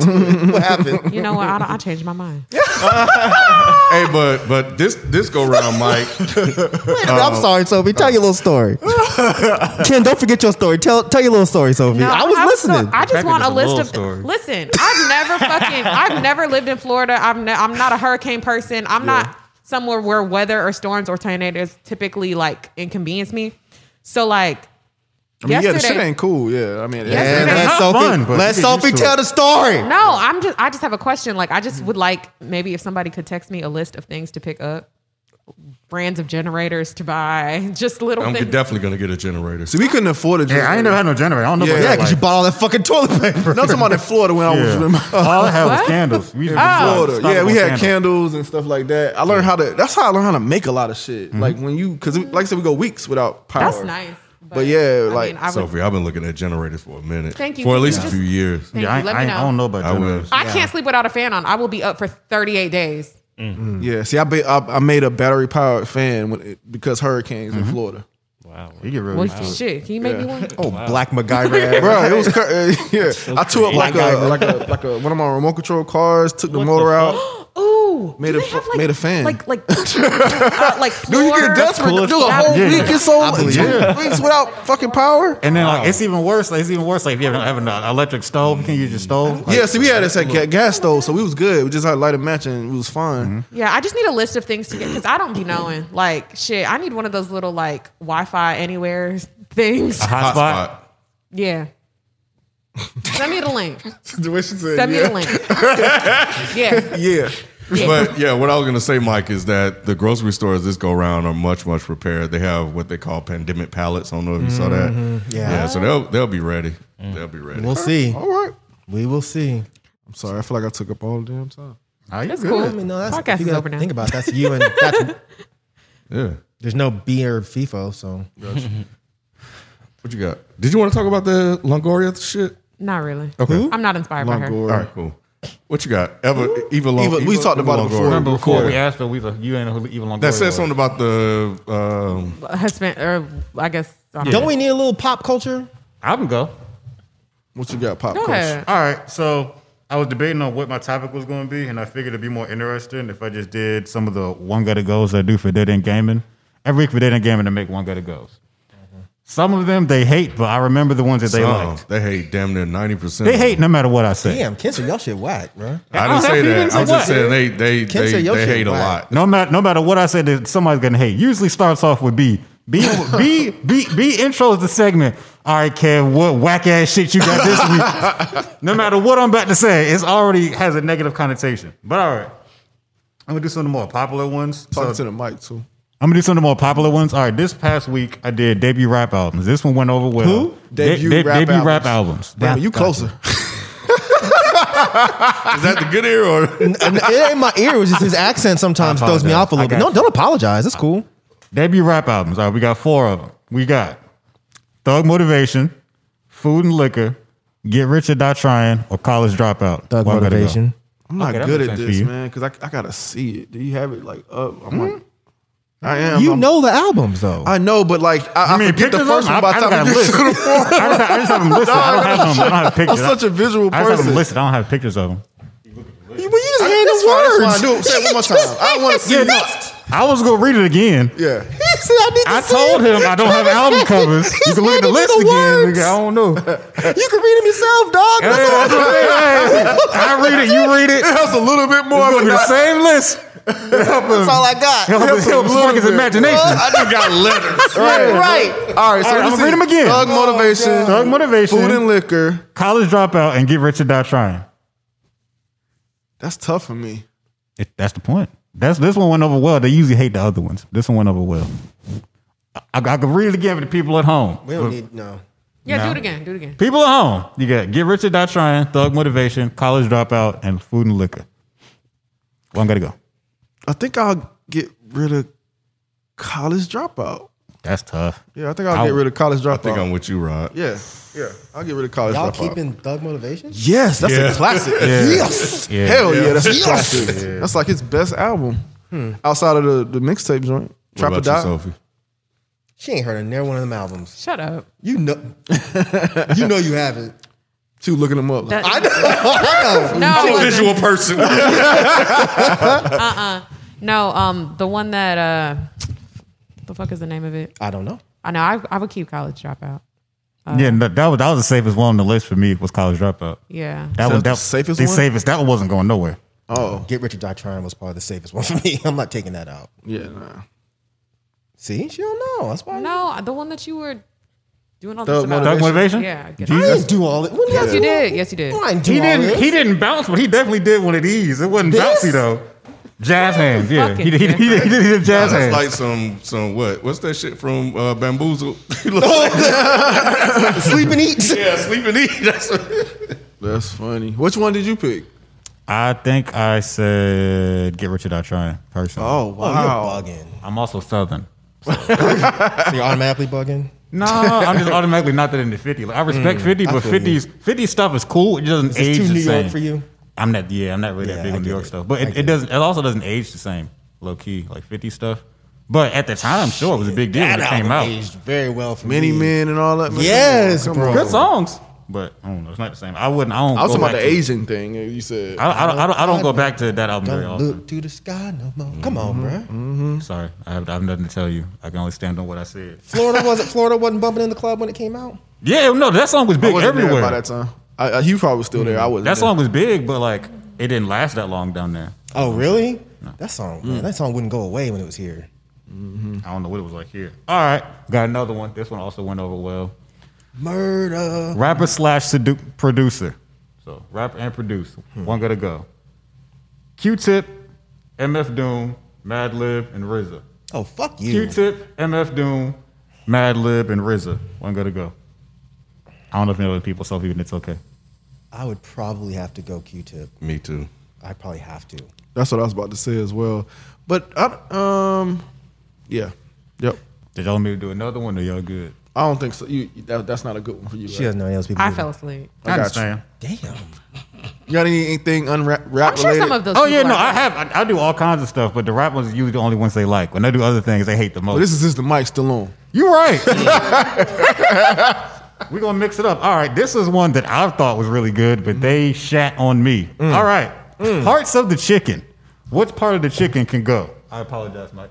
Speaker 8: what happened?
Speaker 5: You know what? I, don't- I changed my mind.
Speaker 3: Hey, but but this this go round, Mike.
Speaker 8: I'm
Speaker 7: Oh.
Speaker 8: sorry, Sophie. Tell your little
Speaker 7: *laughs*
Speaker 8: story. Ken, don't forget your story. Tell tell your little story, Sophie. I was
Speaker 5: I'm so-
Speaker 8: listening.
Speaker 5: I just
Speaker 7: Rebecca
Speaker 5: want a
Speaker 7: does a
Speaker 5: list
Speaker 7: love
Speaker 5: of.
Speaker 7: story.
Speaker 5: Listen, I've
Speaker 4: *laughs*
Speaker 5: never fucking. I've never lived in Florida. I'm. Ne- I'm not a hurricane person. I'm not somewhere where weather or storms or tornadoes typically like inconvenience me. So like,
Speaker 4: I mean, yeah, the
Speaker 5: yesterday.
Speaker 4: shit ain't cool. Yeah, I mean, it-
Speaker 5: Yesterday-
Speaker 8: And let
Speaker 7: Not
Speaker 8: Sophie,
Speaker 7: fun, but
Speaker 8: let
Speaker 7: you get used
Speaker 8: Sophie
Speaker 7: to
Speaker 8: tell
Speaker 7: it.
Speaker 8: the story.
Speaker 5: no, I'm just. I just have a question. Like, I just would like maybe if somebody could text me a list of things to pick up, brands of generators to buy, *laughs* just little
Speaker 3: I'm
Speaker 5: things.
Speaker 3: definitely gonna get a generator.
Speaker 4: See, we couldn't afford a
Speaker 7: Yeah, I ain't never had no generator. I don't know.
Speaker 4: Yeah,
Speaker 7: about
Speaker 8: Yeah,
Speaker 7: that
Speaker 8: because you
Speaker 7: life.
Speaker 8: bought all that fucking toilet
Speaker 4: *laughs*
Speaker 8: paper.
Speaker 4: No, I'm talking about in Florida when I was
Speaker 7: Yeah. *laughs*
Speaker 4: in *laughs* my-
Speaker 7: All I had was
Speaker 5: What? Oh.
Speaker 7: candles. We just
Speaker 4: Florida.
Speaker 7: stocked
Speaker 4: Yeah,
Speaker 7: up
Speaker 4: we
Speaker 7: on
Speaker 4: had candles and stuff like that. I learned how to. That's how I learned how to make a lot of shit. Like when you, because like I said, we go weeks without power.
Speaker 5: That's nice.
Speaker 4: But yeah,
Speaker 5: I
Speaker 4: like-
Speaker 5: mean, I would-
Speaker 3: Sophie, I've been looking at generators for a minute.
Speaker 5: Thank you.
Speaker 3: For at
Speaker 5: Can
Speaker 3: least
Speaker 5: you
Speaker 3: a
Speaker 5: just-
Speaker 3: few years.
Speaker 5: thank
Speaker 7: Yeah, I,
Speaker 5: you. Let
Speaker 7: I,
Speaker 5: me
Speaker 7: ain't-
Speaker 5: know.
Speaker 7: I don't know about
Speaker 3: I will.
Speaker 7: generators.
Speaker 5: I can't sleep without a fan on. I will be up for 38 days.
Speaker 4: Yeah, see, I ba- I, I made a battery powered fan when it, because hurricanes in Florida.
Speaker 7: You get real
Speaker 5: Well,
Speaker 7: used to it.
Speaker 5: shit, can you make me one?
Speaker 8: Oh, Black
Speaker 7: *laughs*
Speaker 8: MacGyver.
Speaker 4: Bro, it was cur- uh, *laughs* yeah. I tore up like
Speaker 8: crazy.
Speaker 4: a like a like a one of my remote control cars. Took the motor out.
Speaker 5: Ooh,
Speaker 4: Oh. Made
Speaker 5: do
Speaker 4: a
Speaker 5: they
Speaker 4: fu-
Speaker 5: have, like-
Speaker 4: made a fan.
Speaker 5: Like
Speaker 4: *laughs*
Speaker 5: like uh, like.
Speaker 4: Do you get
Speaker 5: floors?
Speaker 4: dust for do a whole
Speaker 7: Yeah.
Speaker 4: week or so?
Speaker 7: I believe
Speaker 4: two
Speaker 7: it.
Speaker 4: weeks without fucking power?
Speaker 7: And then like it's even worse. Like it's even worse. Like if you haven't have an uh, electric stove, you can't use your stove.
Speaker 3: Mm-hmm.
Speaker 7: Like,
Speaker 4: yeah, see, we had this at ga- gas stove, so we was good. We just had to light a match and we was fine.
Speaker 5: Yeah, I just need a list of things to get because I don't be knowing. Like shit, I need one of those little like Wi-Fi anywhere things.
Speaker 4: Uh-huh.
Speaker 7: hotspot.
Speaker 3: Hotspot.
Speaker 5: Yeah. Send me the link.
Speaker 4: *laughs* The way she said,
Speaker 5: Send me
Speaker 4: yeah.
Speaker 5: the
Speaker 4: *laughs*
Speaker 5: link. yeah.
Speaker 4: Yeah.
Speaker 3: But *laughs* yeah, what I was gonna say, Mike, is that the grocery stores this go around are much, much prepared. They have what they call pandemic pallets. I don't know if you saw that.
Speaker 8: Yeah.
Speaker 3: so they'll
Speaker 5: Oh.
Speaker 3: they'll be ready. They'll be ready.
Speaker 8: We'll see.
Speaker 7: Oh.
Speaker 4: All right.
Speaker 8: We will see.
Speaker 4: I'm sorry. I feel like I took up all the damn time.
Speaker 7: Are you
Speaker 5: That's
Speaker 7: good?
Speaker 8: I
Speaker 5: cool.
Speaker 8: mean, no, that's
Speaker 5: Podcast
Speaker 8: if you
Speaker 5: is
Speaker 8: gotta
Speaker 5: over now.
Speaker 8: Think about it, that's you and that's,
Speaker 7: *laughs*
Speaker 3: Yeah.
Speaker 8: there's no B or FIFO, so
Speaker 3: What you got? Did you want to talk about the Longoria shit?
Speaker 5: Not really.
Speaker 3: Okay.
Speaker 5: I'm not inspired by her.
Speaker 3: All right, cool. What you got? Eva, Eva, Long,
Speaker 4: Eva- we
Speaker 3: Eva-
Speaker 4: talked
Speaker 3: Eva
Speaker 4: about it before.
Speaker 3: Longoria.
Speaker 4: Remember
Speaker 7: Before we asked, but we like, you ain't who even long.
Speaker 3: That said something about the. Um,
Speaker 5: Husband, or I guess. I
Speaker 8: don't we need a little pop culture?
Speaker 7: I can go.
Speaker 4: What you got, Pop?
Speaker 5: Go
Speaker 4: Culture?
Speaker 5: ahead.
Speaker 7: All right, so I was debating on what my topic was going to be, and I figured it'd be more interesting if I just did some of the one gotta goes I do for Dead End Gaming. Every week for Dead End Gaming, I make one gotta goes. Some of them they hate, but I remember the ones that they
Speaker 3: Mm-hmm. some.
Speaker 7: liked.
Speaker 3: oh, They hate damn near ninety percent.
Speaker 7: They hate no matter what I say.
Speaker 8: Damn, Kenzo, y'all shit whack, bro.
Speaker 3: I didn't
Speaker 7: Oh,
Speaker 3: say
Speaker 7: you
Speaker 3: that.
Speaker 7: didn't say
Speaker 3: I'm just
Speaker 7: that.
Speaker 3: saying they they
Speaker 8: Ken
Speaker 3: they,
Speaker 8: said your
Speaker 3: they
Speaker 8: shit
Speaker 3: hate a
Speaker 8: whack.
Speaker 3: lot.
Speaker 7: No matter no matter what I say, that somebody's gonna hate. Usually starts off with B. B *laughs* B B B intros the segment. All right, Kev, what whack ass shit you got this
Speaker 4: *laughs*
Speaker 7: week? no matter what I'm about to say, it's already has a negative connotation. But all right, I'm gonna do some of the more popular ones.
Speaker 4: Talk
Speaker 7: So-
Speaker 4: to the mic too.
Speaker 7: I'm gonna do some of the more popular ones. All right, this past week I did debut rap albums. This one went over well.
Speaker 8: Who?
Speaker 7: De-
Speaker 4: Debut
Speaker 7: de-
Speaker 4: rap
Speaker 7: debut
Speaker 4: albums.
Speaker 7: rap albums.
Speaker 4: Damn, you closer.
Speaker 3: Is that the good ear or?
Speaker 8: And *laughs* it ain't my ear, it was just his accent sometimes
Speaker 7: I
Speaker 8: throws me off a little
Speaker 7: apologize.
Speaker 8: bit.
Speaker 7: I
Speaker 8: No,
Speaker 7: got
Speaker 8: don't apologize. It's cool.
Speaker 7: Debut rap albums. All right, we got four of them. We got Thug Motivation, Food and Liquor, Get Rich or Die Trying, or College Dropout.
Speaker 8: Thug
Speaker 7: Where I'm gonna go?
Speaker 8: motivation.
Speaker 4: I'm not
Speaker 7: Okay, that
Speaker 4: good
Speaker 7: makes
Speaker 4: at
Speaker 7: sense for
Speaker 4: this,
Speaker 7: you.
Speaker 4: man, because I, I gotta see it. Do you have it like up? I'm like, I am.
Speaker 8: you
Speaker 4: I'm-
Speaker 8: know the albums though.
Speaker 4: I know, but like I, I
Speaker 7: mean
Speaker 4: forget the
Speaker 7: pictures
Speaker 4: first
Speaker 7: of them?
Speaker 4: one by
Speaker 7: I-
Speaker 4: the
Speaker 7: I don't have
Speaker 4: time you get to
Speaker 7: lists.
Speaker 4: the fourth.
Speaker 7: I just, I just have them listed. I don't have them. I don't have
Speaker 4: *laughs* I'm
Speaker 7: pictures.
Speaker 4: such a visual
Speaker 7: I just have
Speaker 4: person.
Speaker 7: them listed. I don't have pictures of them.
Speaker 8: You- well, you just hand
Speaker 4: That's
Speaker 8: his
Speaker 4: why, that's why I
Speaker 8: words.
Speaker 4: do it. Say it one more time. I want to see it.
Speaker 7: I was gonna read it again.
Speaker 4: Yeah.
Speaker 8: He said, I, need to
Speaker 7: I
Speaker 8: see
Speaker 7: told
Speaker 8: it."
Speaker 7: him I don't have album covers. You can look at
Speaker 8: Handed you
Speaker 7: the list
Speaker 8: the
Speaker 7: again.
Speaker 8: words.
Speaker 7: Nigga, I don't know. Hey,
Speaker 8: *laughs* You can read them yourself, dog. That's
Speaker 7: that's
Speaker 4: *laughs*
Speaker 7: what I'm saying. Hey, I read it. You read it.
Speaker 4: It has a little bit more,
Speaker 7: It's gonna
Speaker 4: but
Speaker 7: be the
Speaker 4: not-
Speaker 7: same
Speaker 4: *laughs*
Speaker 7: list. Help him.
Speaker 8: all I got.
Speaker 7: Help him. Help him spark his imagination.
Speaker 4: I just got letters.
Speaker 7: *laughs*
Speaker 4: right,
Speaker 8: right.
Speaker 4: All right, so
Speaker 7: All right,
Speaker 4: we
Speaker 7: I'ma
Speaker 4: see
Speaker 7: read 'em again.
Speaker 4: Thug motivation,
Speaker 7: Thug motivation.
Speaker 4: food and liquor.
Speaker 7: College dropout and get rich or die trying.
Speaker 4: That's tough for me.
Speaker 7: It, that's the point. That's this one went over well. They usually hate the other ones. This one went over well. I, I, I can read it again for the people at home.
Speaker 8: We don't need no.
Speaker 5: Yeah, do it again. Do it again.
Speaker 7: People at home, you got get rich or die trying, thug motivation, college dropout, and food and liquor. Well, I'm gonna go.
Speaker 4: I think I'll get rid of college dropout.
Speaker 7: That's tough.
Speaker 4: Yeah, I think I'll get rid of college dropout.
Speaker 3: I think I'm with you, Rod.
Speaker 4: yeah, yeah, I'll get rid of college
Speaker 8: Y'all
Speaker 4: dropout.
Speaker 8: keeping thug motivation?
Speaker 4: yes, that's a classic.
Speaker 8: Yes.
Speaker 7: Yeah.
Speaker 4: Hell yeah, that's a
Speaker 8: Yes. Hmm.
Speaker 4: classic. That's like his best album outside of the, the mixtape joint. Trap or
Speaker 3: What about you,
Speaker 4: Die.
Speaker 3: Sophie?
Speaker 8: She ain't heard of near one of them albums.
Speaker 5: Shut up.
Speaker 8: You know, you know you haven't.
Speaker 4: She was looking him up. Like,
Speaker 5: That-
Speaker 8: I
Speaker 5: no, it wasn't.
Speaker 3: Visual *laughs* person.
Speaker 5: no. Um, the one that uh, the fuck is the name of it?
Speaker 8: don't know.
Speaker 5: I know. I, I would keep college dropout.
Speaker 7: yeah, no, that was that was the safest one on the list for me was college dropout.
Speaker 5: Yeah.
Speaker 7: That
Speaker 4: So
Speaker 7: was
Speaker 4: that's the
Speaker 7: that
Speaker 4: safest
Speaker 7: the
Speaker 4: one?
Speaker 7: safest. That one wasn't going nowhere.
Speaker 4: oh,
Speaker 8: Get Rich or Die Trying was probably the safest one for me. *laughs* I'm not taking that out.
Speaker 4: yeah, nah.
Speaker 8: See, she don't know. That's why.
Speaker 5: No, the one that you were doing all
Speaker 4: Thug
Speaker 5: this about.
Speaker 7: Thug motivation.
Speaker 5: Yeah. Get
Speaker 8: I
Speaker 5: it.
Speaker 8: didn't do all it. When
Speaker 5: Yes,
Speaker 8: I
Speaker 5: you
Speaker 8: do all
Speaker 5: did.
Speaker 8: that?
Speaker 5: Yes, you did.
Speaker 8: No, I didn't do
Speaker 7: He
Speaker 8: all
Speaker 7: didn't.
Speaker 8: this.
Speaker 7: He didn't bounce, but he definitely did one of these. It wasn't
Speaker 8: This?
Speaker 7: bouncy though. Jazz hands. Yeah,
Speaker 5: Fucking
Speaker 7: he did. He did, he did, he did jazz
Speaker 3: That's
Speaker 7: hands.
Speaker 3: like some some what? What's that shit from uh, *laughs* Bamboozle? You look like-
Speaker 8: Sleep and *laughs* eat.
Speaker 3: yeah, sleep and eat. That's what-
Speaker 4: that's funny. Which one did you pick?
Speaker 7: I think I said get rich or die trying. Personally,
Speaker 4: Oh
Speaker 8: Oh,
Speaker 4: wow,
Speaker 8: you're bugging.
Speaker 7: I'm also southern.
Speaker 8: So you're automatically bugging.
Speaker 7: No, I'm just automatically not that into 50. Like, I respect 50, but
Speaker 8: Mm, feel you.
Speaker 7: 50s 50 stuff is cool. It doesn't
Speaker 8: Is this
Speaker 7: age
Speaker 8: too
Speaker 7: the
Speaker 8: New
Speaker 7: same.
Speaker 8: York for you?
Speaker 7: I'm not. Yeah, I'm not really
Speaker 8: Yeah,
Speaker 7: that big
Speaker 8: I
Speaker 7: on New
Speaker 8: get
Speaker 7: York
Speaker 8: it.
Speaker 7: stuff, but
Speaker 8: I
Speaker 7: it,
Speaker 8: get
Speaker 7: it
Speaker 8: it.
Speaker 7: doesn't. It also doesn't age the same. Low key, like 50 stuff. But at the time, sure, it was a big deal when it
Speaker 8: That
Speaker 7: came
Speaker 8: album
Speaker 7: out.
Speaker 8: aged very well for
Speaker 4: many
Speaker 8: me.
Speaker 4: men and all that. man.
Speaker 8: Yes,
Speaker 4: Come on, come
Speaker 8: bro.
Speaker 4: on.
Speaker 7: Good songs, but I don't know. It's not the same. I wouldn't. I don't.
Speaker 4: I was
Speaker 7: go
Speaker 4: talking about
Speaker 7: back
Speaker 4: the
Speaker 7: to-
Speaker 4: Asian thing you said.
Speaker 7: I, I, don't- I, don't, I don't go back to that album very
Speaker 8: Don't
Speaker 7: often.
Speaker 8: look to the sky no more. Come on, bro.
Speaker 7: Sorry, I have, I have nothing to tell you. I can only stand on what I said.
Speaker 8: Florida wasn't Florida wasn't bumping in the club when it came out.
Speaker 7: Yeah, no, that song was
Speaker 4: I
Speaker 7: big
Speaker 4: wasn't there
Speaker 7: everywhere.
Speaker 4: by that time. I, I, he probably was still there. I wasn't.
Speaker 7: That
Speaker 4: there.
Speaker 7: song was big, but like it didn't last that long down there.
Speaker 8: Oh, really? That song, man, that song wouldn't go away when it was here.
Speaker 7: I don't know what it was like here. All right, got another one. This one also went over well.
Speaker 8: Murder.
Speaker 7: Rapper slash sedu- producer, so rapper and produce. One gotta go. Q-Tip, MF Doom, Madlib, and RZA.
Speaker 8: Oh, fuck you.
Speaker 7: Q-Tip, MF Doom, Madlib, and RZA. One gotta go. I don't know if any other people saw even it's okay.
Speaker 8: I would probably have to go Q-Tip.
Speaker 3: Me too.
Speaker 8: I probably have to.
Speaker 4: That's what I was about to say as well. But I, um, yeah, yep.
Speaker 7: Did y'all want me to do another one or y'all good?
Speaker 4: I don't think so. You that, that's not a good one for you.
Speaker 8: She
Speaker 4: right?
Speaker 8: doesn't know any else people.
Speaker 5: I
Speaker 8: do.
Speaker 5: fell asleep.
Speaker 7: I,
Speaker 4: got
Speaker 7: understand.
Speaker 8: Damn.
Speaker 4: You got any, anything unwrap
Speaker 5: I'm sure some of those.
Speaker 7: Oh yeah,
Speaker 5: people
Speaker 7: no,
Speaker 5: are
Speaker 7: I
Speaker 5: good.
Speaker 7: have. I, I do all kinds of stuff, but the rap ones are usually the only ones they like. When they do other things, they hate the most.
Speaker 4: But Oh, this is just the mic still on.
Speaker 7: You're right. *laughs* We're gonna mix it up. All right, this is one that I thought was really good, but they shat on me. All right, parts of the chicken. What part of the chicken can go? I apologize, Mike.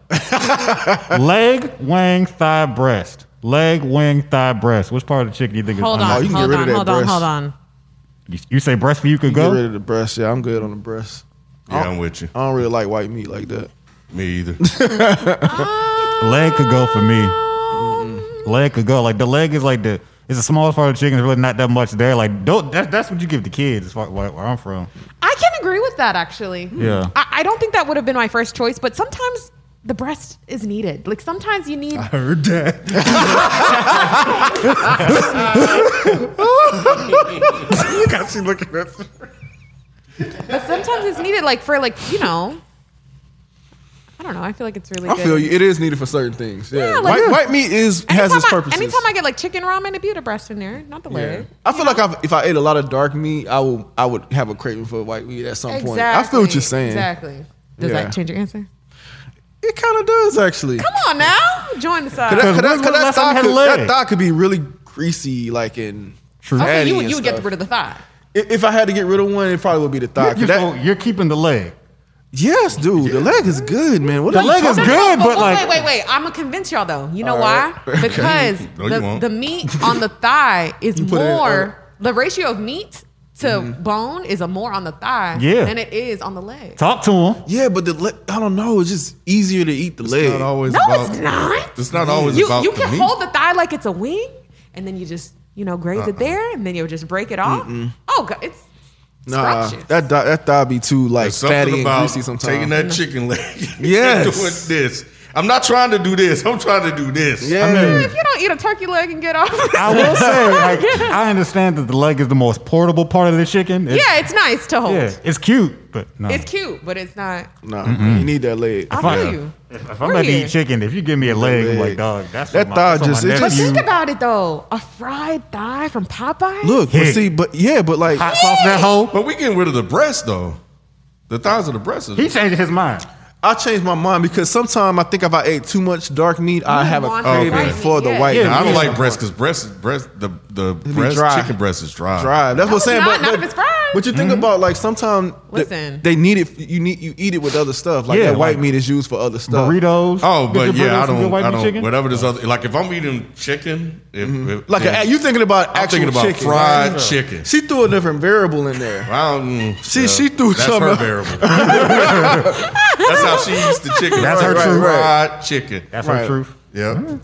Speaker 7: *laughs* Leg, wing, thigh, breast. Leg, wing, thigh, breast. Which part of the chicken do you think
Speaker 5: Hold
Speaker 7: is?
Speaker 5: on.
Speaker 4: Oh,
Speaker 5: Oh,
Speaker 4: you can
Speaker 5: hold
Speaker 4: get
Speaker 5: on.
Speaker 4: rid of
Speaker 5: Hold
Speaker 4: that
Speaker 5: on.
Speaker 4: breast.
Speaker 5: Hold on.
Speaker 7: You, you say breast for you could
Speaker 4: Get
Speaker 7: go.
Speaker 4: rid of the breast. Yeah, I'm good on the breast.
Speaker 3: Yeah, I'm with you.
Speaker 4: I don't really like white meat like that.
Speaker 3: Me
Speaker 4: *laughs*
Speaker 3: either.
Speaker 7: Leg could go for me.
Speaker 4: *laughs*
Speaker 5: Um,
Speaker 7: Leg could go. Like the leg is like the it's the smallest part of the chicken. There's really not that much there. Like don't that, that's what you give the kids. As far where, where I'm from.
Speaker 5: I can agree with that actually.
Speaker 7: Yeah.
Speaker 5: I, I don't think that would have been my first choice, but sometimes the breast is needed. Like sometimes you
Speaker 7: *laughs*
Speaker 5: need.
Speaker 7: Heard that. Got *laughs* you looking at.
Speaker 5: But sometimes it's needed, like for like you know. I don't know. I feel like it's really.
Speaker 4: I
Speaker 5: good.
Speaker 4: feel you. It is needed for certain things. Yeah,
Speaker 5: Yeah, like-
Speaker 4: white, white meat is has
Speaker 5: Anytime
Speaker 4: its
Speaker 5: I-
Speaker 4: purposes.
Speaker 5: Anytime I get like chicken ramen, it'd be the breast in there, not the
Speaker 4: yeah.
Speaker 5: leg.
Speaker 4: I feel like I've, if I ate a lot of dark meat, I will. I would have a craving for white meat at some point. I feel what you're saying.
Speaker 5: Exactly. Does
Speaker 4: Yeah.
Speaker 5: that change your answer?
Speaker 4: It kind of does actually.
Speaker 5: Come on now, join the side.
Speaker 4: That, 'cause that- 'cause
Speaker 7: Where's
Speaker 4: that
Speaker 7: the
Speaker 4: thigh
Speaker 7: left
Speaker 4: could,
Speaker 7: leg?
Speaker 4: that thigh could be really greasy, like in. True.
Speaker 5: Okay, you, would- you would get rid of the thigh.
Speaker 4: If if I had to get rid of one, it probably would be the thigh. 'cause
Speaker 7: You're,
Speaker 4: that-
Speaker 7: you're keeping the leg.
Speaker 4: yes, dude, the leg is good, man. What
Speaker 7: The
Speaker 4: are you
Speaker 7: leg is
Speaker 4: talking-
Speaker 7: good, but
Speaker 5: wait,
Speaker 7: like-
Speaker 5: wait, wait, wait. I'm gonna convince y'all though. You know
Speaker 4: right. *laughs*
Speaker 5: why? Because
Speaker 3: No, you
Speaker 5: the,
Speaker 3: won't.
Speaker 5: the meat on the thigh is
Speaker 4: put it in uh, Mm-hmm.
Speaker 5: more.
Speaker 4: other-
Speaker 5: The ratio of meat to bone is a more on the thigh
Speaker 7: Yeah.
Speaker 5: than it is on the leg.
Speaker 7: Talk to him.
Speaker 4: Yeah, but the leg, I don't know. It's just easier to eat the leg.
Speaker 3: It's not always
Speaker 5: No,
Speaker 3: about,
Speaker 5: it's not.
Speaker 3: It's not always
Speaker 5: You
Speaker 3: about
Speaker 5: you
Speaker 3: the
Speaker 5: can
Speaker 3: meat.
Speaker 5: hold the thigh like it's a wing, and then you just you know graze it there, and then you'll just break it off. Oh, God, it's
Speaker 4: nah,
Speaker 5: scrumptious.
Speaker 4: that thigh, that thigh be too like
Speaker 3: There's something
Speaker 4: fatty and
Speaker 3: about
Speaker 4: greasy sometimes.
Speaker 3: taking that chicken leg. *laughs*
Speaker 4: Yes.
Speaker 3: and doing this. I'm not trying to do this. I'm trying to do this.
Speaker 4: yeah,
Speaker 5: if you don't eat a turkey leg and get off, *laughs*
Speaker 7: I will say, like, I understand that the leg is the most portable part of the chicken. It's,
Speaker 5: yeah, it's nice to hold.
Speaker 7: yeah, it's cute, but no.
Speaker 5: It's cute, but it's not.
Speaker 4: nah, you need that leg.
Speaker 5: I
Speaker 7: Fine.
Speaker 5: feel you.
Speaker 7: If, if I'm about to
Speaker 5: Weird.
Speaker 7: eat chicken, if you give me a leg, I'm like,
Speaker 4: leg.
Speaker 7: dog, that's
Speaker 4: That
Speaker 7: on my,
Speaker 4: thigh
Speaker 7: that's on my
Speaker 4: just- it
Speaker 7: neck.
Speaker 5: But
Speaker 4: just-
Speaker 5: think
Speaker 4: You-
Speaker 5: about it though, a fried thigh from Popeye.
Speaker 4: Look,
Speaker 7: Yeah.
Speaker 4: but see, but yeah, but like
Speaker 7: hot sauce that hole.
Speaker 3: But we getting rid of the breast though. The thighs of the breast. Is,
Speaker 7: He changed his mind.
Speaker 4: I changed my mind because sometimes I think if I ate too much dark meat, I have a
Speaker 5: want
Speaker 4: craving
Speaker 3: the white
Speaker 4: for
Speaker 5: meat,
Speaker 4: the
Speaker 5: yeah.
Speaker 4: white.
Speaker 7: Yeah,
Speaker 4: meat.
Speaker 3: Now, I don't
Speaker 7: Yeah.
Speaker 3: like breast because breast, breast, the the breast
Speaker 4: dry.
Speaker 3: chicken breast is dry.
Speaker 4: drive. That's what I'm saying.
Speaker 5: it's not.
Speaker 4: but,
Speaker 5: Not
Speaker 4: but-
Speaker 5: if it's fried.
Speaker 4: But you think about like sometimes
Speaker 5: Listen.
Speaker 4: they need it. You need you eat it with other stuff. Like
Speaker 7: Yeah,
Speaker 4: that white
Speaker 7: like
Speaker 4: meat is used for other stuff.
Speaker 7: Burritos.
Speaker 3: Oh,
Speaker 7: Get
Speaker 3: but
Speaker 7: your burritos
Speaker 3: yeah, I
Speaker 7: and good
Speaker 3: don't.
Speaker 7: white
Speaker 3: I
Speaker 7: meat
Speaker 3: don't.
Speaker 7: chicken. Mm-hmm.
Speaker 3: Whatever this other, like if I'm eating chicken, if, if-
Speaker 4: Like
Speaker 3: yeah,
Speaker 4: a, you thinking about
Speaker 3: I'm
Speaker 4: actual
Speaker 3: thinking about
Speaker 4: chicken.
Speaker 3: fried
Speaker 4: right?
Speaker 3: chicken.
Speaker 4: She threw a different variable in there.
Speaker 3: I don't, mm,
Speaker 4: She- she threw
Speaker 3: that's
Speaker 4: something
Speaker 3: Her
Speaker 7: *laughs*
Speaker 4: out.
Speaker 3: variable. that's how she eats the chicken.
Speaker 7: That's her
Speaker 3: Right,
Speaker 7: truth.
Speaker 3: Fried chicken.
Speaker 7: That's
Speaker 4: Right.
Speaker 7: the truth.
Speaker 3: Yep.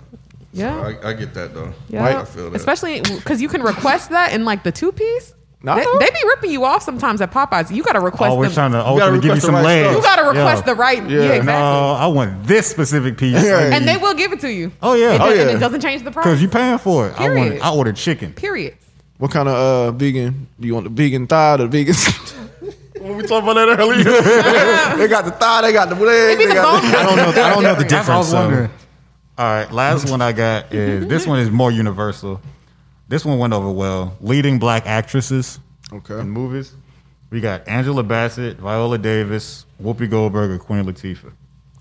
Speaker 5: yeah.
Speaker 3: I, I get that though.
Speaker 5: Yeah.
Speaker 3: I feel that.
Speaker 5: Especially because you can request that in like the two piece.
Speaker 4: No,
Speaker 5: they,
Speaker 4: no.
Speaker 5: they be ripping you off sometimes at Popeyes. You gotta request
Speaker 7: Always
Speaker 5: them.
Speaker 7: trying to always trying to give you
Speaker 4: request the
Speaker 7: some
Speaker 4: right
Speaker 7: legs.
Speaker 4: stuff.
Speaker 5: you gotta request
Speaker 7: Yo,
Speaker 5: the right. Yeah, exactly.
Speaker 7: No, I want this specific piece.
Speaker 4: Yeah.
Speaker 5: And they will give it to you.
Speaker 7: Oh, yeah.
Speaker 5: It
Speaker 7: Oh,
Speaker 5: does- and
Speaker 4: yeah.
Speaker 5: it doesn't change the price.
Speaker 7: Because you paying for it. I
Speaker 5: Period.
Speaker 7: want. I ordered chicken.
Speaker 5: Period.
Speaker 4: What kind of uh vegan? Do you want the vegan thigh or the vegan? *laughs*
Speaker 7: When we talked about that earlier.
Speaker 5: *laughs*
Speaker 4: *laughs* they got the thigh. They got the
Speaker 5: It'd
Speaker 4: leg.
Speaker 5: be
Speaker 4: They
Speaker 5: the
Speaker 4: got
Speaker 5: bone. I don't know.
Speaker 9: I don't know
Speaker 8: *laughs*
Speaker 9: the
Speaker 7: That's what
Speaker 9: difference.
Speaker 7: I was
Speaker 9: So.
Speaker 7: wondering. All right, last one I got is this one is more universal. This one went over well. Leading black actresses
Speaker 4: Okay.
Speaker 7: in movies. We got Angela Bassett, Viola Davis, Whoopi Goldberg, and Queen Latifah.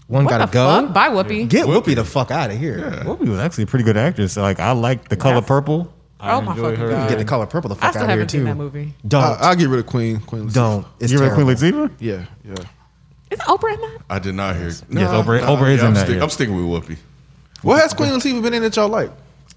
Speaker 8: One
Speaker 5: What
Speaker 8: gotta
Speaker 5: the
Speaker 8: go.
Speaker 5: fuck? Bye, Whoopi.
Speaker 8: Get Whoopi the fuck out of here.
Speaker 7: Whoopi was actually a pretty good actress. Like I like the color
Speaker 5: That's-
Speaker 7: purple. I
Speaker 5: Oh, my
Speaker 7: enjoy
Speaker 5: fucking
Speaker 7: her.
Speaker 5: God.
Speaker 8: Get the color purple the
Speaker 5: I
Speaker 8: fuck
Speaker 5: still
Speaker 8: out of here
Speaker 5: haven't seen
Speaker 8: too.
Speaker 5: that movie.
Speaker 8: Don't.
Speaker 4: I, I'll get rid of Queen. Queen. Latifah.
Speaker 8: don't. It's
Speaker 7: You ever Queen
Speaker 8: terrible.
Speaker 7: Latifah?
Speaker 4: Yeah, yeah.
Speaker 5: Is Oprah in that?
Speaker 3: I did not hear. Yes,
Speaker 7: Oprah- Oprah is in
Speaker 3: I'm,
Speaker 7: that,
Speaker 3: stick-
Speaker 7: yeah.
Speaker 3: I'm sticking with Whoopi.
Speaker 4: What has Queen Latifah been in that y'all like?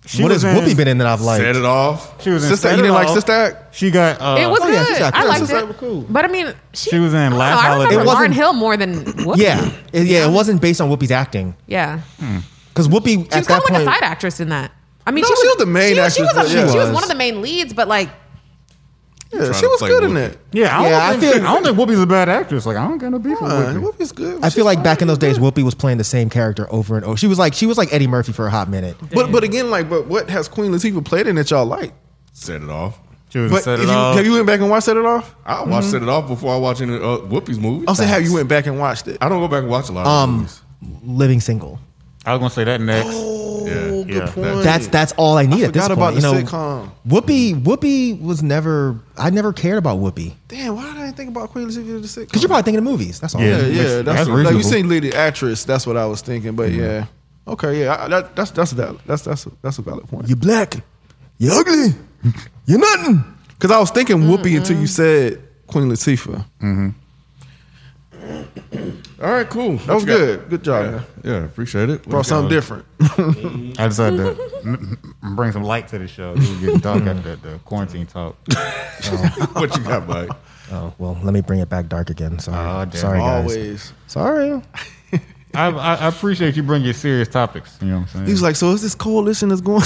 Speaker 7: She
Speaker 8: what has
Speaker 7: was in-
Speaker 8: Whoopi been in that I've
Speaker 3: Set
Speaker 8: liked?
Speaker 3: it off.
Speaker 7: She was in
Speaker 4: Sister, you
Speaker 7: Set It
Speaker 4: didn't like
Speaker 7: Off.
Speaker 4: Sister Act?
Speaker 7: She got. Uh,
Speaker 5: It was
Speaker 8: oh,
Speaker 5: good.
Speaker 8: yeah, she's out
Speaker 5: I
Speaker 8: there.
Speaker 5: liked
Speaker 8: She's
Speaker 4: out there
Speaker 5: it.
Speaker 4: cool.
Speaker 5: But I mean, she,
Speaker 7: She was in
Speaker 5: I don't
Speaker 7: Last
Speaker 5: know, I
Speaker 7: Holiday.
Speaker 5: remember
Speaker 8: It
Speaker 5: Lauren
Speaker 8: wasn't-
Speaker 5: Hill more than Whoopi.
Speaker 8: Yeah, It- yeah. It wasn't based on Whoopi's acting
Speaker 5: yeah.
Speaker 7: Hmm.
Speaker 8: because Whoopi
Speaker 5: She was
Speaker 8: at
Speaker 5: kind
Speaker 8: that
Speaker 5: of like
Speaker 8: point.
Speaker 5: a side actress in that. I mean,
Speaker 4: No,
Speaker 5: she, was,
Speaker 4: she was the main
Speaker 5: she was- She was,
Speaker 4: actress,
Speaker 5: a-
Speaker 4: but yeah.
Speaker 5: she was
Speaker 8: She
Speaker 5: one
Speaker 8: was.
Speaker 5: of the main leads, but like
Speaker 4: Yeah,
Speaker 3: trying
Speaker 4: she
Speaker 3: to
Speaker 4: was
Speaker 3: play
Speaker 4: good in
Speaker 3: Whoopi.
Speaker 4: that.
Speaker 7: yeah, I don't,
Speaker 8: Yeah, I
Speaker 7: think,
Speaker 8: feel-
Speaker 7: I don't think Whoopi's a bad actress. Like I don't got no beef with
Speaker 4: Fine,
Speaker 7: Whoopi.
Speaker 4: Whoopi's good.
Speaker 8: I
Speaker 4: She's
Speaker 8: feel like
Speaker 4: fine.
Speaker 8: back in those days,
Speaker 5: Mm-hmm.
Speaker 8: Whoopi was playing the same character over and over. She was like she was like Eddie Murphy for a hot minute.
Speaker 4: But but again, like, but what has Queen Latifah played in that y'all like?
Speaker 3: Set it off.
Speaker 7: She was Mm-hmm. in
Speaker 4: But
Speaker 7: Set
Speaker 4: if
Speaker 7: It
Speaker 4: you,
Speaker 7: Off.
Speaker 4: have you went back and watched Set It Off?
Speaker 3: I watch Set It Off before I watch any uh, Whoopi's movies.
Speaker 7: Oh,
Speaker 4: I'll say, have you went back and watched it?
Speaker 3: I don't go back and watch a lot of
Speaker 8: Um,
Speaker 3: movies.
Speaker 8: living single.
Speaker 7: I was gonna say that
Speaker 4: *gasps*
Speaker 7: next. *gasps*
Speaker 3: Yeah.
Speaker 4: Oh, good
Speaker 7: yeah.
Speaker 4: point.
Speaker 8: That's that's all I need
Speaker 4: I
Speaker 8: at this
Speaker 4: forgot
Speaker 8: point.
Speaker 4: about
Speaker 8: you know,
Speaker 4: the sitcom.
Speaker 8: Whoopi Whoopi was never. I never cared about Whoopi
Speaker 4: Damn, why did I think about Queen Latifah in the sitcom?
Speaker 8: because you're probably thinking of movies. That's all.
Speaker 7: Yeah.
Speaker 4: yeah, yeah,
Speaker 7: That's
Speaker 4: that's, like
Speaker 7: reasonable.
Speaker 4: you seen leading actress. That's what I was thinking. But yeah, okay, yeah, I, that, that's that's valid. That's that's a, that's a valid point.
Speaker 8: You're black. You're ugly. You're nothing.
Speaker 4: Because I was thinking Whoopi until you said Queen Latifah. *coughs*
Speaker 3: All right, cool.
Speaker 4: That was good. Good job.
Speaker 3: Yeah.
Speaker 4: man.
Speaker 3: yeah, appreciate it. What
Speaker 4: Brought
Speaker 3: you got?
Speaker 4: something different.
Speaker 7: I decided to m- m- bring some light to the show. It was getting dark after the, the
Speaker 4: *laughs*
Speaker 7: quarantine talk.
Speaker 3: What you got, Mike?
Speaker 8: Oh well, let me bring it back dark again. Sorry,
Speaker 7: Oh, damn.
Speaker 8: sorry guys.
Speaker 4: Always.
Speaker 8: Sorry.
Speaker 7: I, I, I appreciate you bringing serious topics. You know what I'm saying?
Speaker 4: He was like, so is this coalition that's going?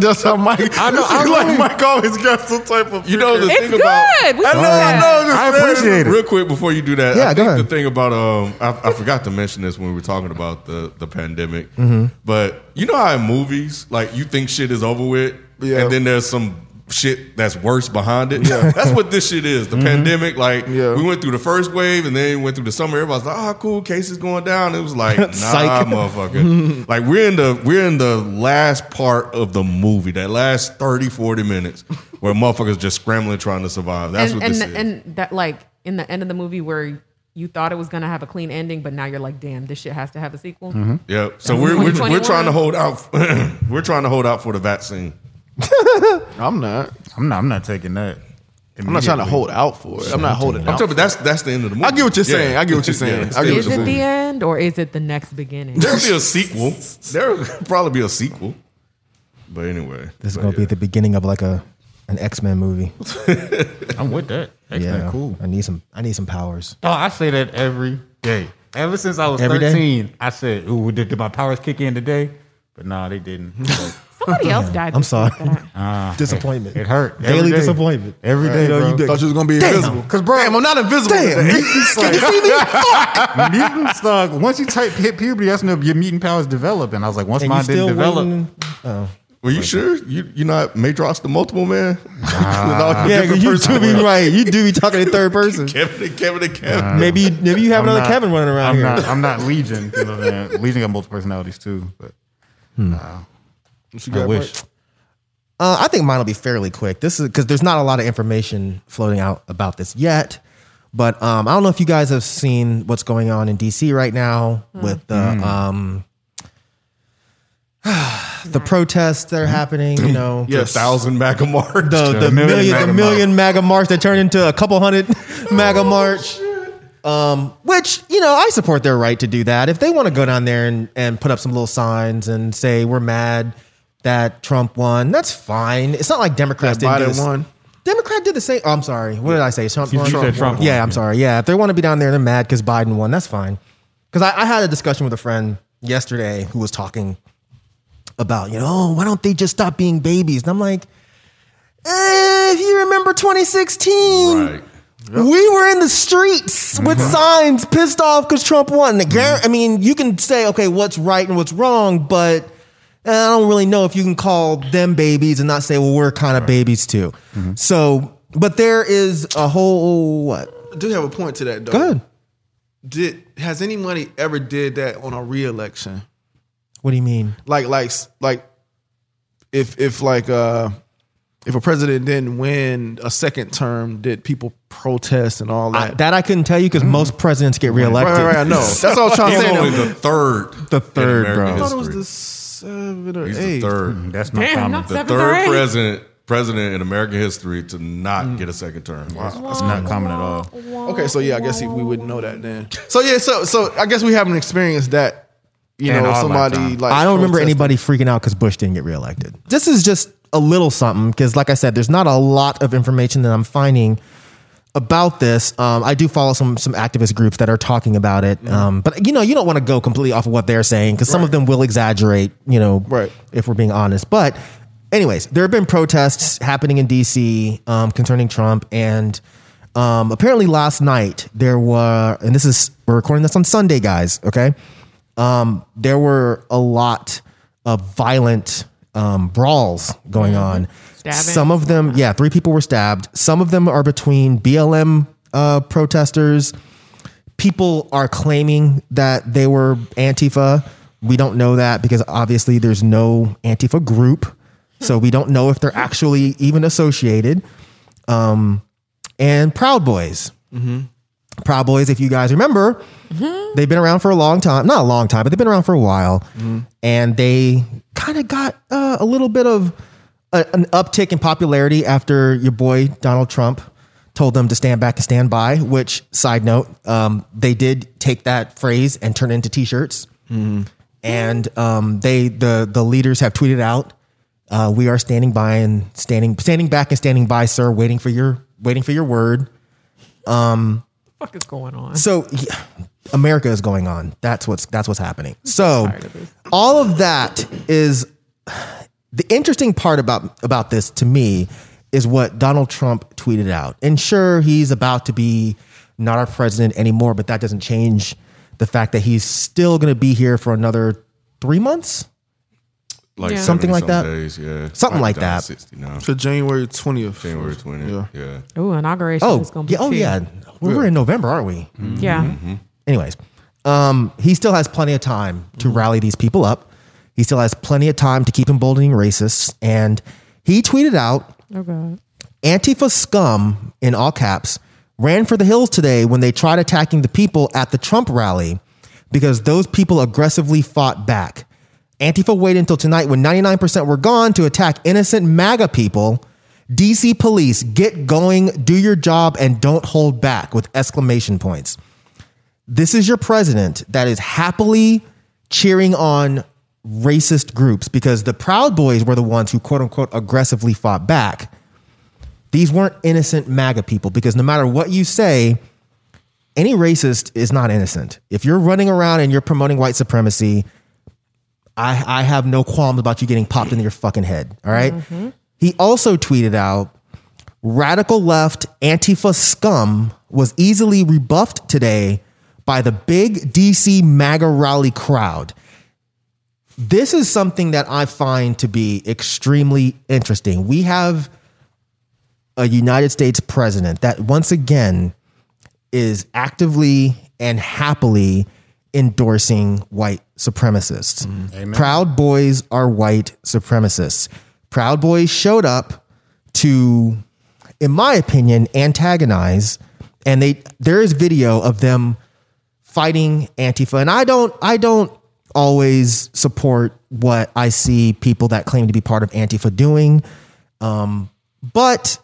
Speaker 4: *laughs* that's how Mike.
Speaker 7: I know,
Speaker 4: *laughs* It's
Speaker 7: I really-
Speaker 4: like Mike always got some type of.
Speaker 3: You know the
Speaker 5: it's
Speaker 3: thing
Speaker 5: good.
Speaker 3: about
Speaker 5: We
Speaker 3: I
Speaker 5: saw
Speaker 3: know,
Speaker 5: that.
Speaker 3: I know.
Speaker 7: I
Speaker 3: just saying,
Speaker 7: appreciate it.
Speaker 3: Real quick before you do that,
Speaker 8: Yeah,
Speaker 3: I
Speaker 8: go
Speaker 3: think
Speaker 8: ahead.
Speaker 3: the thing about um, I, I forgot to mention this when we were talking about the the pandemic,
Speaker 8: Mm-hmm.
Speaker 3: but you know how in movies, like you think shit is over with,
Speaker 4: Yeah.
Speaker 3: and then there's some shit that's worse behind it. Yeah. That's what this shit is. The
Speaker 8: Mm-hmm.
Speaker 3: pandemic, like
Speaker 4: Yeah.
Speaker 3: we went through the first wave and then we went through the summer. Everybody's like, oh cool, cases going down. It was like, nah,
Speaker 8: *laughs* Psych. *laughs*
Speaker 3: motherfucker. like we're in the we're in the last part of the movie, that last 30, 40 minutes where motherfuckers just scrambling trying to survive. That's
Speaker 5: and
Speaker 3: what this
Speaker 5: and
Speaker 3: is.
Speaker 5: and that like in the end of the movie where you thought it was gonna have a clean ending, but now you're like, damn, this shit has to have a sequel.
Speaker 3: Yep. So we're, we're we're
Speaker 5: 2021.
Speaker 3: trying to hold out. *clears throat* we're trying to hold out for the vaccine.
Speaker 4: I'm not.
Speaker 7: I'm not. I'm not taking that.
Speaker 4: I'm not trying to hold out for it. I'm not holding
Speaker 3: I'm
Speaker 4: out.
Speaker 3: telling you, that's that's the end of the movie.
Speaker 4: I get what you're saying. I get
Speaker 3: *laughs*
Speaker 4: what you're saying.
Speaker 3: that's
Speaker 4: I
Speaker 3: the
Speaker 4: get
Speaker 3: end
Speaker 5: Is
Speaker 3: of
Speaker 4: what you're
Speaker 3: the
Speaker 5: it
Speaker 3: movie.
Speaker 5: the end or is it the next
Speaker 3: *laughs*
Speaker 5: beginning?
Speaker 3: There'll be a sequel. There'll *laughs* probably be a sequel. But anyway,
Speaker 8: This is
Speaker 3: But
Speaker 8: gonna be
Speaker 3: yeah.
Speaker 8: the beginning of like a an X Men movie.
Speaker 7: I'm with that. That's
Speaker 8: yeah,
Speaker 7: yeah. cool.
Speaker 8: I need some. I need some powers.
Speaker 7: Oh, I say that every day. Ever since I was
Speaker 8: Every day?
Speaker 7: 13, I said, "Ooh, did, did my powers kick in today?" But nah, they didn't. So,
Speaker 5: Somebody else died.
Speaker 8: I'm
Speaker 5: this
Speaker 8: sorry.
Speaker 5: week that I-
Speaker 8: disappointment.
Speaker 7: it
Speaker 4: *laughs*
Speaker 7: hurt. Every
Speaker 8: Daily
Speaker 7: day.
Speaker 8: disappointment.
Speaker 7: Every day,
Speaker 8: though,
Speaker 7: bro.
Speaker 8: you did-
Speaker 4: Thought you was gonna be invisible.
Speaker 7: Cause bro,
Speaker 4: Damn, I'm not invisible. *laughs*
Speaker 8: Damn.
Speaker 4: today.
Speaker 8: Can you see me?
Speaker 7: *laughs* mutant stuff. Once you type hit puberty, that's when your mutant powers develop. And I was like, once
Speaker 8: And you
Speaker 7: mine
Speaker 8: still
Speaker 7: didn't develop,
Speaker 8: waiting?
Speaker 3: Were you sure you you not Matrox the multiple man? *laughs*
Speaker 8: Yeah, you do be right. You do be talking in third
Speaker 7: *laughs*
Speaker 8: person.
Speaker 3: Kevin and Kevin and Kevin.
Speaker 8: Maybe maybe you have
Speaker 7: I'm
Speaker 8: another
Speaker 7: not-
Speaker 8: Kevin running around
Speaker 7: I'm
Speaker 8: here.
Speaker 7: Not, I'm not Legion. You know what I'm saying? Legion got multiple personalities too. But
Speaker 4: What you
Speaker 7: I
Speaker 4: got,
Speaker 7: wish.
Speaker 4: Mike?
Speaker 8: *laughs* Uh, I think mine will be fairly quick. This is because there's not a lot of information floating out about this yet. But um, I don't know if you guys have seen what's going on in DC right now with the
Speaker 7: Hmm.
Speaker 8: um, *sighs* the protests that
Speaker 7: Hmm.
Speaker 8: are happening.
Speaker 7: *laughs*
Speaker 8: You know,
Speaker 3: Yeah, thousand Macklemore.
Speaker 8: the, the
Speaker 7: million
Speaker 8: million, the
Speaker 7: MAGA
Speaker 8: million MAGA march that turned into a couple hundred MAGA march. Um, which you know, I support their right to do that. If they want to go down there and, and put up some little signs and say we're mad that Trump won, that's fine. It's not like Democrats didn't
Speaker 4: That
Speaker 8: do
Speaker 4: Biden
Speaker 8: this.
Speaker 4: won.
Speaker 8: Democrat did the same. Oh, I'm sorry. What did I say? Trump.
Speaker 7: You
Speaker 8: won?
Speaker 7: said Trump won.
Speaker 8: Yeah, I'm sorry. Yeah, if they want to be down there and they're mad because Biden won, that's fine. Because I, I had a discussion with a friend yesterday who was talking about, you know, "Oh, why don't they just stop being babies? And I'm like, eh, if you remember 2016,
Speaker 3: Right.
Speaker 8: we were in the streets with
Speaker 4: Mm-hmm.
Speaker 8: signs pissed off because Trump won. The gar- I mean, you can say, okay, what's right and what's wrong, but eh, I don't really know if you can call them babies and not say, well, we're kind of babies too.
Speaker 4: Mm-hmm.
Speaker 8: So, but there is a whole, what?
Speaker 4: I do have a point to that though.
Speaker 8: Go ahead.
Speaker 4: Did has anybody ever did that on a reelection?
Speaker 8: What do you mean?
Speaker 4: Like like like if if like uh if a president didn't win a second term, did people protest and all
Speaker 8: I,
Speaker 4: that?
Speaker 8: that I couldn't tell you because most presidents get reelected.
Speaker 4: Mm. right, right, right,
Speaker 8: *laughs*
Speaker 4: I know. That's what I was trying to
Speaker 3: He's
Speaker 4: say.
Speaker 3: only
Speaker 4: though.
Speaker 3: the third.
Speaker 8: The third,
Speaker 3: in
Speaker 8: bro.
Speaker 3: American
Speaker 4: I thought it was
Speaker 3: history.
Speaker 4: the seven or
Speaker 3: He's
Speaker 4: eight.
Speaker 3: the third.
Speaker 7: That's my
Speaker 5: Damn,
Speaker 7: comment.
Speaker 5: not
Speaker 3: The
Speaker 5: seventh or
Speaker 3: third
Speaker 5: eighth.
Speaker 3: president president in American history to
Speaker 7: Mm.
Speaker 3: not get a second term. Wow.
Speaker 7: That's not common at all.
Speaker 4: Okay, so yeah, I guess he- we wouldn't know that then. So yeah, so so I guess we haven't experienced that. You
Speaker 7: In
Speaker 4: know,
Speaker 7: our
Speaker 4: somebody
Speaker 7: lifetime.
Speaker 4: like
Speaker 8: I don't remember
Speaker 4: protesting.
Speaker 8: anybody freaking out because Bush didn't get reelected. This is just a little something because, like I said, there's not a lot of information that I'm finding about this. Um, I do follow some some activist groups that are talking about it, um, but you know, you don't want to go completely off of what they're saying because some of them will exaggerate. You know,
Speaker 4: Right.
Speaker 8: If we're being honest, but anyways, there have been protests happening in D.C. Um, concerning Trump and. Um, apparently last night there were, and this is we're recording this on Sunday, guys. Okay, um, there were a lot of violent um, brawls going on.
Speaker 5: Stabbing.
Speaker 8: Some of them, yeah, three people were stabbed. Some of them are between BLM uh, protesters. People are claiming that they were Antifa. We don't know that because obviously there's no Antifa group. So we don't know if they're actually even associated. Um, and Proud Boys. Proud Boys, if you guys remember, they've been around for a long time. Not a long time, but they've been around for a while. And they kind of got uh, a little bit of a, an uptick in popularity after your boy Donald Trump told them to stand back and stand by, which, side note, um, they did take that phrase and turn it into t shirts. And um, they the the leaders have tweeted out, uh, "We are standing by and standing standing back and standing by, sir, waiting for your waiting for your word."
Speaker 5: fuck is going on?
Speaker 8: So yeah, America is going on. That's what's that's what's happening. So all of that is the interesting part about about this to me is what Donald Trump tweeted out. And sure, he's about to be not our president anymore, but that doesn't change the fact that he's still going to be here for another 3 months.
Speaker 3: Like
Speaker 5: Yeah.
Speaker 8: Something
Speaker 3: 70
Speaker 8: like
Speaker 3: some
Speaker 8: that.
Speaker 3: Days, yeah.
Speaker 8: Something
Speaker 3: Might
Speaker 8: like
Speaker 3: be down to
Speaker 8: that.
Speaker 3: 60 now.
Speaker 4: to January twentieth.
Speaker 3: January 20th.
Speaker 4: Yeah.
Speaker 3: yeah.
Speaker 5: Ooh, inauguration
Speaker 8: Oh,
Speaker 5: is gonna be
Speaker 8: yeah, oh
Speaker 5: too.
Speaker 8: yeah. We're, we're in November, aren't we?
Speaker 5: Yeah.
Speaker 8: anyways, um, he still has plenty of time to rally these people up. He still has plenty of time to keep emboldening racists. And he tweeted out
Speaker 5: Oh god.
Speaker 8: Antifa scum in all caps. ran for the hills today when they tried attacking the people at the Trump rally because those people aggressively fought back. Antifa waited until tonight when 99% were gone to attack innocent MAGA people. DC police, get going, do your job, and don't hold back with exclamation points. This is your president that is happily cheering on racist groups because the Proud Boys were the ones who, quote unquote, aggressively fought back. These weren't innocent MAGA people because no matter what you say, any racist is not innocent. If you're running around and you're promoting white supremacy, I, I have no qualms about you getting popped in your fucking head. All right? He also tweeted out radical left Antifa scum was easily rebuffed today by the big DC MAGA rally crowd. This is something that I find to be extremely interesting. We have a United States president that once again is actively and happily endorsing white supremacists. Proud Boys are white supremacists. Proud Boys showed up to, in my opinion, antagonize, and they there is video of them fighting Antifa. And I don't I don't always support what I see people that claim to be part of Antifa doing. Um, but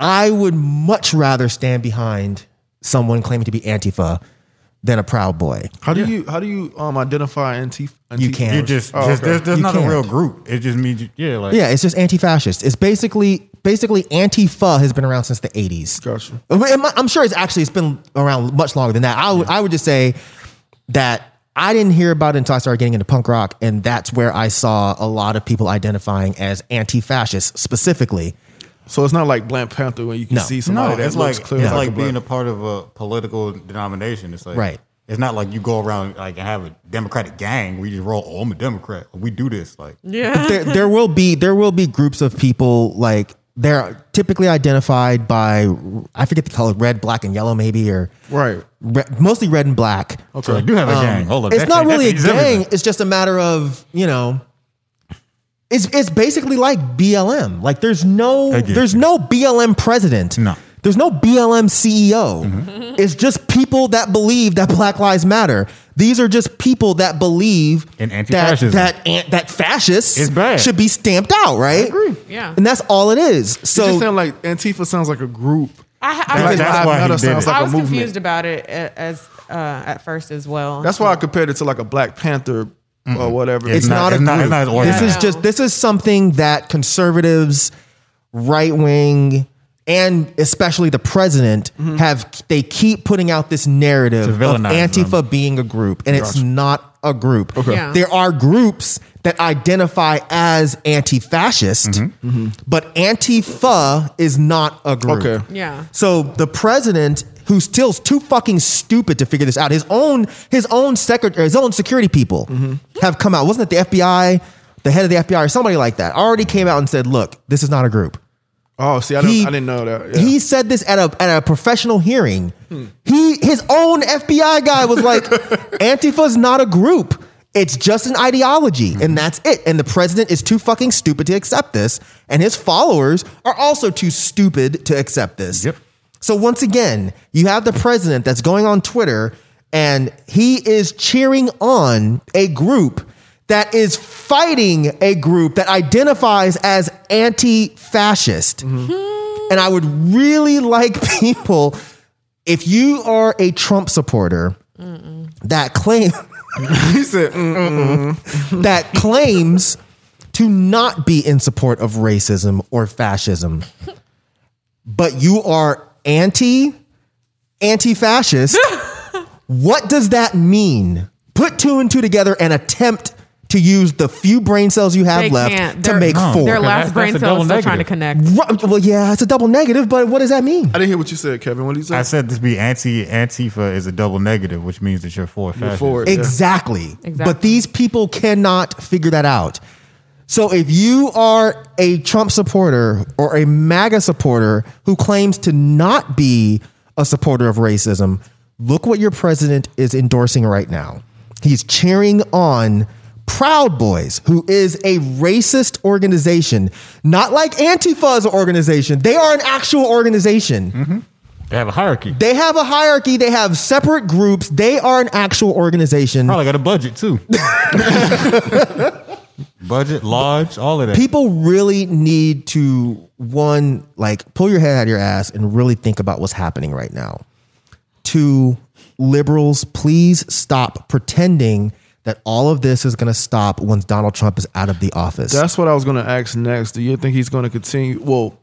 Speaker 8: I would much rather stand behind someone claiming to be Antifa than a Proud Boy.
Speaker 4: How do you how do you um identify Antifa?
Speaker 8: You can't.
Speaker 7: You just,
Speaker 4: Oh,
Speaker 7: just
Speaker 4: okay.
Speaker 7: there's, there's
Speaker 8: You
Speaker 7: not
Speaker 8: can't.
Speaker 7: a real group. It just means you, yeah, like
Speaker 8: Yeah, it's just anti-fascist. It's basically basically anti-fa has been around since the eighties.
Speaker 4: Gotcha.
Speaker 8: I'm sure it's actually it's been around much longer than that. I would I would just say that I didn't hear about it until I started getting into punk rock, and that's where I saw a lot of people identifying as anti-fascist specifically.
Speaker 4: So it's not like Black Panther when you can
Speaker 8: No.
Speaker 4: see
Speaker 7: No,
Speaker 4: somebody that
Speaker 7: it's
Speaker 4: looks
Speaker 7: like
Speaker 4: clearly
Speaker 7: it's
Speaker 4: like,
Speaker 7: like,
Speaker 4: a
Speaker 7: being
Speaker 4: black.
Speaker 7: a part of a political denomination. It's like
Speaker 8: Right.
Speaker 7: It's not like you go around like and have a Democratic gang. where you just roll. Oh, I'm a Democrat. We do this. Like
Speaker 5: Yeah.
Speaker 8: there, there will be there will be groups of people like they're typically identified by I forget the color red, black, and yellow maybe or
Speaker 4: right.
Speaker 8: re- mostly red and black.
Speaker 7: so I do have a gang. Hold up,
Speaker 8: Um, it's
Speaker 7: that
Speaker 8: not
Speaker 7: change- that
Speaker 8: really a
Speaker 7: changes
Speaker 8: gang.
Speaker 7: everything.
Speaker 8: It's just a matter of you know. It's it's basically like BLM. Like there's no
Speaker 7: get
Speaker 8: there's
Speaker 7: you.
Speaker 8: no BLM president.
Speaker 7: No. Mm-hmm.
Speaker 8: There's no BLM CEO. E It's just people that believe that Black Lives Matter. These are just people that believe
Speaker 7: In
Speaker 8: that
Speaker 7: anti-fascism.
Speaker 8: that an- that fascists
Speaker 7: It's bad.
Speaker 8: should be stamped out, right?
Speaker 5: Yeah.
Speaker 8: And that's all it is.
Speaker 4: So, it
Speaker 8: So
Speaker 4: just sound like Antifa sounds like a group.
Speaker 5: I, I,
Speaker 4: And
Speaker 5: was,
Speaker 7: that's
Speaker 4: Black Lives
Speaker 7: why he
Speaker 4: Matter
Speaker 7: did
Speaker 4: sounds
Speaker 7: it.
Speaker 4: like
Speaker 5: I
Speaker 4: a
Speaker 5: was
Speaker 4: movement.
Speaker 5: confused about it a- as uh, at first as well.
Speaker 4: That's why I compared it to like a Black Panther or whatever.
Speaker 8: It's
Speaker 7: not-
Speaker 8: not,
Speaker 7: it's
Speaker 8: a
Speaker 7: not-
Speaker 8: group.
Speaker 7: it's not
Speaker 8: this
Speaker 7: organized.
Speaker 8: is just this is something that conservatives, right wing, and especially the president have. They keep putting out this narrative
Speaker 7: Mm-hmm. To
Speaker 8: of
Speaker 7: villainize
Speaker 8: Antifa being a group, and it's not a group. Okay.
Speaker 5: Yeah.
Speaker 8: There are groups that identify as anti-fascist,
Speaker 7: Mm-hmm.
Speaker 8: but Antifa is not a group.
Speaker 4: Okay.
Speaker 5: yeah.
Speaker 8: So the president, who's still too fucking stupid to figure this out, his own his own secretary, his own security people have come out. Wasn't it the FBI, the head of the FBI, or somebody like that, already came out and said, "Look, this is not a group."
Speaker 4: Oh, see, I didn't, I didn't know that. Yeah.
Speaker 8: He said this at a at a professional hearing. He his own FBI guy was
Speaker 4: *laughs*
Speaker 8: like, "Antifa's not a group. It's just an ideology,
Speaker 4: Mm-hmm.
Speaker 8: and that's it." And the president is too fucking stupid to accept this, and his followers are also too stupid to accept this.
Speaker 7: Yep.
Speaker 8: So once again, you have the president that's going on Twitter and he is cheering on a group that is fighting a group that identifies as anti-fascist.
Speaker 4: Mm-hmm.
Speaker 8: And I would really like *laughs* people if you are a Trump supporter that claim *laughs*
Speaker 4: he said, mm,
Speaker 8: that claims to not be in support of racism or fascism, but you are anti
Speaker 5: *laughs*
Speaker 8: anti fascist, what does that mean? Put two and two together and attempt to use the few brain cells you have
Speaker 5: They
Speaker 8: left
Speaker 5: can't.
Speaker 8: to
Speaker 5: They're-
Speaker 8: make
Speaker 5: No.
Speaker 8: four.
Speaker 5: Their
Speaker 7: Okay,
Speaker 5: last
Speaker 7: that's-
Speaker 5: brain
Speaker 7: that's a
Speaker 5: cell
Speaker 7: double
Speaker 5: is still trying to
Speaker 7: negative.
Speaker 5: connect.
Speaker 8: Right, well, yeah, it's a double negative, but what does that mean?
Speaker 4: I didn't hear what you said, Kevin. What did you say?
Speaker 7: I said this be anti Antifa is a double negative, which means that you're for fascism.
Speaker 4: for it. yeah.
Speaker 8: Exactly.
Speaker 5: Exactly.
Speaker 8: But these people cannot figure that out. So if you are a Trump supporter or a MAGA supporter who claims to not be a supporter of racism, look what your president is endorsing right now. He's cheering on Proud Boys, who is a racist organization, not like Antifa is an organization. They are an actual organization.
Speaker 7: They have a hierarchy.
Speaker 8: They have a hierarchy. They have separate groups. They are an actual organization.
Speaker 7: Probably got a budget *laughs* too. budget, lodge, all of that.
Speaker 8: People really need to one like pull your head out of your ass and really think about what's happening right now. Two, liberals, please stop pretending that all of this is going to stop once Donald Trump is out of the office.
Speaker 4: That's what I was going to ask next. Do you think he's going to continue? Well,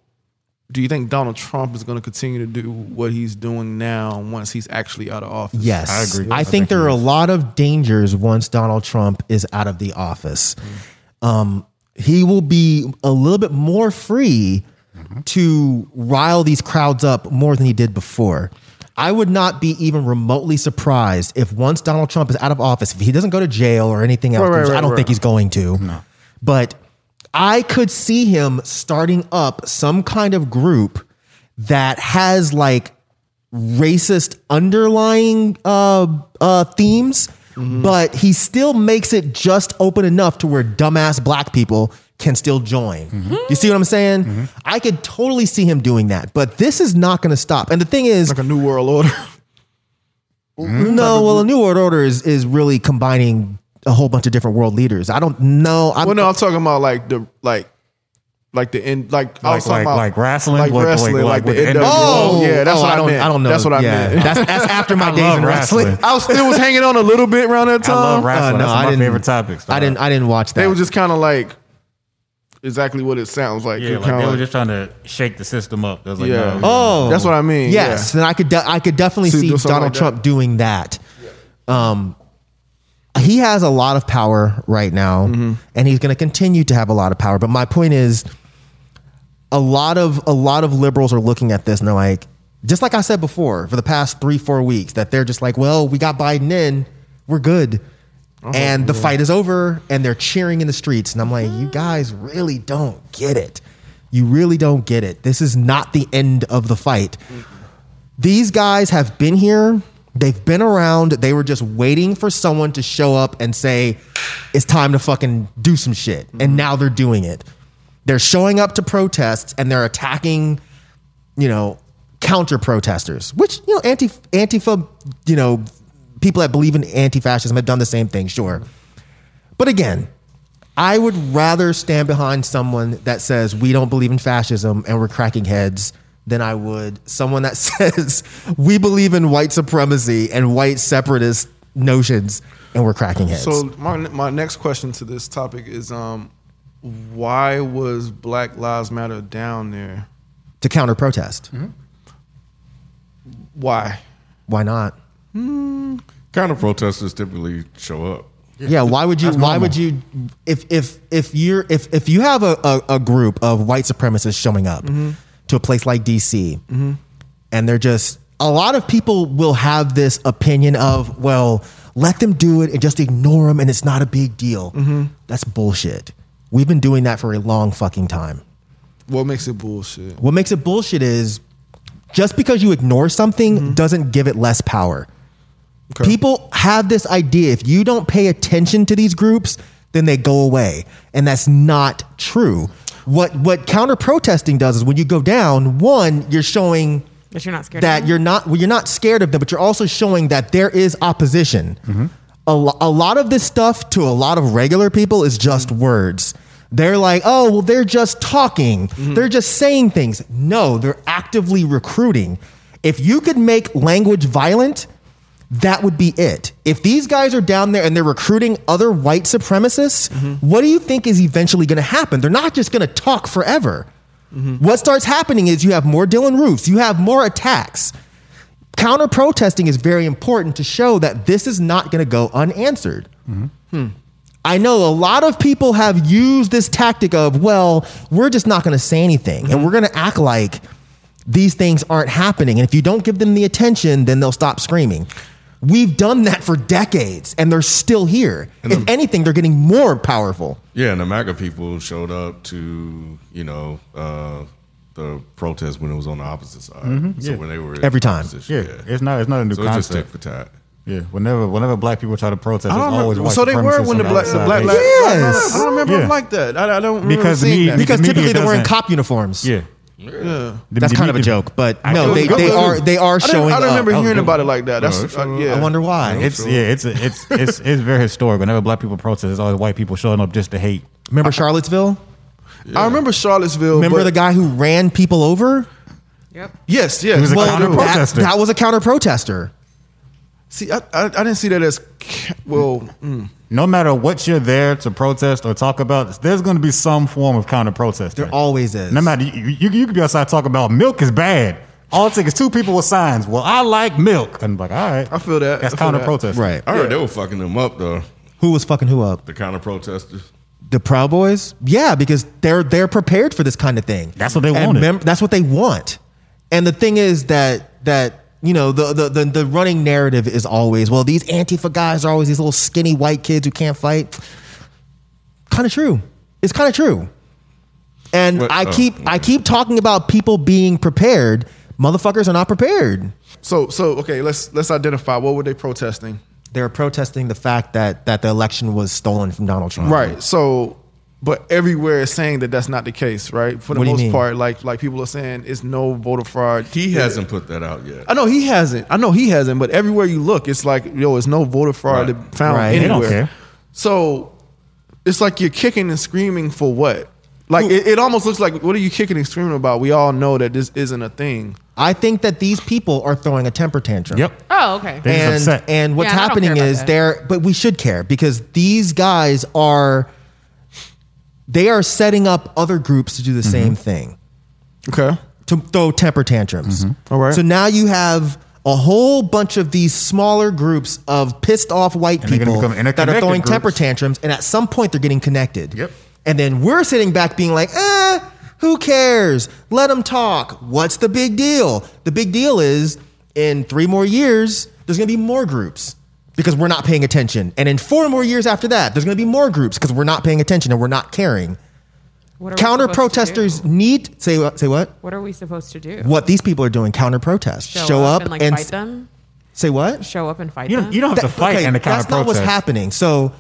Speaker 4: do you think Donald Trump is going to continue to do what he's doing now once he's actually out of office?
Speaker 8: Yes.
Speaker 7: I agree.
Speaker 8: I,
Speaker 7: I
Speaker 8: think,
Speaker 7: think
Speaker 8: there
Speaker 7: he
Speaker 8: are a
Speaker 7: is.
Speaker 8: lot of dangers once Donald Trump is out of the office. Um, he will be a little bit more free to rile these crowds up more than he did before. I would not be even remotely surprised if once Donald Trump is out of office, if he doesn't go to jail or anything else,
Speaker 4: right,
Speaker 8: which I
Speaker 4: right,
Speaker 8: don't
Speaker 4: right.
Speaker 8: think he's going to. But I could see him starting up some kind of group that has like racist underlying uh, uh, themes,
Speaker 4: Mm-hmm.
Speaker 8: but he still makes it just open enough to where dumbass black people can still join.
Speaker 4: Mm-hmm.
Speaker 8: You see what I'm saying? I could totally see him doing that, but this is not going to stop. And the thing is,
Speaker 4: Like a new world order. Mm-hmm.
Speaker 8: no, well, a new world order is is really combining a whole bunch of different world leaders. I don't know. I'm,
Speaker 4: well, no, I'm talking about like the like like the end like I was
Speaker 7: Like-
Speaker 4: talking
Speaker 7: like-
Speaker 4: about
Speaker 7: like wrestling?
Speaker 4: like
Speaker 7: What- like-
Speaker 4: wrestling,
Speaker 7: like
Speaker 4: like,
Speaker 7: what
Speaker 4: the
Speaker 7: the
Speaker 4: NWO.
Speaker 8: Oh,
Speaker 4: yeah, that's
Speaker 8: oh,
Speaker 4: what I,
Speaker 8: don't,
Speaker 4: meant.
Speaker 8: I don't know.
Speaker 4: That's what I
Speaker 8: Yeah,
Speaker 4: meant.
Speaker 8: That's, that's after
Speaker 4: *laughs*
Speaker 8: my days
Speaker 7: love
Speaker 8: in wrestling.
Speaker 7: wrestling.
Speaker 4: I was still was hanging on a little bit around that
Speaker 7: I
Speaker 4: time.
Speaker 7: love wrestling.
Speaker 8: Uh,
Speaker 7: That's one of my favorite
Speaker 8: *laughs*
Speaker 7: topics.
Speaker 8: I didn't. I didn't watch that.
Speaker 4: They were just kind of like exactly what it sounds like.
Speaker 7: Yeah,
Speaker 4: It
Speaker 7: like
Speaker 4: kinda
Speaker 7: they were
Speaker 4: like-
Speaker 7: just trying to shake the system up. They was like,
Speaker 4: Yeah.
Speaker 7: no,
Speaker 8: Oh,
Speaker 4: That's what I mean,
Speaker 8: Yes,
Speaker 4: yeah.
Speaker 8: and I could. De- I could definitely
Speaker 4: See,
Speaker 8: see
Speaker 4: do something
Speaker 8: Donald
Speaker 4: like
Speaker 8: Trump doing that. Um, he has a lot of power right now, and he's going to continue to have a lot of power. But my point is, a lot of a lot of liberals are looking at this and they're like, just like I said before, for the past three four weeks, that they're just like, well, we got Biden in, we're good. and the fight is over, and they're cheering in the streets. And I'm like, you guys really don't get it. You really don't get it. This is not the end of the fight these guys have been here. They've been around. They were just waiting for someone to show up and say, it's time to fucking do some shit. And now they're doing it. They're showing up to protests and they're attacking, you know, counter protesters, which, you know, anti Antifa, you know, people that believe in anti fascism have done the same thing, sure. But again, I would rather stand behind someone that says we don't believe in fascism and we're cracking heads than I would someone that *laughs* says we believe in white supremacy and white separatist notions and we're cracking heads.
Speaker 4: So my my next question to this topic is um, why was Black Lives Matter down there?
Speaker 8: to counter protest.
Speaker 4: Why?
Speaker 8: Why not?
Speaker 3: Counter protesters typically show up.
Speaker 8: Yeah, why would you why would you if if if you're if if you have a, a, a group of white supremacists showing up to a place like DC and they're just a lot of people will have this opinion of, well, let them do it and just ignore them and it's not a big deal. That's bullshit. We've been doing that for a long fucking time.
Speaker 4: What makes it bullshit?
Speaker 8: What makes it bullshit is just because you ignore something doesn't give it less power. People have this idea if you don't pay attention to these groups, then they go away. And that's not true. What what counter protesting does is when you go down, one, you're showing
Speaker 5: That you're not scared of
Speaker 8: that
Speaker 5: them?
Speaker 8: you're not well, you're not scared of them, but you're also showing that there is opposition. A, lo- a lot of this stuff to a lot of regular people is just words. They're like, oh, well, they're just talking. They're just saying things. No, they're actively recruiting. If you could make language violent, that would be it. If these guys are down there and they're recruiting other white supremacists, what do you think is eventually going to happen? They're not just going to talk forever. What starts happening is you have more Dylan Roofs, you have more attacks. Counter protesting is very important to show that this is not going to go unanswered. I know a lot of people have used this tactic of, well, we're just not going to say anything and we're going to act like these things aren't happening. And if you don't give them the attention, then they'll stop screaming. We've done that for decades and they're still here. if anything, they're getting more powerful.
Speaker 3: Yeah, and the MAGA people showed up to you know uh, the protest when it was on the opposite side. so
Speaker 7: Mm-hmm. yeah.
Speaker 3: when they were in
Speaker 8: Every time.
Speaker 3: opposition,
Speaker 7: yeah, it's not, it's not a new
Speaker 3: So it's just tit
Speaker 7: concept.
Speaker 3: for tat.
Speaker 7: Yeah, whenever, whenever black people try to protest, it's
Speaker 4: I don't
Speaker 7: always
Speaker 4: remember.
Speaker 7: white
Speaker 4: So they were
Speaker 7: supremacists
Speaker 4: when the
Speaker 7: on
Speaker 4: black the
Speaker 7: outside.
Speaker 4: black
Speaker 7: They-
Speaker 4: lives.
Speaker 8: Yes.
Speaker 4: I don't remember
Speaker 7: Yeah.
Speaker 4: them like that. I, I don't remember
Speaker 7: Because
Speaker 4: seeing
Speaker 7: me-
Speaker 4: that.
Speaker 7: me-
Speaker 8: Because
Speaker 7: media
Speaker 8: typically they're wearing
Speaker 7: doesn't-
Speaker 8: cop uniforms.
Speaker 7: Yeah,
Speaker 8: That's kind of a joke, but no, they, they are they are
Speaker 4: I didn't-
Speaker 8: showing.
Speaker 4: I don't remember
Speaker 8: up. Oh,
Speaker 4: hearing about it like that. That's
Speaker 3: No,
Speaker 4: uh, yeah.
Speaker 8: I wonder why.
Speaker 7: It's yeah, it's a- it's it's it's very historic. Whenever black people protest, it's always white people showing up just to hate.
Speaker 8: remember Charlottesville?
Speaker 4: I remember Charlottesville.
Speaker 8: Remember
Speaker 4: but-
Speaker 8: the guy who ran people over?
Speaker 4: Yes,
Speaker 8: Mm-hmm.
Speaker 4: yes.
Speaker 7: was a
Speaker 4: Well,
Speaker 7: counter
Speaker 4: there was-
Speaker 8: that,
Speaker 7: protester.
Speaker 8: that was a counter protester.
Speaker 4: See, I, I, I didn't see that as ca- well. mm.
Speaker 7: No matter what you're there to protest or talk about, there's going to be some form of counter protest.
Speaker 8: There always is.
Speaker 7: No matter you, you, you could be outside talking about milk is bad. All it takes is two people with signs. Well, I like milk, and I'm like, all right,
Speaker 4: I feel that.
Speaker 7: That's
Speaker 4: I feel
Speaker 7: counter
Speaker 4: that.
Speaker 7: protest,
Speaker 8: right.
Speaker 3: I heard they were fucking them up though.
Speaker 8: Who was fucking who up?
Speaker 3: The counter protesters.
Speaker 8: The Proud Boys? Yeah, because they're they're prepared for this kind of thing.
Speaker 7: That's what they
Speaker 8: And
Speaker 7: wanted.
Speaker 8: that's what they want. And the thing is that that you know the, the the the running narrative is always well these Antifa guys are always these little skinny white kids who can't fight. Kind of true. It's kind of true. And
Speaker 3: What-
Speaker 8: I
Speaker 3: oh,
Speaker 8: keep I keep talking about people being prepared. Motherfuckers are not prepared.
Speaker 4: So, so okay, let's let's identify what were they protesting.
Speaker 8: They're protesting the fact that that the election was stolen from Donald Trump.
Speaker 4: Right. So, but everywhere is saying that that's not the case, right? For the
Speaker 8: What do you
Speaker 4: most
Speaker 8: mean?
Speaker 4: part, like like people are saying, it's no voter fraud.
Speaker 3: He hasn't put that out yet.
Speaker 4: I know he hasn't. I know he hasn't. But everywhere you look, it's like yo, it's no voter fraud
Speaker 3: Right.
Speaker 4: found
Speaker 8: Right. They
Speaker 7: don't
Speaker 4: anywhere.
Speaker 7: care.
Speaker 4: So it's like you're kicking and screaming for what? Like it, it almost looks like what are you kicking and screaming about? We all know that this isn't a thing.
Speaker 8: I think that these people are throwing a temper tantrum.
Speaker 7: Yep.
Speaker 5: Oh, okay.
Speaker 7: They- He's
Speaker 8: and
Speaker 7: upset.
Speaker 8: and what's
Speaker 5: Yeah, and I don't care
Speaker 8: happening
Speaker 5: about
Speaker 8: is
Speaker 5: that.
Speaker 8: they're but we should care because these guys are they are setting up other groups to do
Speaker 7: Mm-hmm.
Speaker 8: the same thing
Speaker 4: Okay.
Speaker 8: to throw temper tantrums.
Speaker 7: Mm-hmm.
Speaker 4: All right.
Speaker 8: So now you have a whole bunch of these smaller groups of pissed off white
Speaker 7: And they're gonna
Speaker 8: people
Speaker 7: become
Speaker 8: that are throwing
Speaker 7: interconnected
Speaker 8: temper
Speaker 7: groups.
Speaker 8: tantrums, and at some point they're getting connected.
Speaker 7: Yep.
Speaker 8: And then we're sitting back being like, eh, who cares? Let them talk. What's the big deal? The big deal is in three more years, there's gonna be more groups because we're not paying attention. And in four more years after that, there's gonna be more groups because we're not paying attention and we're not caring.
Speaker 5: What are we
Speaker 8: Counter
Speaker 5: supposed to
Speaker 8: protesters
Speaker 5: do?
Speaker 8: need say what say what?
Speaker 5: What are we supposed to do?
Speaker 8: what these people are doing counter protest show, up,
Speaker 5: and like
Speaker 8: and,
Speaker 5: fight them.
Speaker 8: say what
Speaker 5: Show up and fight
Speaker 7: You
Speaker 5: them.
Speaker 7: don't, you don't have to
Speaker 8: That-
Speaker 7: fight
Speaker 8: okay,
Speaker 7: in a counter
Speaker 8: that's not
Speaker 7: protest.
Speaker 8: what's happening so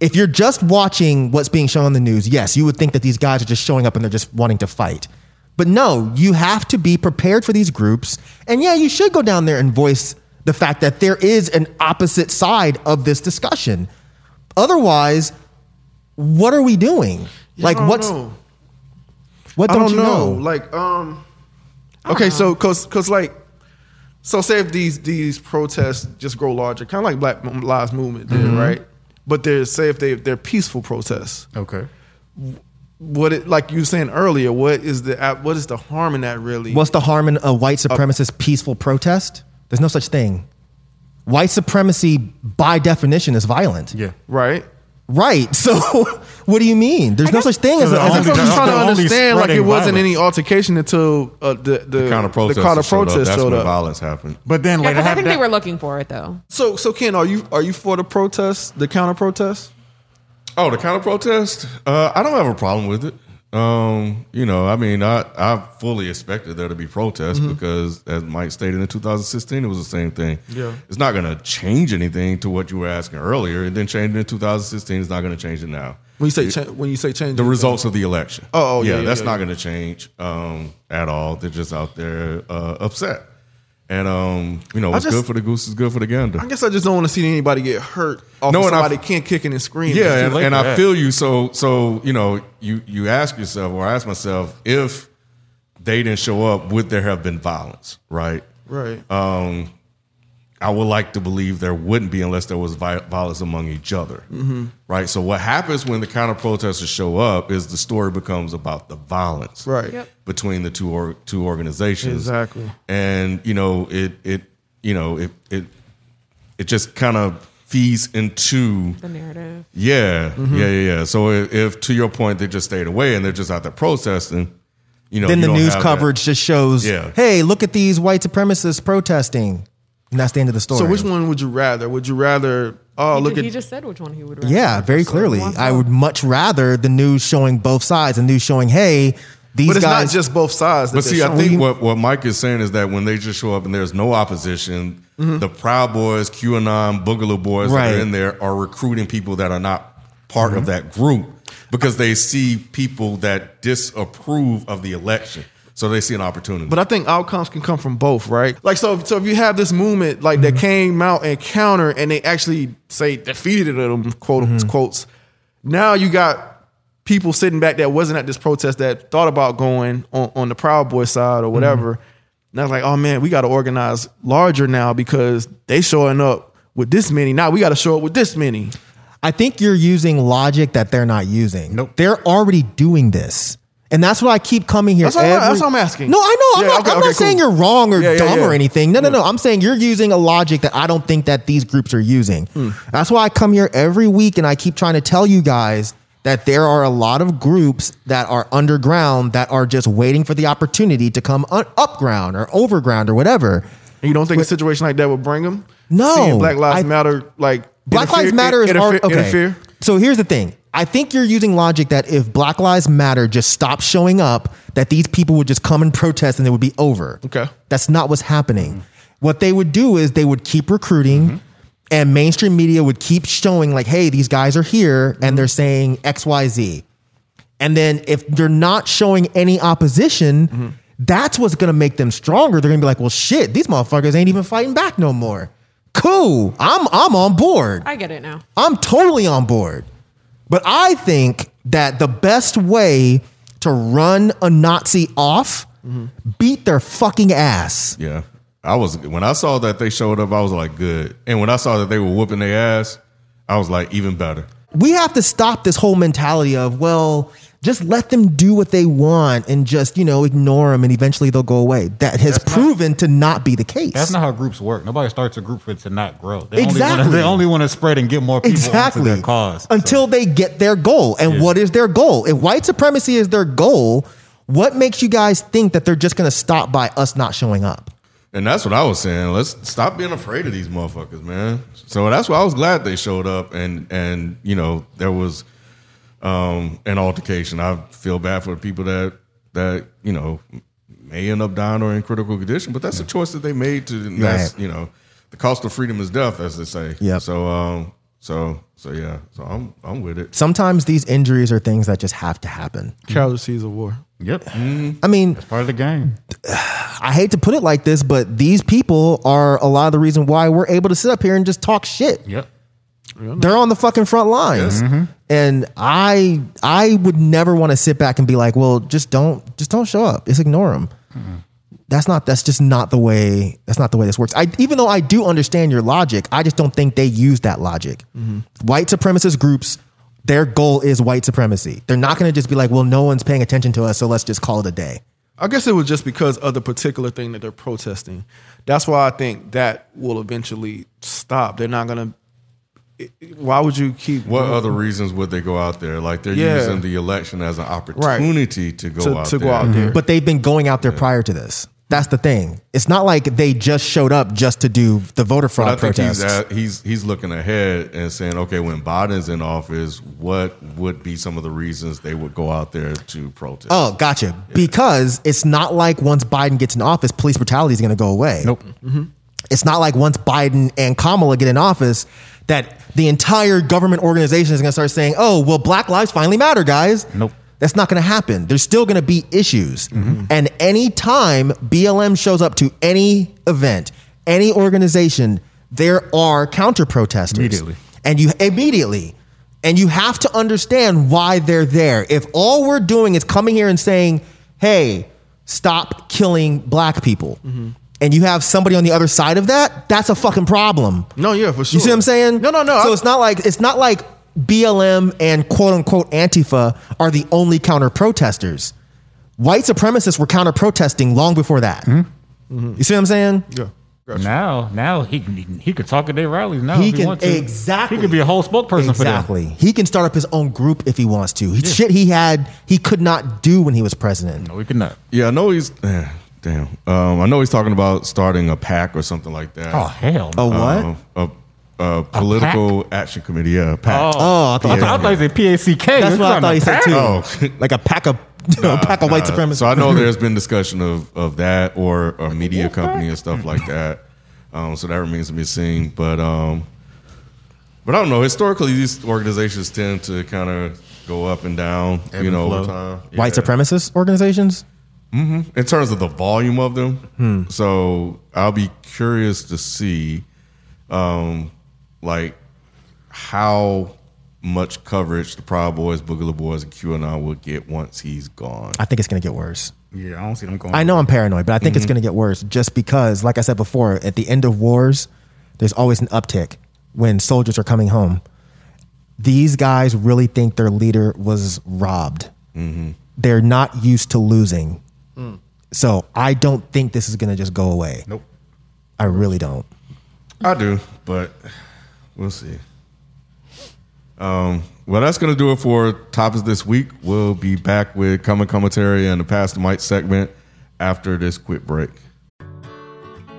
Speaker 8: if you're just watching what's being shown on the news yes you would think that these guys are just showing up and they're just wanting to fight but no you have to be prepared for these groups and yeah you should go down there and voice the fact that there is an opposite side of this discussion otherwise what are we doing like
Speaker 4: I don't
Speaker 8: what's
Speaker 4: know.
Speaker 8: what
Speaker 4: I
Speaker 8: don't,
Speaker 4: don't
Speaker 8: you
Speaker 4: know.
Speaker 8: know
Speaker 4: Like, um, okay, so cause, cause like, so say if these these protests just grow larger, kind of like Black Lives Movement did, right? But they're say if they they're peaceful protests.
Speaker 7: Okay.
Speaker 4: What it like you were saying earlier? What is the uh, what is the harm in that really?
Speaker 8: What's the harm in a white supremacist peaceful protest? There's no such thing. White supremacy, by definition, is violent.
Speaker 7: Yeah.
Speaker 4: right?
Speaker 8: Right. *laughs* So, what do you mean? There's no such thing as a.
Speaker 7: They're
Speaker 8: as a-
Speaker 4: That's what I'm
Speaker 7: they're
Speaker 4: trying to
Speaker 7: only
Speaker 4: understand. Like it
Speaker 7: spreading
Speaker 4: wasn't
Speaker 7: violence.
Speaker 4: any altercation until uh, the the,
Speaker 3: The counter protesters.
Speaker 4: the counter protest
Speaker 3: showed up. That's
Speaker 4: showed
Speaker 3: when
Speaker 4: up.
Speaker 3: violence happened.
Speaker 7: But then,
Speaker 5: yeah,
Speaker 7: like,
Speaker 5: 'cause I
Speaker 7: have
Speaker 5: think
Speaker 7: that-
Speaker 5: they were looking for it though.
Speaker 4: So so Ken, are you are you for the protest, the counter protest?
Speaker 3: Oh, the counter protest? Uh, I don't have a problem with it. Um, you know, I mean, I, I fully expected there to be protests
Speaker 4: Mm-hmm.
Speaker 3: because, as Mike stated in 2016, it was the same thing. Yeah, it's not going to change anything to what you were asking earlier. It didn't change in 2016. It's not going to change it now.
Speaker 4: When you say cha- when you say change
Speaker 3: The results of the election.
Speaker 4: Oh, oh, yeah, yeah,
Speaker 3: that's
Speaker 4: yeah,
Speaker 3: not
Speaker 4: yeah.
Speaker 3: going to change um, at all. They're just out there uh, upset, and um, you know, what's
Speaker 4: just-
Speaker 3: good for the goose is good for the gander.
Speaker 4: I guess I just don't want to see anybody get hurt off
Speaker 3: No,
Speaker 4: of
Speaker 3: and I-
Speaker 4: somebody can't kicking and *laughs* screaming.
Speaker 3: Yeah, and,
Speaker 7: late
Speaker 3: and
Speaker 7: for
Speaker 3: I
Speaker 7: that.
Speaker 3: feel you. So so you know you you ask yourself, or I ask myself, if they didn't show up, would there have been violence? Right.
Speaker 4: right.
Speaker 3: Uh, I would like to believe there wouldn't be unless there was vi- violence among each other.
Speaker 4: Mm-hmm.
Speaker 3: Right. So what happens when the counter protesters show up is the story becomes about the violence.
Speaker 4: Right. Yep.
Speaker 3: Between the two or, two organizations.
Speaker 4: Exactly.
Speaker 3: And you know it it you know it it it just kind of feeds into
Speaker 5: The narrative.
Speaker 3: Yeah, yeah, yeah, yeah. So if, if to your point, they just stayed away and they're just out there protesting, you know,
Speaker 8: then
Speaker 3: you
Speaker 8: the
Speaker 3: don't
Speaker 8: news
Speaker 3: have
Speaker 8: coverage just shows,
Speaker 3: Yeah.
Speaker 8: hey, look at these white supremacists protesting. And that's the end of the story.
Speaker 4: so which one would you rather? Would you rather? Oh,
Speaker 5: He,
Speaker 4: look
Speaker 5: ju-
Speaker 4: at
Speaker 5: he just said which one he would. Rather.
Speaker 8: Yeah, very
Speaker 5: So
Speaker 8: clearly.
Speaker 5: one
Speaker 8: I
Speaker 5: vote.
Speaker 8: would much rather the news showing both sides and news showing, hey, these
Speaker 4: but it's
Speaker 8: guys.
Speaker 4: not just both sides. that
Speaker 3: But see,
Speaker 4: they're
Speaker 3: I
Speaker 4: showing.
Speaker 3: think what, what Mike is saying is that when they just show up and there's no opposition, the Proud Boys, QAnon, Boogaloo Boys that
Speaker 8: Right.
Speaker 3: are in there are recruiting people that are not part of that group. because they see people that disapprove of the election. So they see an opportunity.
Speaker 4: But I think outcomes can come from both, right? Like so, so if you have this movement like
Speaker 8: Mm-hmm.
Speaker 4: that came out and counter, and they actually say defeated them, quote
Speaker 8: Mm-hmm.
Speaker 4: quotes. Now you got people sitting back that wasn't at this protest that thought about going on, on the Proud Boy side or
Speaker 8: Mm-hmm.
Speaker 4: whatever. And I was like, oh man, we got to organize larger now because they showing up with this many. Now we got to show up with this many.
Speaker 8: I think you're using logic that they're not using.
Speaker 7: Nope.
Speaker 8: They're already doing this. And that's why I keep coming here.
Speaker 4: That's what I'm-
Speaker 8: every-
Speaker 4: that's what I'm asking.
Speaker 8: No, I know. I'm
Speaker 4: Yeah,
Speaker 8: not,
Speaker 4: okay,
Speaker 8: I'm
Speaker 4: okay,
Speaker 8: not saying
Speaker 4: cool.
Speaker 8: you're wrong or
Speaker 4: Yeah, yeah,
Speaker 8: dumb or
Speaker 4: yeah.
Speaker 8: anything. No, no, no. I'm saying you're using a logic that I don't think that these groups are using.
Speaker 4: Hmm.
Speaker 8: That's why I come here every week and I keep trying to tell you guys that there are a lot of groups that are underground that are just waiting for the opportunity to come un- upground or overground or whatever.
Speaker 4: And you don't think a situation like that would bring them?
Speaker 8: No.
Speaker 4: Seeing Black Lives
Speaker 8: I-
Speaker 4: Matter, like
Speaker 8: Black
Speaker 4: interfere-
Speaker 8: Lives Matter is
Speaker 4: interfere,
Speaker 8: already okay.
Speaker 4: interfere.
Speaker 8: So here's the thing. I think you're using logic that if Black Lives Matter just stopped showing up, that these people would just come and protest and it would be over.
Speaker 4: Okay.
Speaker 8: That's not what's happening. What they would do is they would keep recruiting
Speaker 4: Mm-hmm.
Speaker 8: and mainstream media would keep showing like, hey, these guys are here
Speaker 4: Mm-hmm.
Speaker 8: and they're saying XYZ. And then if they're not showing any opposition,
Speaker 4: Mm-hmm.
Speaker 8: that's what's gonna make them stronger. They're gonna be like, well, shit, these motherfuckers ain't even fighting back no more. Cool. I'm I'm on board.
Speaker 5: I get it now.
Speaker 8: I'm totally on board. But I think that the best way to run a Nazi off, beat their fucking ass.
Speaker 3: Yeah. I was when I saw that they showed up, I was like, good. And when I saw that they were whooping their ass, I was like, even better.
Speaker 8: We have to stop this whole mentality of, well, just let them do what they want and just, you know, ignore them and eventually they'll go away. That has proven to not be the case.
Speaker 7: That's not how groups work. Nobody starts a group for it to not grow. They Only
Speaker 8: Exactly.
Speaker 7: wanna, they only want to spread and get more people onto
Speaker 8: exactly
Speaker 7: their cause.
Speaker 8: until they get their goal. And what is their goal? If white supremacy is their goal, what makes you guys think that they're just going to stop by us not showing up?
Speaker 3: And that's what I was saying. Let's stop being afraid of these motherfuckers, man. So that's why I was glad they showed up and and you know, there was um an altercation. I feel bad for the people that that, you know, may end up dying or in critical condition, but that's a choice that they made to and that's,
Speaker 8: Right.
Speaker 3: you know, the cost of freedom is death, as they say.
Speaker 8: Yep.
Speaker 3: So um so so yeah. So I'm I'm with it.
Speaker 8: sometimes these injuries are things that just have to happen.
Speaker 4: Casualties of war.
Speaker 7: Yep.
Speaker 8: I mean,
Speaker 7: Part of the game.
Speaker 8: I hate to put it like this, but these people are a lot of the reason why we're able to sit up here and just talk shit.
Speaker 7: Yep.
Speaker 8: They're on the fucking front lines.
Speaker 3: Mm-hmm.
Speaker 8: And I I would never want to sit back and be like, "Well, just don't just don't show up. Just ignore them."
Speaker 3: Mm-hmm.
Speaker 8: That's not that's just not the way that's not the way this works. I even though I do understand your logic, I just don't think they use that logic.
Speaker 3: Mm-hmm.
Speaker 8: White supremacist groups their goal is white supremacy. They're not going to just be like, "Well, no one's paying attention to us, so let's just call it a day."
Speaker 4: I guess it was just because of the particular thing that they're protesting. That's why I think that will eventually stop. They're not gonna. it- it- Why would you keep
Speaker 3: What other reasons would they go out there? Like they're
Speaker 4: Yeah.
Speaker 3: using the election as an opportunity to go
Speaker 4: to,
Speaker 3: out
Speaker 4: to
Speaker 3: there.
Speaker 4: go out there?
Speaker 8: But they've been going out there prior to this. That's the thing. It's not like they just showed up just to do the voter
Speaker 3: But I
Speaker 8: fraud
Speaker 3: think
Speaker 8: protests.
Speaker 3: he's, at, he's he's looking ahead and saying, okay, when Biden's in office, what would be some of the reasons they would go out there to protest?
Speaker 8: oh, gotcha. Because it's not like once Biden gets in office, police brutality is going to go away. Nope. It's not like once Biden and Kamala get in office that the entire government organization is going to start saying, "Oh, well, Black lives finally matter, guys."
Speaker 7: Nope.
Speaker 8: That's not going to happen. There's still going to be issues.
Speaker 4: Mm-hmm.
Speaker 8: And any time BLM shows up to any event, any organization, there are counter protesters.
Speaker 7: Immediately.
Speaker 8: And you immediately. And you have to understand why they're there. If all we're doing is coming here and saying, hey, stop killing black people,
Speaker 4: Mm-hmm.
Speaker 8: and you have somebody on the other side of that, that's a fucking problem.
Speaker 4: no, yeah, for sure.
Speaker 8: You see what I'm saying?
Speaker 4: No, no, no.
Speaker 8: So
Speaker 4: I-
Speaker 8: it's not like it's not like BLM and quote unquote Antifa are the only counter protesters. White supremacists were counter protesting long before that.
Speaker 7: Mm-hmm.
Speaker 8: Mm-hmm. You see what I'm saying?
Speaker 4: yeah.
Speaker 7: Now, now he can he could talk at their rallies now.
Speaker 8: He
Speaker 7: if
Speaker 8: can-
Speaker 7: he want to.
Speaker 8: exactly.
Speaker 7: He could be a whole spokesperson for them.
Speaker 8: Exactly. He can start up his own group if he wants to. He- Shit he had he could not do when he was president.
Speaker 7: No, we could not.
Speaker 3: yeah, I know he's eh, damn. Um, I know he's talking about starting a PAC or something like that.
Speaker 7: Oh hell.
Speaker 8: A
Speaker 7: no.
Speaker 8: what?
Speaker 3: Um, a, a political action committee. Yeah, PAC.
Speaker 8: oh, I thought,
Speaker 7: I, thought, I thought he said PACK.
Speaker 8: that's what I thought he said too.
Speaker 3: Oh.
Speaker 8: Like a pack of *laughs* a pack of white supremacists.
Speaker 3: *laughs* So I know there's been discussion of of that or a media company and stuff like that. Um, so that remains to be seen. But um, but I don't know. Historically, these organizations tend to kind of go up and down,
Speaker 7: Ebb
Speaker 3: you
Speaker 7: and
Speaker 3: know, over
Speaker 7: flow.
Speaker 3: time.
Speaker 8: White
Speaker 3: Yeah.
Speaker 8: supremacist organizations.
Speaker 3: in terms of the volume of them.
Speaker 7: Hmm.
Speaker 3: So I'll be curious to see, um, like how much coverage the Proud Boys, Boogaloo Boys, and QAnon will get once he's gone.
Speaker 8: I think it's going to get worse.
Speaker 7: Yeah, I don't see them going.
Speaker 8: I know I'm paranoid, but I think it's going to get worse just because, like I said before, at the end of wars, there's always an uptick when soldiers are coming home. These guys really think their leader was robbed. They're not used to losing. So I don't think this is going to just go away.
Speaker 7: Nope.
Speaker 8: I really don't.
Speaker 3: I do, but we'll see. Um, well, that's going to do it for topics this week. We'll be back with common commentary and the past the mic segment after this quick break.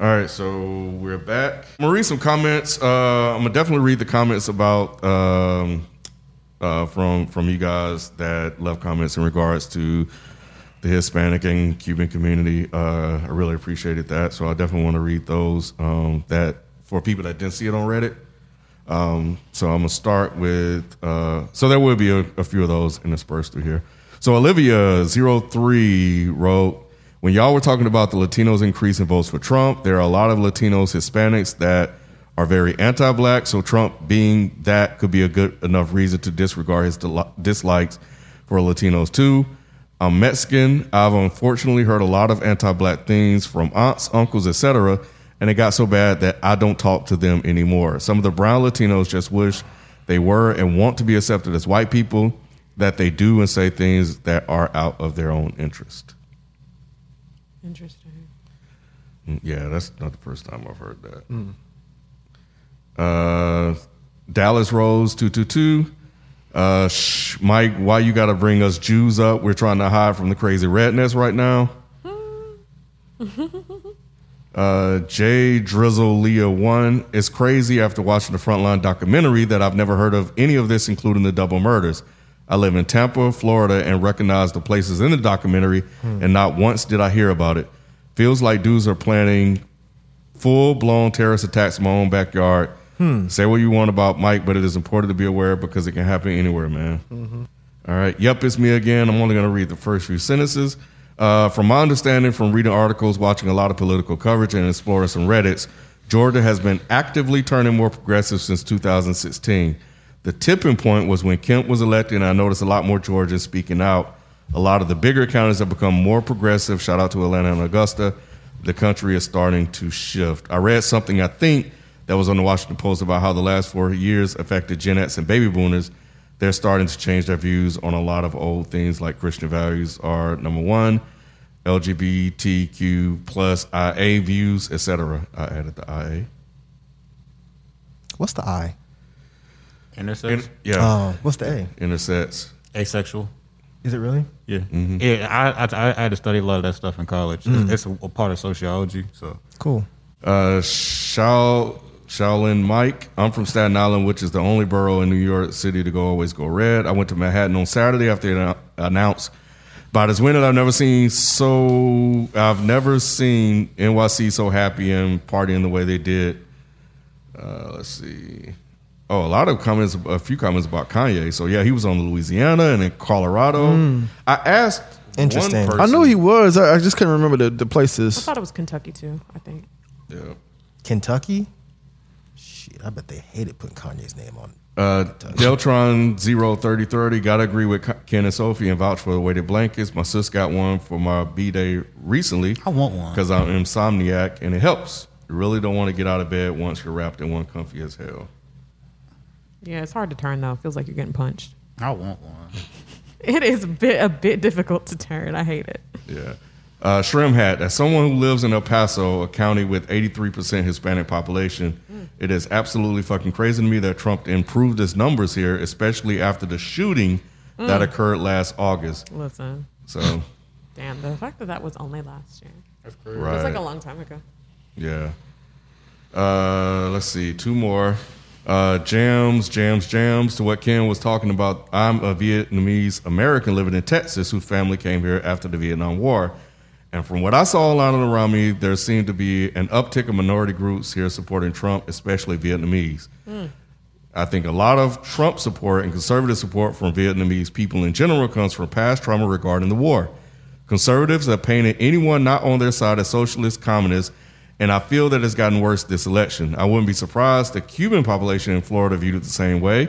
Speaker 3: All right, so we're back. I'm gonna read some comments. Uh, I'm gonna definitely read the comments about um, uh, from from you guys that left comments in regards to the Hispanic and Cuban community. Uh, I really appreciated that, so I definitely want to read those. Um, that for people that didn't see it on Reddit. Um, so I'm gonna start with. Uh, so there will be a, a few of those interspersed through here. So Olivia 03 wrote, when y'all were talking about the Latinos increasing votes for Trump, there are a lot of Latinos, Hispanics that are very anti-black. So Trump being that could be a good enough reason to disregard his del- dislikes for Latinos too. I'm Mexican. I've unfortunately heard a lot of anti-black things from aunts, uncles, etc. And it got so bad that I don't talk to them anymore. Some of the brown Latinos just wish they were and want to be accepted as white people. That they do and say things that are out of their own interest.
Speaker 5: Interesting.
Speaker 3: Mm, Yeah, that's not the first time I've heard that. Uh, Dallas Rose two two two. Uh, shh, Mike, why you got to bring us Jews up? We're trying to hide from the crazy redness right now. Uh, J Drizzle Leah one. It's crazy after watching the Frontline documentary that I've never heard of any of this, including the double murders. I live in Tampa, Florida, and recognize the places in the documentary, and not once did I hear about it. Feels like dudes are planning full blown terrorist attacks in my own backyard. Say what you want about Mike, but it is important to be aware because it can happen anywhere, man. All right. Yep, it's me again. I'm only going to read the first few sentences. Uh, from my understanding, from reading articles, watching a lot of political coverage, and exploring some Reddits, Georgia has been actively turning more progressive since 2016. The tipping point was when Kemp was elected, and I noticed a lot more Georgians speaking out. A lot of the bigger counties have become more progressive. Shout out to Atlanta and Augusta. The country is starting to shift. I read something, I think, that was on the Washington Post about how the last four years affected Gen X and baby boomers they're starting to change their views on a lot of old things like Christian values are number one, LGBTQ plus IA views, etc. I added the IA.
Speaker 8: What's the I?
Speaker 7: Intersex,
Speaker 3: In- yeah,
Speaker 8: Oh, what's the A?
Speaker 3: intersects.
Speaker 7: asexual.
Speaker 8: Is it really? Mm-hmm.
Speaker 7: Yeah, yeah. I, I I had to study a lot of that stuff in college.
Speaker 8: Mm.
Speaker 7: It's, it's a, a part of sociology. So
Speaker 8: Cool.
Speaker 3: Uh, Shao, Shaolin Mike. I'm from Staten Island, which is the only borough in New York City to go always go red. I went to Manhattan on Saturday after it annou- announced by this winter. I've never seen so I've never seen NYC so happy and partying the way they did. Uh, let's see. Oh, a lot of comments, a few comments about Kanye. So yeah, he was on Louisiana and in Colorado. I asked. one
Speaker 8: Hmm. Interesting. I
Speaker 4: I
Speaker 3: person-
Speaker 4: know he was. I, I just couldn't remember the, the
Speaker 5: I
Speaker 4: places.
Speaker 5: thought it was Kentucky too. I think.
Speaker 3: Yeah.
Speaker 8: Kentucky? Shit, I bet they hated putting Kanye's name on.
Speaker 3: Uh, Deltron 03030, gotta agree with Ken and Sophie and vouch for the weighted blankets. My sis got one for my B day recently.
Speaker 7: I want one.
Speaker 3: Because I'm insomniac and it helps. You really don't want to get out of bed once you're wrapped in one comfy as hell.
Speaker 5: Yeah, it's hard to turn though. Feels like you're getting punched.
Speaker 7: I want one.
Speaker 5: *laughs* It is a bit a bit difficult to turn. I hate it.
Speaker 3: Yeah. Uh, Shrimp Hat, as someone who lives in El Paso, a county with 83% Hispanic population,
Speaker 7: Mm.
Speaker 3: it is absolutely fucking crazy to me that Trump improved his numbers here, especially after the shooting
Speaker 7: Mm.
Speaker 3: that occurred last August.
Speaker 5: Listen,
Speaker 3: So,
Speaker 5: damn, the fact that that was only last year. That's crazy.
Speaker 3: Right.
Speaker 5: That's like a long time ago.
Speaker 3: yeah. Uh, let's see, two more. Uh, jams, jams, jams. To what Ken was talking about, I'm a Vietnamese American living in Texas whose family came here after the Vietnam War. And from what I saw online and around me, there seemed to be an uptick of minority groups here supporting Trump, especially Vietnamese. I think a lot of Trump support and conservative support from Vietnamese people in general comes from past trauma regarding the war. Conservatives have painted anyone not on their side as socialist communists, and I feel that it's gotten worse this election. I wouldn't be surprised the Cuban population in Florida viewed it the same way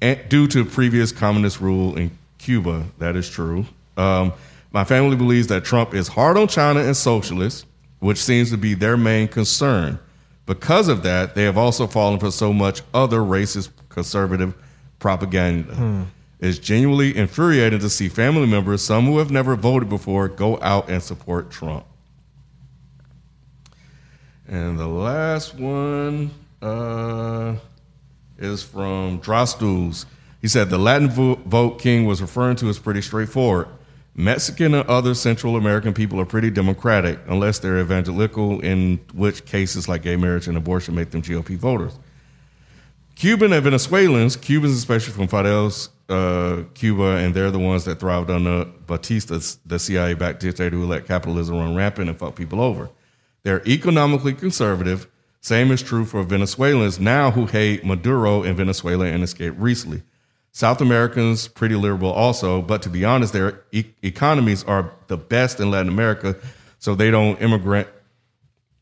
Speaker 3: and due to previous communist rule in Cuba. That is true. Um, my family believes that Trump is hard on China and socialists, which seems to be their main concern. Because of that, they have also fallen for so much other racist conservative propaganda. It's genuinely infuriating to see family members, some who have never voted before, go out and support Trump. And the last one uh, is from Drostools. He said the Latin vo- vote King was referring to is pretty straightforward. Mexican and other Central American people are pretty democratic, unless they're evangelical, in which cases like gay marriage and abortion make them GOP voters. Cuban and Venezuelans, Cubans especially from Fidel's uh, Cuba, and they're the ones that thrived under Batista, the CIA backed dictator who let capitalism run rampant and fuck people over. They're economically conservative. Same is true for Venezuelans now who hate Maduro in Venezuela and escaped recently. South Americans, pretty liberal also, but to be honest, their e- economies are the best in Latin America, so they don't immigrant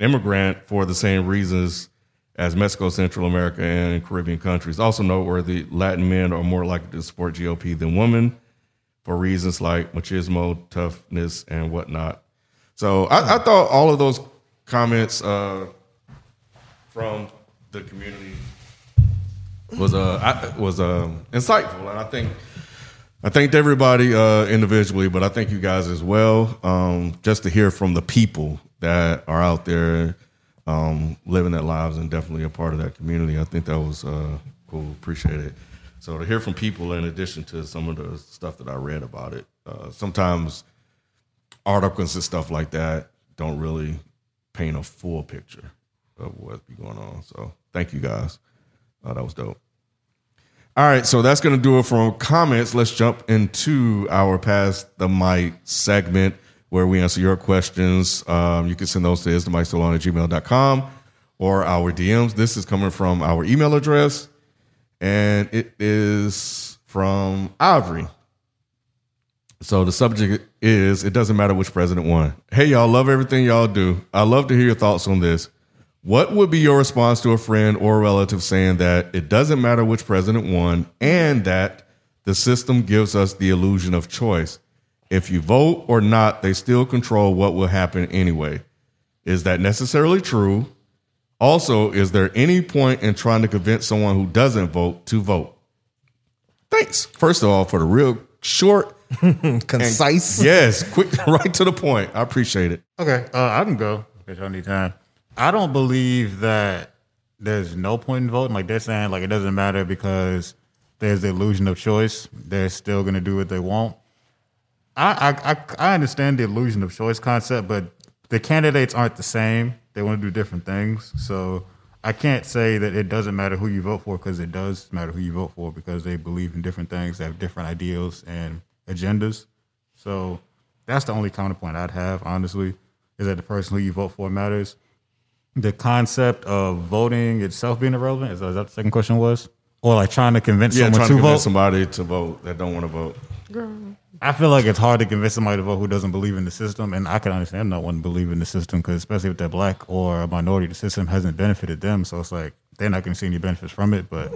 Speaker 3: immigrant for the same reasons as Mexico, Central America, and Caribbean countries. Also noteworthy, Latin men are more likely to support GOP than women for reasons like machismo, toughness, and whatnot. So I, I thought all of those comments uh, from the community was uh, I, was um, insightful, and I think I thanked everybody uh, individually, but I thank you guys as well. Um, just to hear from the people that are out there um, living their lives and definitely a part of that community, I think that was uh, cool. Appreciate it. So to hear from people, in addition to some of the stuff that I read about it, uh, sometimes articles and stuff like that don't really paint a full picture of what's be going on. So thank you guys. Uh, that was dope. All right, so that's going to do it from comments. Let's jump into our past the mic segment where we answer your questions. Um, you can send those to is the mic still on at gmail.com or our DMs. This is coming from our email address and it is from Ivory. So the subject is it doesn't matter which president won. Hey y'all, love everything y'all do. I love to hear your thoughts on this. What would be your response to a friend or relative saying that it doesn't matter which president won and that the system gives us the illusion of choice? If you vote or not, they still control what will happen anyway. Is that necessarily true? Also, is there any point in trying to convince someone who doesn't vote to vote? Thanks. First of all, for the real short
Speaker 8: Concise.
Speaker 3: Yes, quick, *laughs* right to the point. I appreciate it.
Speaker 7: Okay, uh, I can go because y'all need time. I don't believe that there's no point in voting. Like they're saying, like it doesn't matter because there's the illusion of choice. They're still gonna do what they want. I I I, I understand the illusion of choice concept, but the candidates aren't the same. They want to do different things. So I can't say that it doesn't matter who you vote for because it does matter who you vote for because they believe in different things, they have different ideals and agendas. So that's the only counterpoint I'd have, honestly, is that the person who you vote for matters. The concept of voting itself being irrelevant is that, is that the second question was, or like trying to convince
Speaker 3: Yeah,
Speaker 7: someone
Speaker 3: trying
Speaker 7: to,
Speaker 3: to
Speaker 7: vote.
Speaker 3: convince somebody to vote that don't want to vote.
Speaker 7: I feel like it's hard to convince somebody to vote who doesn't believe in the system, and I can understand not wanting to believe in the system because especially if they're black or a minority, the system hasn't benefited them. So it's like they're not going to see any benefits from it. But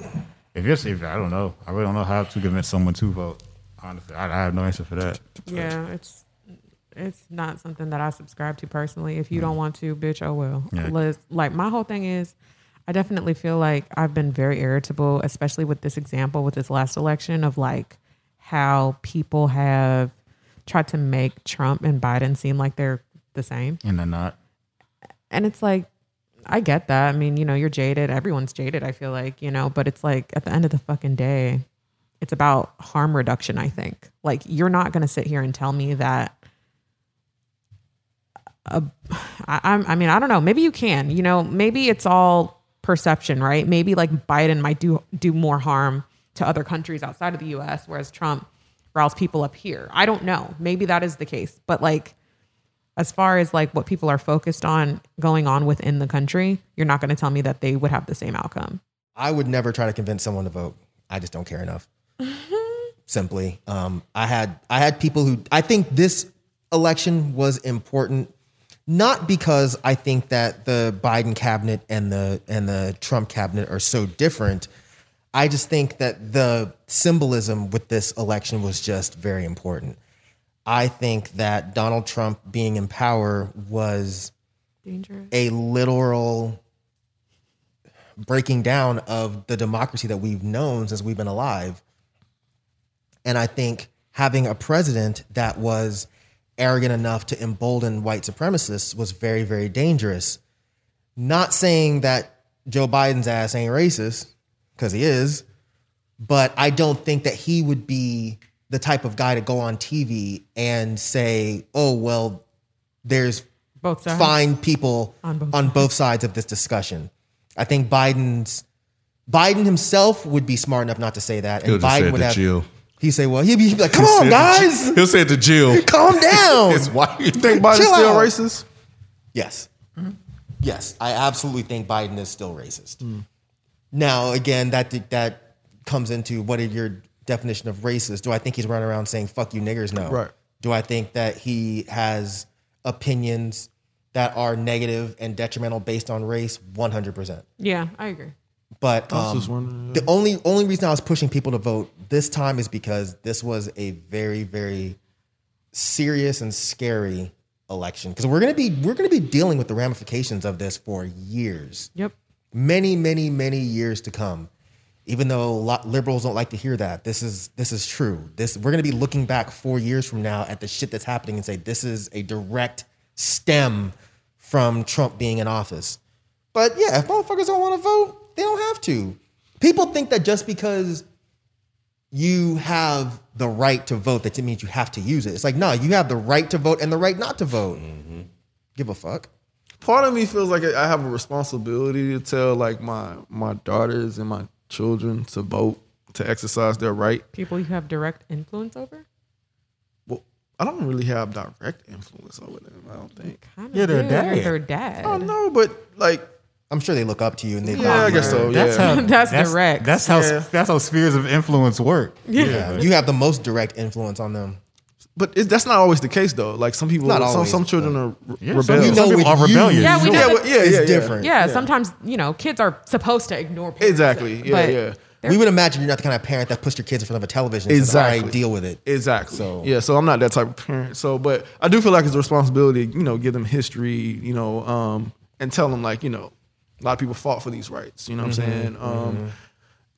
Speaker 7: if you're, if I don't know, I really don't know how to convince someone to vote. Honestly, I, I have no answer for that.
Speaker 5: Yeah, it's it's not something that I subscribe to personally. If you don't want to, bitch, oh well.
Speaker 7: Yeah.
Speaker 5: Let's, like my whole thing is, I definitely feel like I've been very irritable, especially with this example with this last election of like how people have tried to make Trump and Biden seem like they're the same.
Speaker 7: And they're not.
Speaker 5: And it's like, I get that. I mean, you know, you're jaded. Everyone's jaded, I feel like, you know, but it's like at the end of the fucking day, it's about harm reduction, I think. Like you're not going to sit here and tell me that a, I, I'm- I mean, I don't know. Maybe you can. You know, maybe it's all perception, right? Maybe like Biden might do do more harm to other countries outside of the U.S., whereas Trump riles people up here. I don't know. Maybe that is the case. But like, as far as like what people are focused on going on within the country, you're not going to tell me that they would have the same outcome.
Speaker 8: I would never try to convince someone to vote. I just don't care enough. Simply, um, I had I had people who I think this election was important, not because I think that the Biden cabinet and the and the Trump cabinet are so different. I just think that the symbolism with this election was just very important. I think that Donald Trump being in power was
Speaker 5: Dangerous.
Speaker 8: a literal breaking down of the democracy that we've known since we've been alive. And I think having a president that was arrogant enough to embolden white supremacists was very, very dangerous. Not saying that Joe Biden's ass ain't racist, because he is, but I don't think that he would be the type of guy to go on TV and say, oh, well, there's
Speaker 5: Both sides.
Speaker 8: find people on both, sides of this discussion. I think Biden's Biden himself would be smart enough not to say that, and
Speaker 3: He'll just say
Speaker 8: Biden
Speaker 3: it
Speaker 8: would
Speaker 3: to
Speaker 8: have.
Speaker 3: Jill.
Speaker 8: He say, "Well, he'd be, he'd be like, come
Speaker 3: He'll
Speaker 8: on,
Speaker 3: say it to
Speaker 8: guys,
Speaker 3: Jill- He'll say it to Jill. *laughs*
Speaker 8: calm down."
Speaker 3: His wife.
Speaker 4: You think Biden's
Speaker 8: Chill
Speaker 4: still
Speaker 8: out.
Speaker 4: racist?
Speaker 8: Yes. Yes, I absolutely think Biden is still racist. Now, again, that that comes into what is your definition of racist? Do I think he's running around saying "fuck you niggers"? No.
Speaker 4: Right.
Speaker 8: Do I think that he has opinions that are negative and detrimental based on race? One hundred percent.
Speaker 5: Yeah, I agree.
Speaker 8: But
Speaker 4: I was
Speaker 8: um,
Speaker 4: just wondering,
Speaker 8: the only only reason I was pushing people to vote this time is because this was a very very serious and scary election because we're gonna be we're gonna be dealing with the ramifications of this for years,
Speaker 5: Yep.
Speaker 8: many many many years to come. Even though a lot liberals don't like to hear that, this is this is true. This we're gonna be looking back four years from now at the shit that's happening and say this is a direct stem from Trump being in office. But yeah, if motherfuckers don't want to vote, they don't have to. People think that just because you have the right to vote, that it means you have to use it. It's like, no, you have the right to vote and the right not to vote.
Speaker 4: Mm-hmm.
Speaker 8: Give a fuck.
Speaker 4: part of me feels like I have a responsibility to tell like my my daughters and my children to vote to exercise their right.
Speaker 5: People you have direct influence over.
Speaker 4: Well, I don't really have direct influence over them. I don't think.
Speaker 5: Kind
Speaker 7: Yeah, they're dad.
Speaker 5: They're dad.
Speaker 4: I don't know, but like,
Speaker 8: I'm sure they look up to you and they
Speaker 4: yeah, I guess
Speaker 8: Oh,
Speaker 4: so.
Speaker 7: That's
Speaker 4: yeah.
Speaker 7: how
Speaker 5: That's direct.
Speaker 7: That's how
Speaker 4: Yeah.
Speaker 7: that's how spheres of influence work.
Speaker 8: Yeah, you have the most direct influence on them.
Speaker 4: but it, that's not always the case though. Like some people,
Speaker 8: Not
Speaker 4: some,
Speaker 8: always,
Speaker 4: some children
Speaker 8: but-
Speaker 4: are re-
Speaker 7: Yeah, some,
Speaker 4: rebellious.
Speaker 8: You know
Speaker 7: some people
Speaker 8: with
Speaker 7: are
Speaker 8: you-
Speaker 7: rebellious.
Speaker 5: Yeah, we
Speaker 7: Sure.
Speaker 5: know.
Speaker 4: yeah, well, yeah,
Speaker 8: It's
Speaker 4: yeah, yeah.
Speaker 8: different.
Speaker 5: yeah, sometimes you know kids are supposed to ignore parents.
Speaker 4: Exactly. Yeah,
Speaker 5: but
Speaker 4: yeah.
Speaker 8: We would imagine you're not the kind of parent that puts your kids in front of a television. And Says, All
Speaker 4: Exactly.
Speaker 8: right, deal with it.
Speaker 4: Exactly.
Speaker 8: So-
Speaker 4: yeah, so I'm not that type of parent. So, but I do feel like it's a responsibility, you know, give them history, you know, um, and tell them like, you know, a lot of people fought for these rights. You know what I'm saying? Um,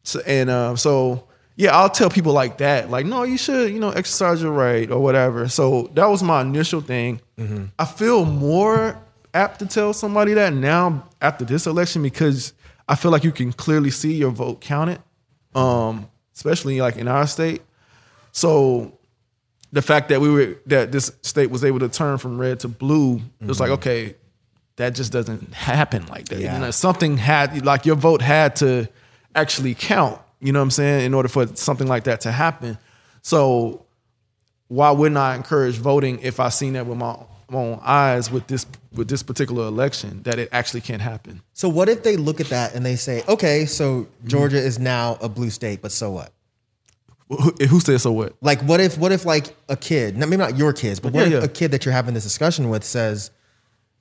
Speaker 4: so, and um, so yeah, I'll tell people like that, like, no, you should, you know, exercise your right or whatever. So that was my initial thing. I feel more apt to tell somebody that now after this election because I feel like you can clearly see your vote counted, um, especially like in our state. So the fact that we were that this state was able to turn from red to blue, it was like okay, that just doesn't happen like that. You know, something had like your vote had to actually count. You know what I'm saying? In order for something like that to happen, so why wouldn't I encourage voting if I seen that with my own eyes with this with this particular election that it actually can happen?
Speaker 8: So what if they look at that and they say, okay, so Georgia is now a blue state, but so what?
Speaker 4: Who, who said so? What?
Speaker 8: Like, what if, what if, like, a kid, no, maybe not your kids, but what
Speaker 4: Yeah,
Speaker 8: if
Speaker 4: yeah.
Speaker 8: a kid that you're having this discussion with says,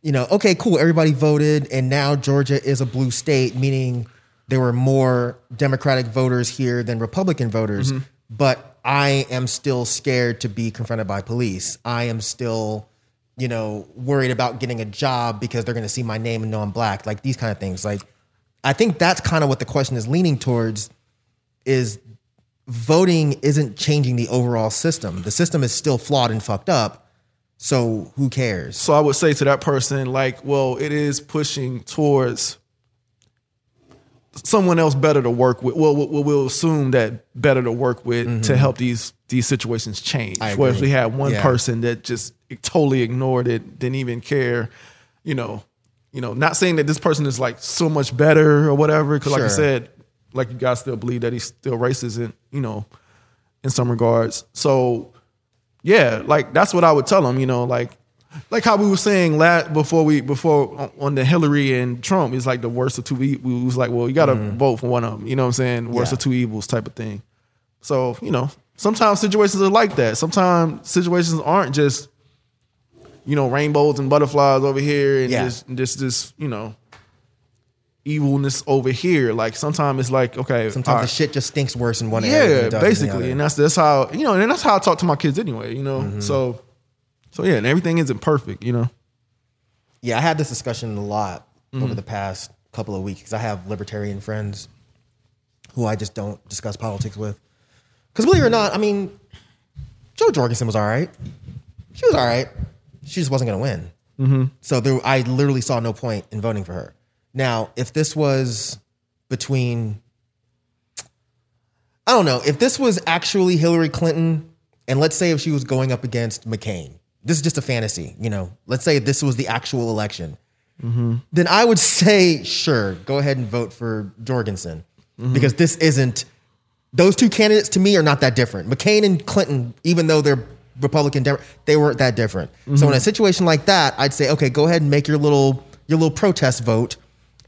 Speaker 8: you know, okay, cool, everybody voted, and now Georgia is a blue state, meaning there were more Democratic voters here than Republican voters,
Speaker 4: Mm-hmm.
Speaker 8: but I am still scared to be confronted by police. I am still, you know, worried about getting a job because they're going to see my name and know I'm black, like these kind of things. Like, I think that's kind of what the question is leaning towards is voting isn't changing the overall system. The system is still flawed and fucked up. So who cares?
Speaker 4: So I would say to that person, like, well, it is pushing towards someone else better to work with. Well, we'll, we'll assume that better to work with to help these these situations change.
Speaker 8: Mm-hmm. I
Speaker 4: Whereas
Speaker 8: agree.
Speaker 4: we had one
Speaker 8: Yeah.
Speaker 4: person that just totally ignored it, didn't even care. You know, you know, not saying that this person is like so much better or whatever. Because like I
Speaker 8: Sure.
Speaker 4: said, like you guys still believe that he's still racist, and you know, in some regards. So yeah, like that's what I would tell them. You know, like like how we were saying last before we before on- on the Hillary and Trump is like the worst of two. e- We was like, well, you got to
Speaker 8: Mm-hmm.
Speaker 4: vote for one of them. You know what I'm saying? Worst of two evils type of thing. So you know, sometimes situations are like that. Sometimes situations aren't just you know rainbows and butterflies over here and
Speaker 8: Yeah.
Speaker 4: just just this you know evilness over here. Like sometimes it's like okay,
Speaker 8: Sometimes
Speaker 4: all right.
Speaker 8: the shit just stinks worse in one area. than
Speaker 4: Yeah,
Speaker 8: it does in the
Speaker 4: basically,
Speaker 8: other.
Speaker 4: and that's that's how you know, and that's how I talk to my kids anyway. You know,
Speaker 8: Mm-hmm.
Speaker 4: so so yeah, and everything isn't perfect. You know,
Speaker 8: yeah, I had this discussion a lot over the past couple of weeks because I have libertarian friends who I just don't discuss politics with. Because believe it or not, I mean, Joe Jorgensen was all right. She was all right. She just wasn't going to win. So there, I literally saw no point in voting for her. Now, if this was between, I don't know, if this was actually Hillary Clinton, and let's say if she was going up against McCain, this is just a fantasy, you know, let's say this was the actual election, then I would say, sure, go ahead and vote for Jorgensen because this isn't, those two candidates to me are not that different. McCain and Clinton, even though they're Republican, Dem- they weren't that different. So in a situation like that, I'd say, okay, go ahead and make your little your little protest vote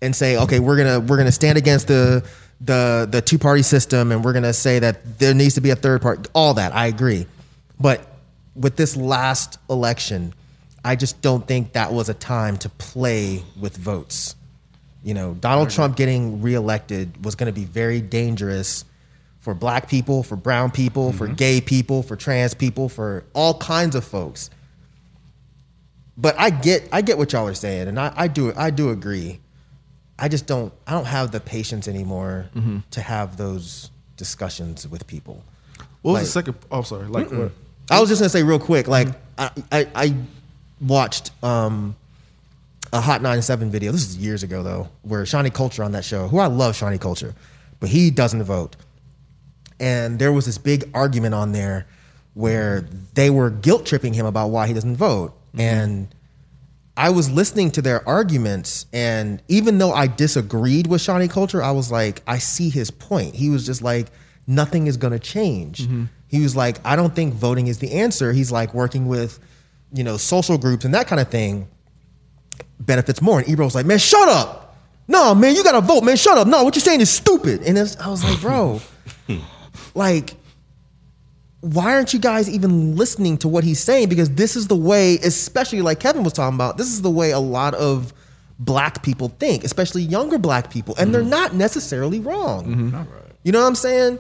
Speaker 8: and say, okay, we're gonna we're gonna stand against the the the two party system and we're gonna say that there needs to be a third party. All that I agree, but with this last election, I just don't think that was a time to play with votes. You know, Donald Trump getting reelected was going to be very dangerous for black people, for brown people, for gay people, for trans people, for all kinds of folks. But I get I get what y'all are saying, and I, I do I do agree. I just don't I don't have the patience anymore to have those discussions with people.
Speaker 4: what was
Speaker 8: Like-
Speaker 4: the second? Oh, sorry, like what?
Speaker 8: I was just gonna say real quick, like I, I, I watched um, a Hot 97 video. This is years ago though, where Shawnee Culture on that show, who I love Shawnee Culture, but he doesn't vote. And there was this big argument on there where they were guilt tripping him about why he doesn't vote. And I was listening to their arguments, and even though I disagreed with Shawnee Culture, I was like, I see his point. He was just like, nothing is going to change. He was like, I don't think voting is the answer. He's like, working with, you know, social groups and that kind of thing benefits more. And Ebro was like, man, shut up. No, man, you got to vote, man. Shut up. No, what you're saying is stupid. And it's- I was like, bro, like, why aren't you guys even listening to what he's saying? Because this is the way, especially like Kevin was talking about, this is the way a lot of black people think, especially younger black people. And they're not necessarily wrong. You know what I'm saying?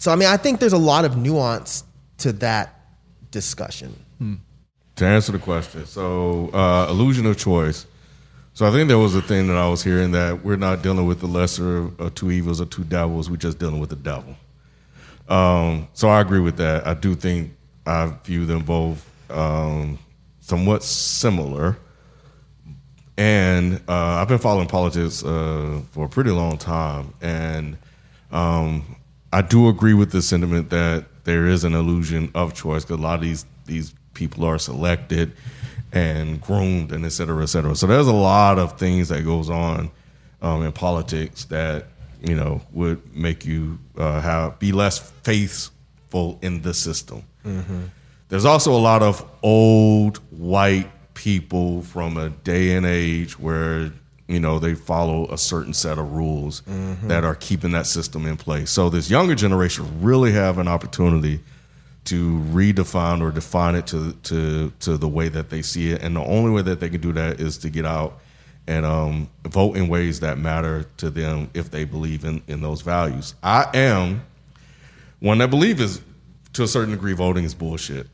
Speaker 8: So, I mean, I think there's a lot of nuance to that discussion.
Speaker 3: to answer the question. So, uh, illusion of choice. So, I think there was a thing that I was hearing that we're not dealing with the lesser of two evils or two devils. We're just dealing with the devil. Um, so, I agree with that. I do think I view them both um, somewhat similar. And uh, I've been following politics uh, for a pretty long time. And um, I do agree with the sentiment that there is an illusion of choice because a lot of these these people are selected and groomed and et cetera, et cetera. So there's a lot of things that goes on um, in politics that you know would make you uh, have be less faithful in the system. There's also a lot of old white people from a day and age where you know they follow a certain set of rules that are keeping that system in place. So this younger generation really have an opportunity to redefine or define it to to to the way that they see it, and the only way that they can do that is to get out and um, vote in ways that matter to them if they believe in in those values. I am one that believe is to a certain degree voting is bullshit.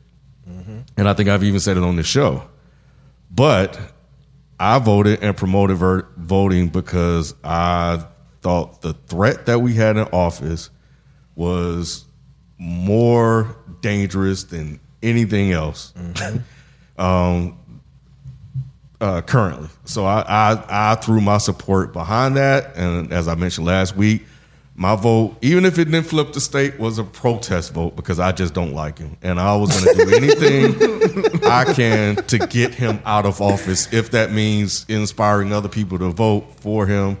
Speaker 3: And I think I've even said it on this show. But I voted and promoted ver- voting because I thought the threat that we had in office was more dangerous than anything else. um, uh, currently. So I, I I threw my support behind that, and as I mentioned last week, my vote, even if it didn't flip the state, was a protest vote because I just don't like him, and I was going to do anything I can to get him out of office, if that means inspiring other people to vote for him,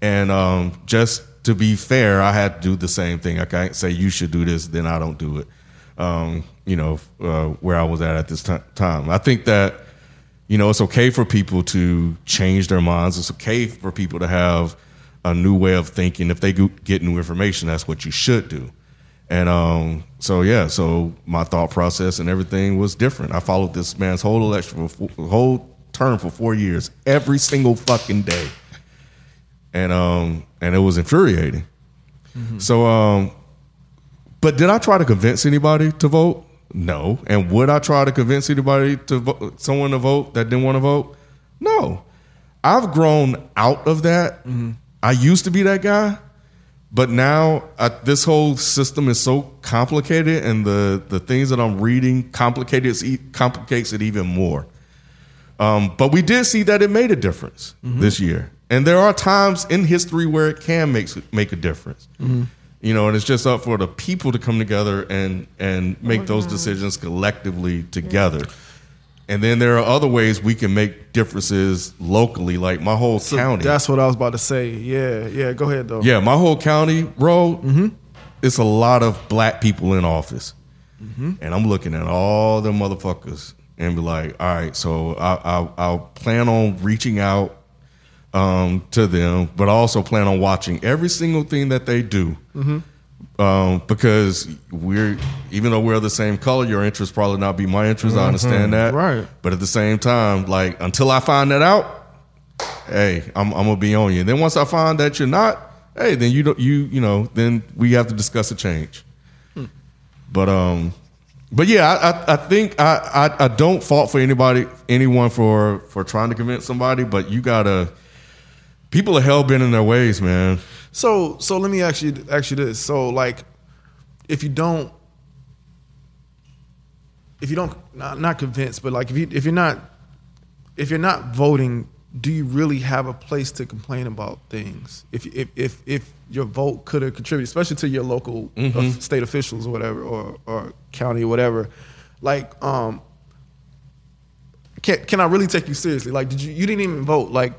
Speaker 3: and um, just to be fair, I had to do the same thing. I can't say you should do this, then I don't do it. Um, you know uh, where I was at at this ti- time. I think that you know, it's okay for people to change their minds. It's okay for people to have a new way of thinking. If they go- get new information, that's what you should do. And um, so, yeah, so my thought process and everything was different. I followed this man's whole election, for four, whole term for four years, every single fucking day. And um, and it was infuriating. So, um, but did I try to convince anybody to vote? No. And would I try to convince anybody to vote, someone to vote that didn't want to vote? No. I've grown out of that. I used to be that guy, but now I, this whole system is so complicated, and the the things that I'm reading complicated it's e- complicates it even more. Um, but we did see that it made a difference
Speaker 4: Mm-hmm.
Speaker 3: this year, and there are times in history where it can make make a difference.
Speaker 4: Mm-hmm.
Speaker 3: You know, and it's just up for the people to come together and and make those decisions collectively together. And then there are other ways we can make differences locally, like my whole
Speaker 4: So
Speaker 3: county.
Speaker 4: That's what I was about to say. Yeah, yeah. Go ahead though.
Speaker 3: Yeah, my whole county, bro, it's a lot of black people in office. And I'm looking at all the motherfuckers and be like, all right, so I, I, I'll plan on reaching out um, to them, but I also plan on watching every single thing that they do. Um, because we're, even though we're the same color, your interest probably not be my interest. I understand that.
Speaker 4: Right.
Speaker 3: But at the same time, like, until I find that out, hey, I'm, I'm gonna be on you. And then once I find that you're not, hey, then you don't, you you know, then we have to discuss a change. But um, but yeah, I I, I think I, I I don't fault for anybody anyone for for trying to convince somebody, but you gotta. People are hell bent in their ways, man.
Speaker 4: So so let me ask you ask you this. So like, if you don't, if you don't, not, not convinced, but like if you if you're not, if you're not voting, do you really have a place to complain about things? If if if, if your vote could have contributed, especially to your local uh, state officials or whatever, or or county or whatever, like um. Can, can I really take you seriously? Like, did you you didn't even vote? Like,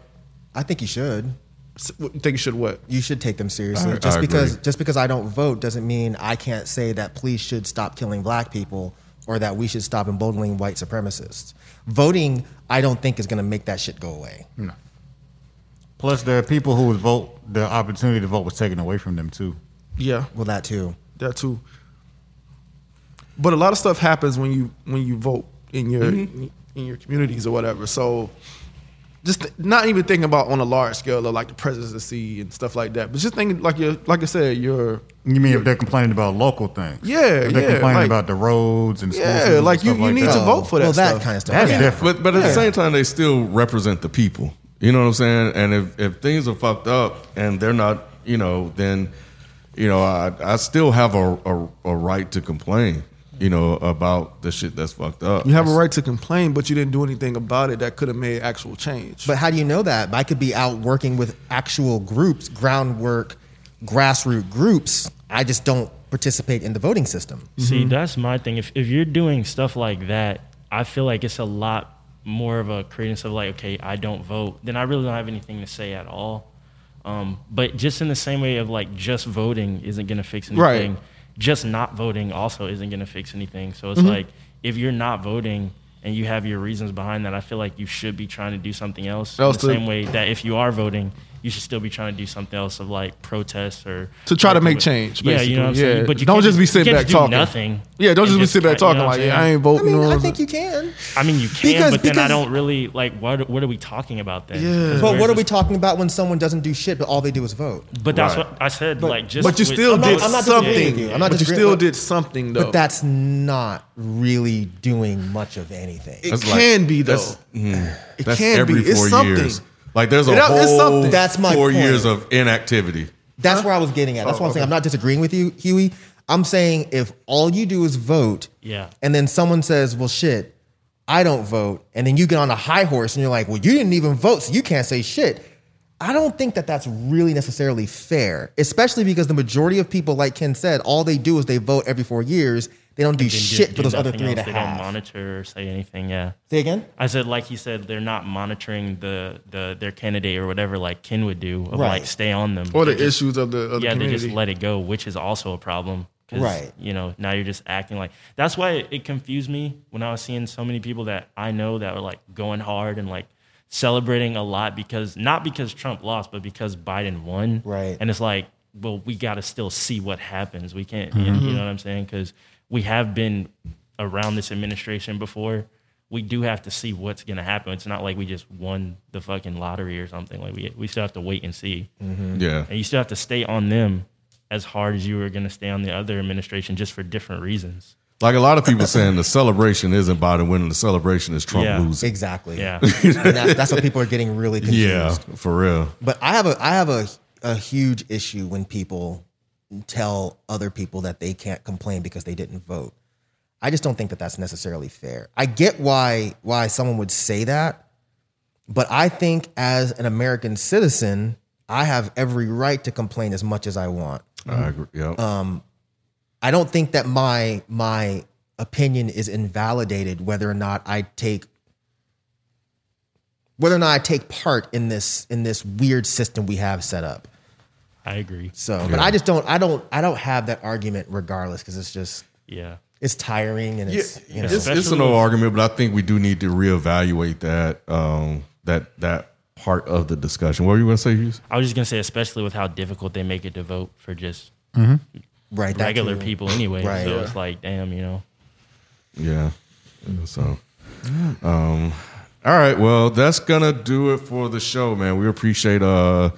Speaker 8: I think you should.
Speaker 4: s- what- think you should what?
Speaker 8: You should take them seriously.
Speaker 3: I-
Speaker 8: just
Speaker 3: I
Speaker 8: because
Speaker 3: agree.
Speaker 8: just because I don't vote doesn't mean I can't say that police should stop killing black people or that we should stop emboldening white supremacists. Voting, I don't think is going to make that shit go away.
Speaker 7: Plus, the people who would vote, the opportunity to vote was taken away from them too.
Speaker 4: Yeah.
Speaker 8: Well, that too.
Speaker 4: That too. But a lot of stuff happens when you when you vote in your
Speaker 6: Mm-hmm.
Speaker 4: in your communities or whatever. So just th- not even thinking about on a large scale of like the presidency and stuff like that, but just thinking like your like I said, your
Speaker 7: You mean if they're complaining about local things?
Speaker 4: Yeah,
Speaker 7: If they're
Speaker 4: yeah,
Speaker 7: complaining
Speaker 4: like-
Speaker 7: about the roads and schools
Speaker 4: Yeah,
Speaker 7: and
Speaker 4: like, you-
Speaker 7: stuff
Speaker 4: you need
Speaker 7: that.
Speaker 4: to vote for that
Speaker 8: Well, that
Speaker 4: stuff.
Speaker 8: kind of stuff.
Speaker 7: That's
Speaker 8: Yeah.
Speaker 3: But
Speaker 7: different.
Speaker 3: but at the same time, they still represent the people. You know what I'm saying? And if if things are fucked up and they're not, you know, then you know I I still have a a, a right to complain. You know about the shit that's fucked up.
Speaker 4: you have a right to complain, but you didn't do anything about it that could have made actual change.
Speaker 8: But how do you know that? I could be out working with actual groups, groundwork, grassroots groups. I just don't participate in the voting system.
Speaker 6: See,
Speaker 4: Mm-hmm.
Speaker 6: that's my thing. If if you're doing stuff like that, I feel like it's a lot more of a credence of like, okay, I don't vote, then I really don't have anything to say at all. Um, but just in the same way of like just voting isn't gonna fix
Speaker 4: Right.
Speaker 6: anything. Just not voting also isn't gonna fix anything. So
Speaker 4: Mm-hmm.
Speaker 6: it's like if you're not voting and you have your reasons behind that, I feel like you should be trying to do something else.
Speaker 4: Else
Speaker 6: in the
Speaker 4: to-
Speaker 6: same way that if you are voting, you should still be trying to do something else of like protests or
Speaker 4: to try to
Speaker 6: working
Speaker 4: make
Speaker 6: with-
Speaker 4: change,
Speaker 6: Yeah, you know what I'm
Speaker 4: basically.
Speaker 6: saying.
Speaker 4: Yeah.
Speaker 6: But you
Speaker 4: Don't
Speaker 6: can't
Speaker 4: just be
Speaker 6: you
Speaker 4: sitting
Speaker 6: can't
Speaker 4: back
Speaker 6: do
Speaker 4: talking.
Speaker 6: Nothing.
Speaker 4: yeah,
Speaker 6: and
Speaker 4: don't just be sitting back
Speaker 6: you know
Speaker 4: talking
Speaker 6: what
Speaker 4: like
Speaker 6: I'm
Speaker 4: yeah, I
Speaker 6: saying?
Speaker 4: ain't
Speaker 8: I
Speaker 4: voting.
Speaker 8: mean,
Speaker 4: or
Speaker 8: I
Speaker 4: whatever."
Speaker 8: think you can.
Speaker 6: I mean, you can,
Speaker 8: Because-
Speaker 6: but then I
Speaker 8: because-
Speaker 6: don't really like. What What are we talking about then?
Speaker 4: Yeah.
Speaker 8: But
Speaker 6: Where's
Speaker 8: what are
Speaker 6: this-
Speaker 8: we talking about when someone doesn't do shit, but all they do is vote?
Speaker 6: But that's
Speaker 3: Right.
Speaker 6: what I said. like, just
Speaker 4: but you
Speaker 6: with-
Speaker 4: still
Speaker 8: I'm not-
Speaker 4: did
Speaker 8: I'm not disagreeing with
Speaker 4: something.
Speaker 8: you. I'm not
Speaker 4: but you
Speaker 8: disagreeing-
Speaker 4: still
Speaker 8: but-
Speaker 4: did something though.
Speaker 8: But that's not really doing much of anything.
Speaker 4: it
Speaker 3: That's like-
Speaker 4: can be though.
Speaker 3: that's- mm-hmm.
Speaker 4: It
Speaker 3: That's
Speaker 4: can
Speaker 3: every
Speaker 4: be. It's
Speaker 3: four
Speaker 4: something.
Speaker 3: years. Like there's a
Speaker 4: It- it's
Speaker 3: whole
Speaker 4: something.
Speaker 8: That's my
Speaker 3: four
Speaker 8: point.
Speaker 3: years of inactivity.
Speaker 8: That's where I was getting at. That's why I'm saying. I'm not disagreeing with you, Huey. I'm saying if all you do is vote,
Speaker 6: Yeah.
Speaker 8: and then someone says, "Well, shit, I don't vote, and then you get on a high horse and you're like, well, you didn't even vote, so you can't say shit. I don't think that that's really necessarily fair, especially because the majority of people, like Ken said, all they do is they vote every four years. They don't do
Speaker 6: They just
Speaker 8: shit
Speaker 6: do
Speaker 8: for those other
Speaker 6: nothing
Speaker 8: three and a
Speaker 6: else. They don't
Speaker 8: half.
Speaker 6: monitor or say anything. Yeah.
Speaker 8: Say again?
Speaker 6: I said, like he said, they're not monitoring the, the their candidate or whatever, like Ken would do, of
Speaker 8: Right.
Speaker 6: like stay on them.
Speaker 4: Or the
Speaker 6: They just-
Speaker 4: issues of the, of the
Speaker 6: yeah, they
Speaker 4: community.
Speaker 6: just let it go, which is also a problem. 'cause,
Speaker 8: Right.
Speaker 6: You know, now you're just acting like that's why it, it confused me when I was seeing so many people that I know that were like going hard and like celebrating a lot because not because Trump lost, but because Biden won.
Speaker 8: Right.
Speaker 6: And it's like, well, we got to still see what happens. We can't, you- you know what I'm saying? Because we have been around this administration before. We do have to see what's going to happen. It's not like we just won the fucking lottery or something. Like we we still have to wait and see
Speaker 8: Mm-hmm.
Speaker 3: Yeah.
Speaker 6: and you still have to stay on them as hard as you were going to stay on the other administration just for different reasons.
Speaker 3: Like a lot of people saying the celebration isn't Biden winning, the celebration is Trump
Speaker 6: Yeah.
Speaker 3: losing.
Speaker 8: Exactly.
Speaker 6: Yeah.
Speaker 8: And that, that's what people are getting really confused.
Speaker 3: Yeah, for real.
Speaker 8: But I have a I have a a huge issue when people tell other people that they can't complain because they didn't vote. I just don't think that that's necessarily fair. I get why why someone would say that, but I think as an American citizen, I have every right to complain as much as I want.
Speaker 3: I agree. Yep.
Speaker 8: I don't think that my my opinion is invalidated whether or not I take whether or not I take part in this in this weird system we have set up.
Speaker 6: I agree.
Speaker 8: So, but I just don't, I don't, I don't have that argument regardless because it's just,
Speaker 6: Yeah.
Speaker 8: it's tiring and
Speaker 3: Yeah,
Speaker 8: it's, you know,
Speaker 3: it's, it's an old argument, but I think we do need to reevaluate that um, that that part of the discussion. What were you going to say, Hughes?
Speaker 6: I was just going to say, especially with how difficult they make it to vote for just
Speaker 8: right. that
Speaker 6: regular
Speaker 8: too.
Speaker 6: people anyway.
Speaker 8: Right.
Speaker 6: So it's like, damn, you know.
Speaker 3: Yeah. So, um, all right. Well, that's gonna do it for the show, man. We appreciate uh,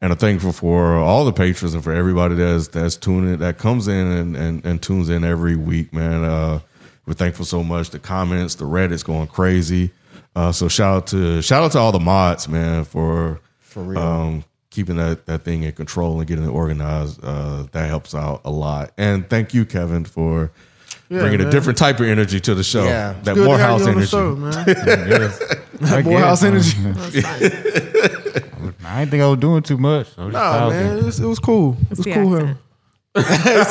Speaker 3: and are thankful for all the patrons and for everybody that's that's tuning that comes in and and, and tunes in every week, man. Uh, we're thankful so much. The comments, the Reddit's going crazy. Uh, so shout out to shout out to all the mods, man, for for real. Um, keeping that, that thing in control and getting it organized uh, that helps out a lot and thank you kevin for bringing a
Speaker 4: man.
Speaker 3: different type of energy to the show
Speaker 8: Yeah.
Speaker 3: that
Speaker 4: Good to have you
Speaker 3: morehouse
Speaker 4: on the
Speaker 3: energy
Speaker 4: show, man. *laughs*
Speaker 7: That
Speaker 4: Morehouse energy.
Speaker 7: I didn't think I was doing too much. I was just
Speaker 4: Nah,
Speaker 7: talking.
Speaker 4: man, it was, it was cool. It was
Speaker 5: the
Speaker 4: cool.
Speaker 5: accent.
Speaker 4: Him. it's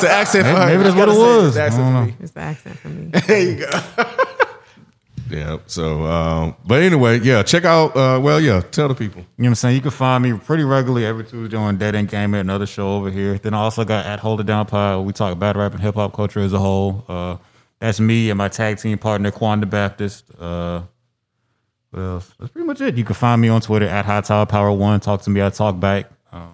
Speaker 3: *laughs*
Speaker 4: the accent.
Speaker 7: Maybe-
Speaker 4: for her.
Speaker 7: maybe that's
Speaker 4: I gotta
Speaker 7: what it
Speaker 4: say,
Speaker 7: was.
Speaker 4: it's the
Speaker 7: I
Speaker 4: accent
Speaker 7: don't
Speaker 4: for
Speaker 7: know.
Speaker 4: me.
Speaker 5: It's the accent for me.
Speaker 4: There you go.
Speaker 3: yeah so um, but anyway yeah check out uh, well yeah tell the people
Speaker 7: You know what I'm saying? You can find me pretty regularly every Tuesday on Dead End Gamer, another show over here. Then I also got at Hold It Down Pod. Where we talk about rap and hip hop culture as a whole. Uh, that's me and my tag team partner, Quanda Baptist. Uh, what else? That's pretty much it. You can find me on Twitter at High Tower Power One. Talk to me, I talk back. Uh,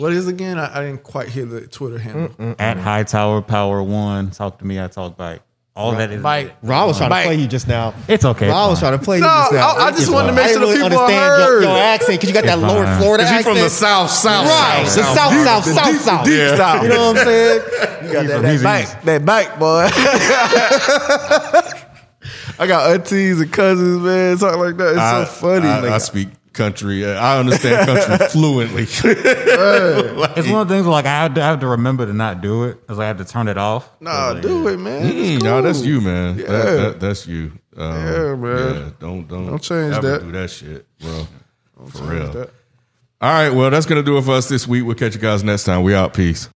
Speaker 4: What is it again? I, I didn't quite hear the Twitter handle.
Speaker 7: At High Tower Power One. Talk to me, I talk back. All that is
Speaker 4: Mike.
Speaker 8: Ra was trying
Speaker 4: Mike.
Speaker 8: to play you just now.
Speaker 7: It's okay.
Speaker 8: Ra was
Speaker 7: It's fine.
Speaker 8: trying to play
Speaker 4: No,
Speaker 8: you just now.
Speaker 4: I- I just
Speaker 8: It's
Speaker 4: wanted
Speaker 8: fine.
Speaker 4: to make
Speaker 8: I
Speaker 4: sure the
Speaker 8: didn't
Speaker 4: people
Speaker 8: understand your-
Speaker 4: heard.
Speaker 8: Your, accent because you got that
Speaker 7: It's
Speaker 8: lower
Speaker 7: fine.
Speaker 8: Florida
Speaker 3: Is he
Speaker 8: accent.
Speaker 3: from the south south
Speaker 8: Right,
Speaker 3: south,
Speaker 8: the
Speaker 3: south,
Speaker 8: south,
Speaker 3: deep-
Speaker 8: south,
Speaker 3: the
Speaker 8: south,
Speaker 3: deep-
Speaker 8: south.
Speaker 3: deep south
Speaker 8: You know what I'm saying? You got
Speaker 7: He's
Speaker 8: that-
Speaker 7: from-
Speaker 8: that
Speaker 7: he's-
Speaker 8: back.
Speaker 7: he's-
Speaker 4: That bike, boy. *laughs* I got aunties and cousins, man. Something like that. It's
Speaker 3: I-
Speaker 4: so funny.
Speaker 3: I, I
Speaker 4: Like,
Speaker 3: speak country Uh, i understand
Speaker 4: *laughs*
Speaker 3: country fluently
Speaker 7: It's one of the things where, like I have, to, I have to remember to not do it because I have to turn it off.
Speaker 4: nah, do it, man.
Speaker 3: Mm,
Speaker 4: It's
Speaker 3: No, that's
Speaker 4: cool.
Speaker 3: you, man. That-
Speaker 4: Yeah.
Speaker 3: that- that's you. Um,
Speaker 4: Yeah, man.
Speaker 3: don't don't
Speaker 4: Don't change
Speaker 3: ever
Speaker 4: that.
Speaker 3: Do that shit, bro. For
Speaker 4: Like
Speaker 3: real.
Speaker 4: that.
Speaker 3: All right. Well, that's gonna do it for us this week. We'll catch you guys next time. We out. Peace.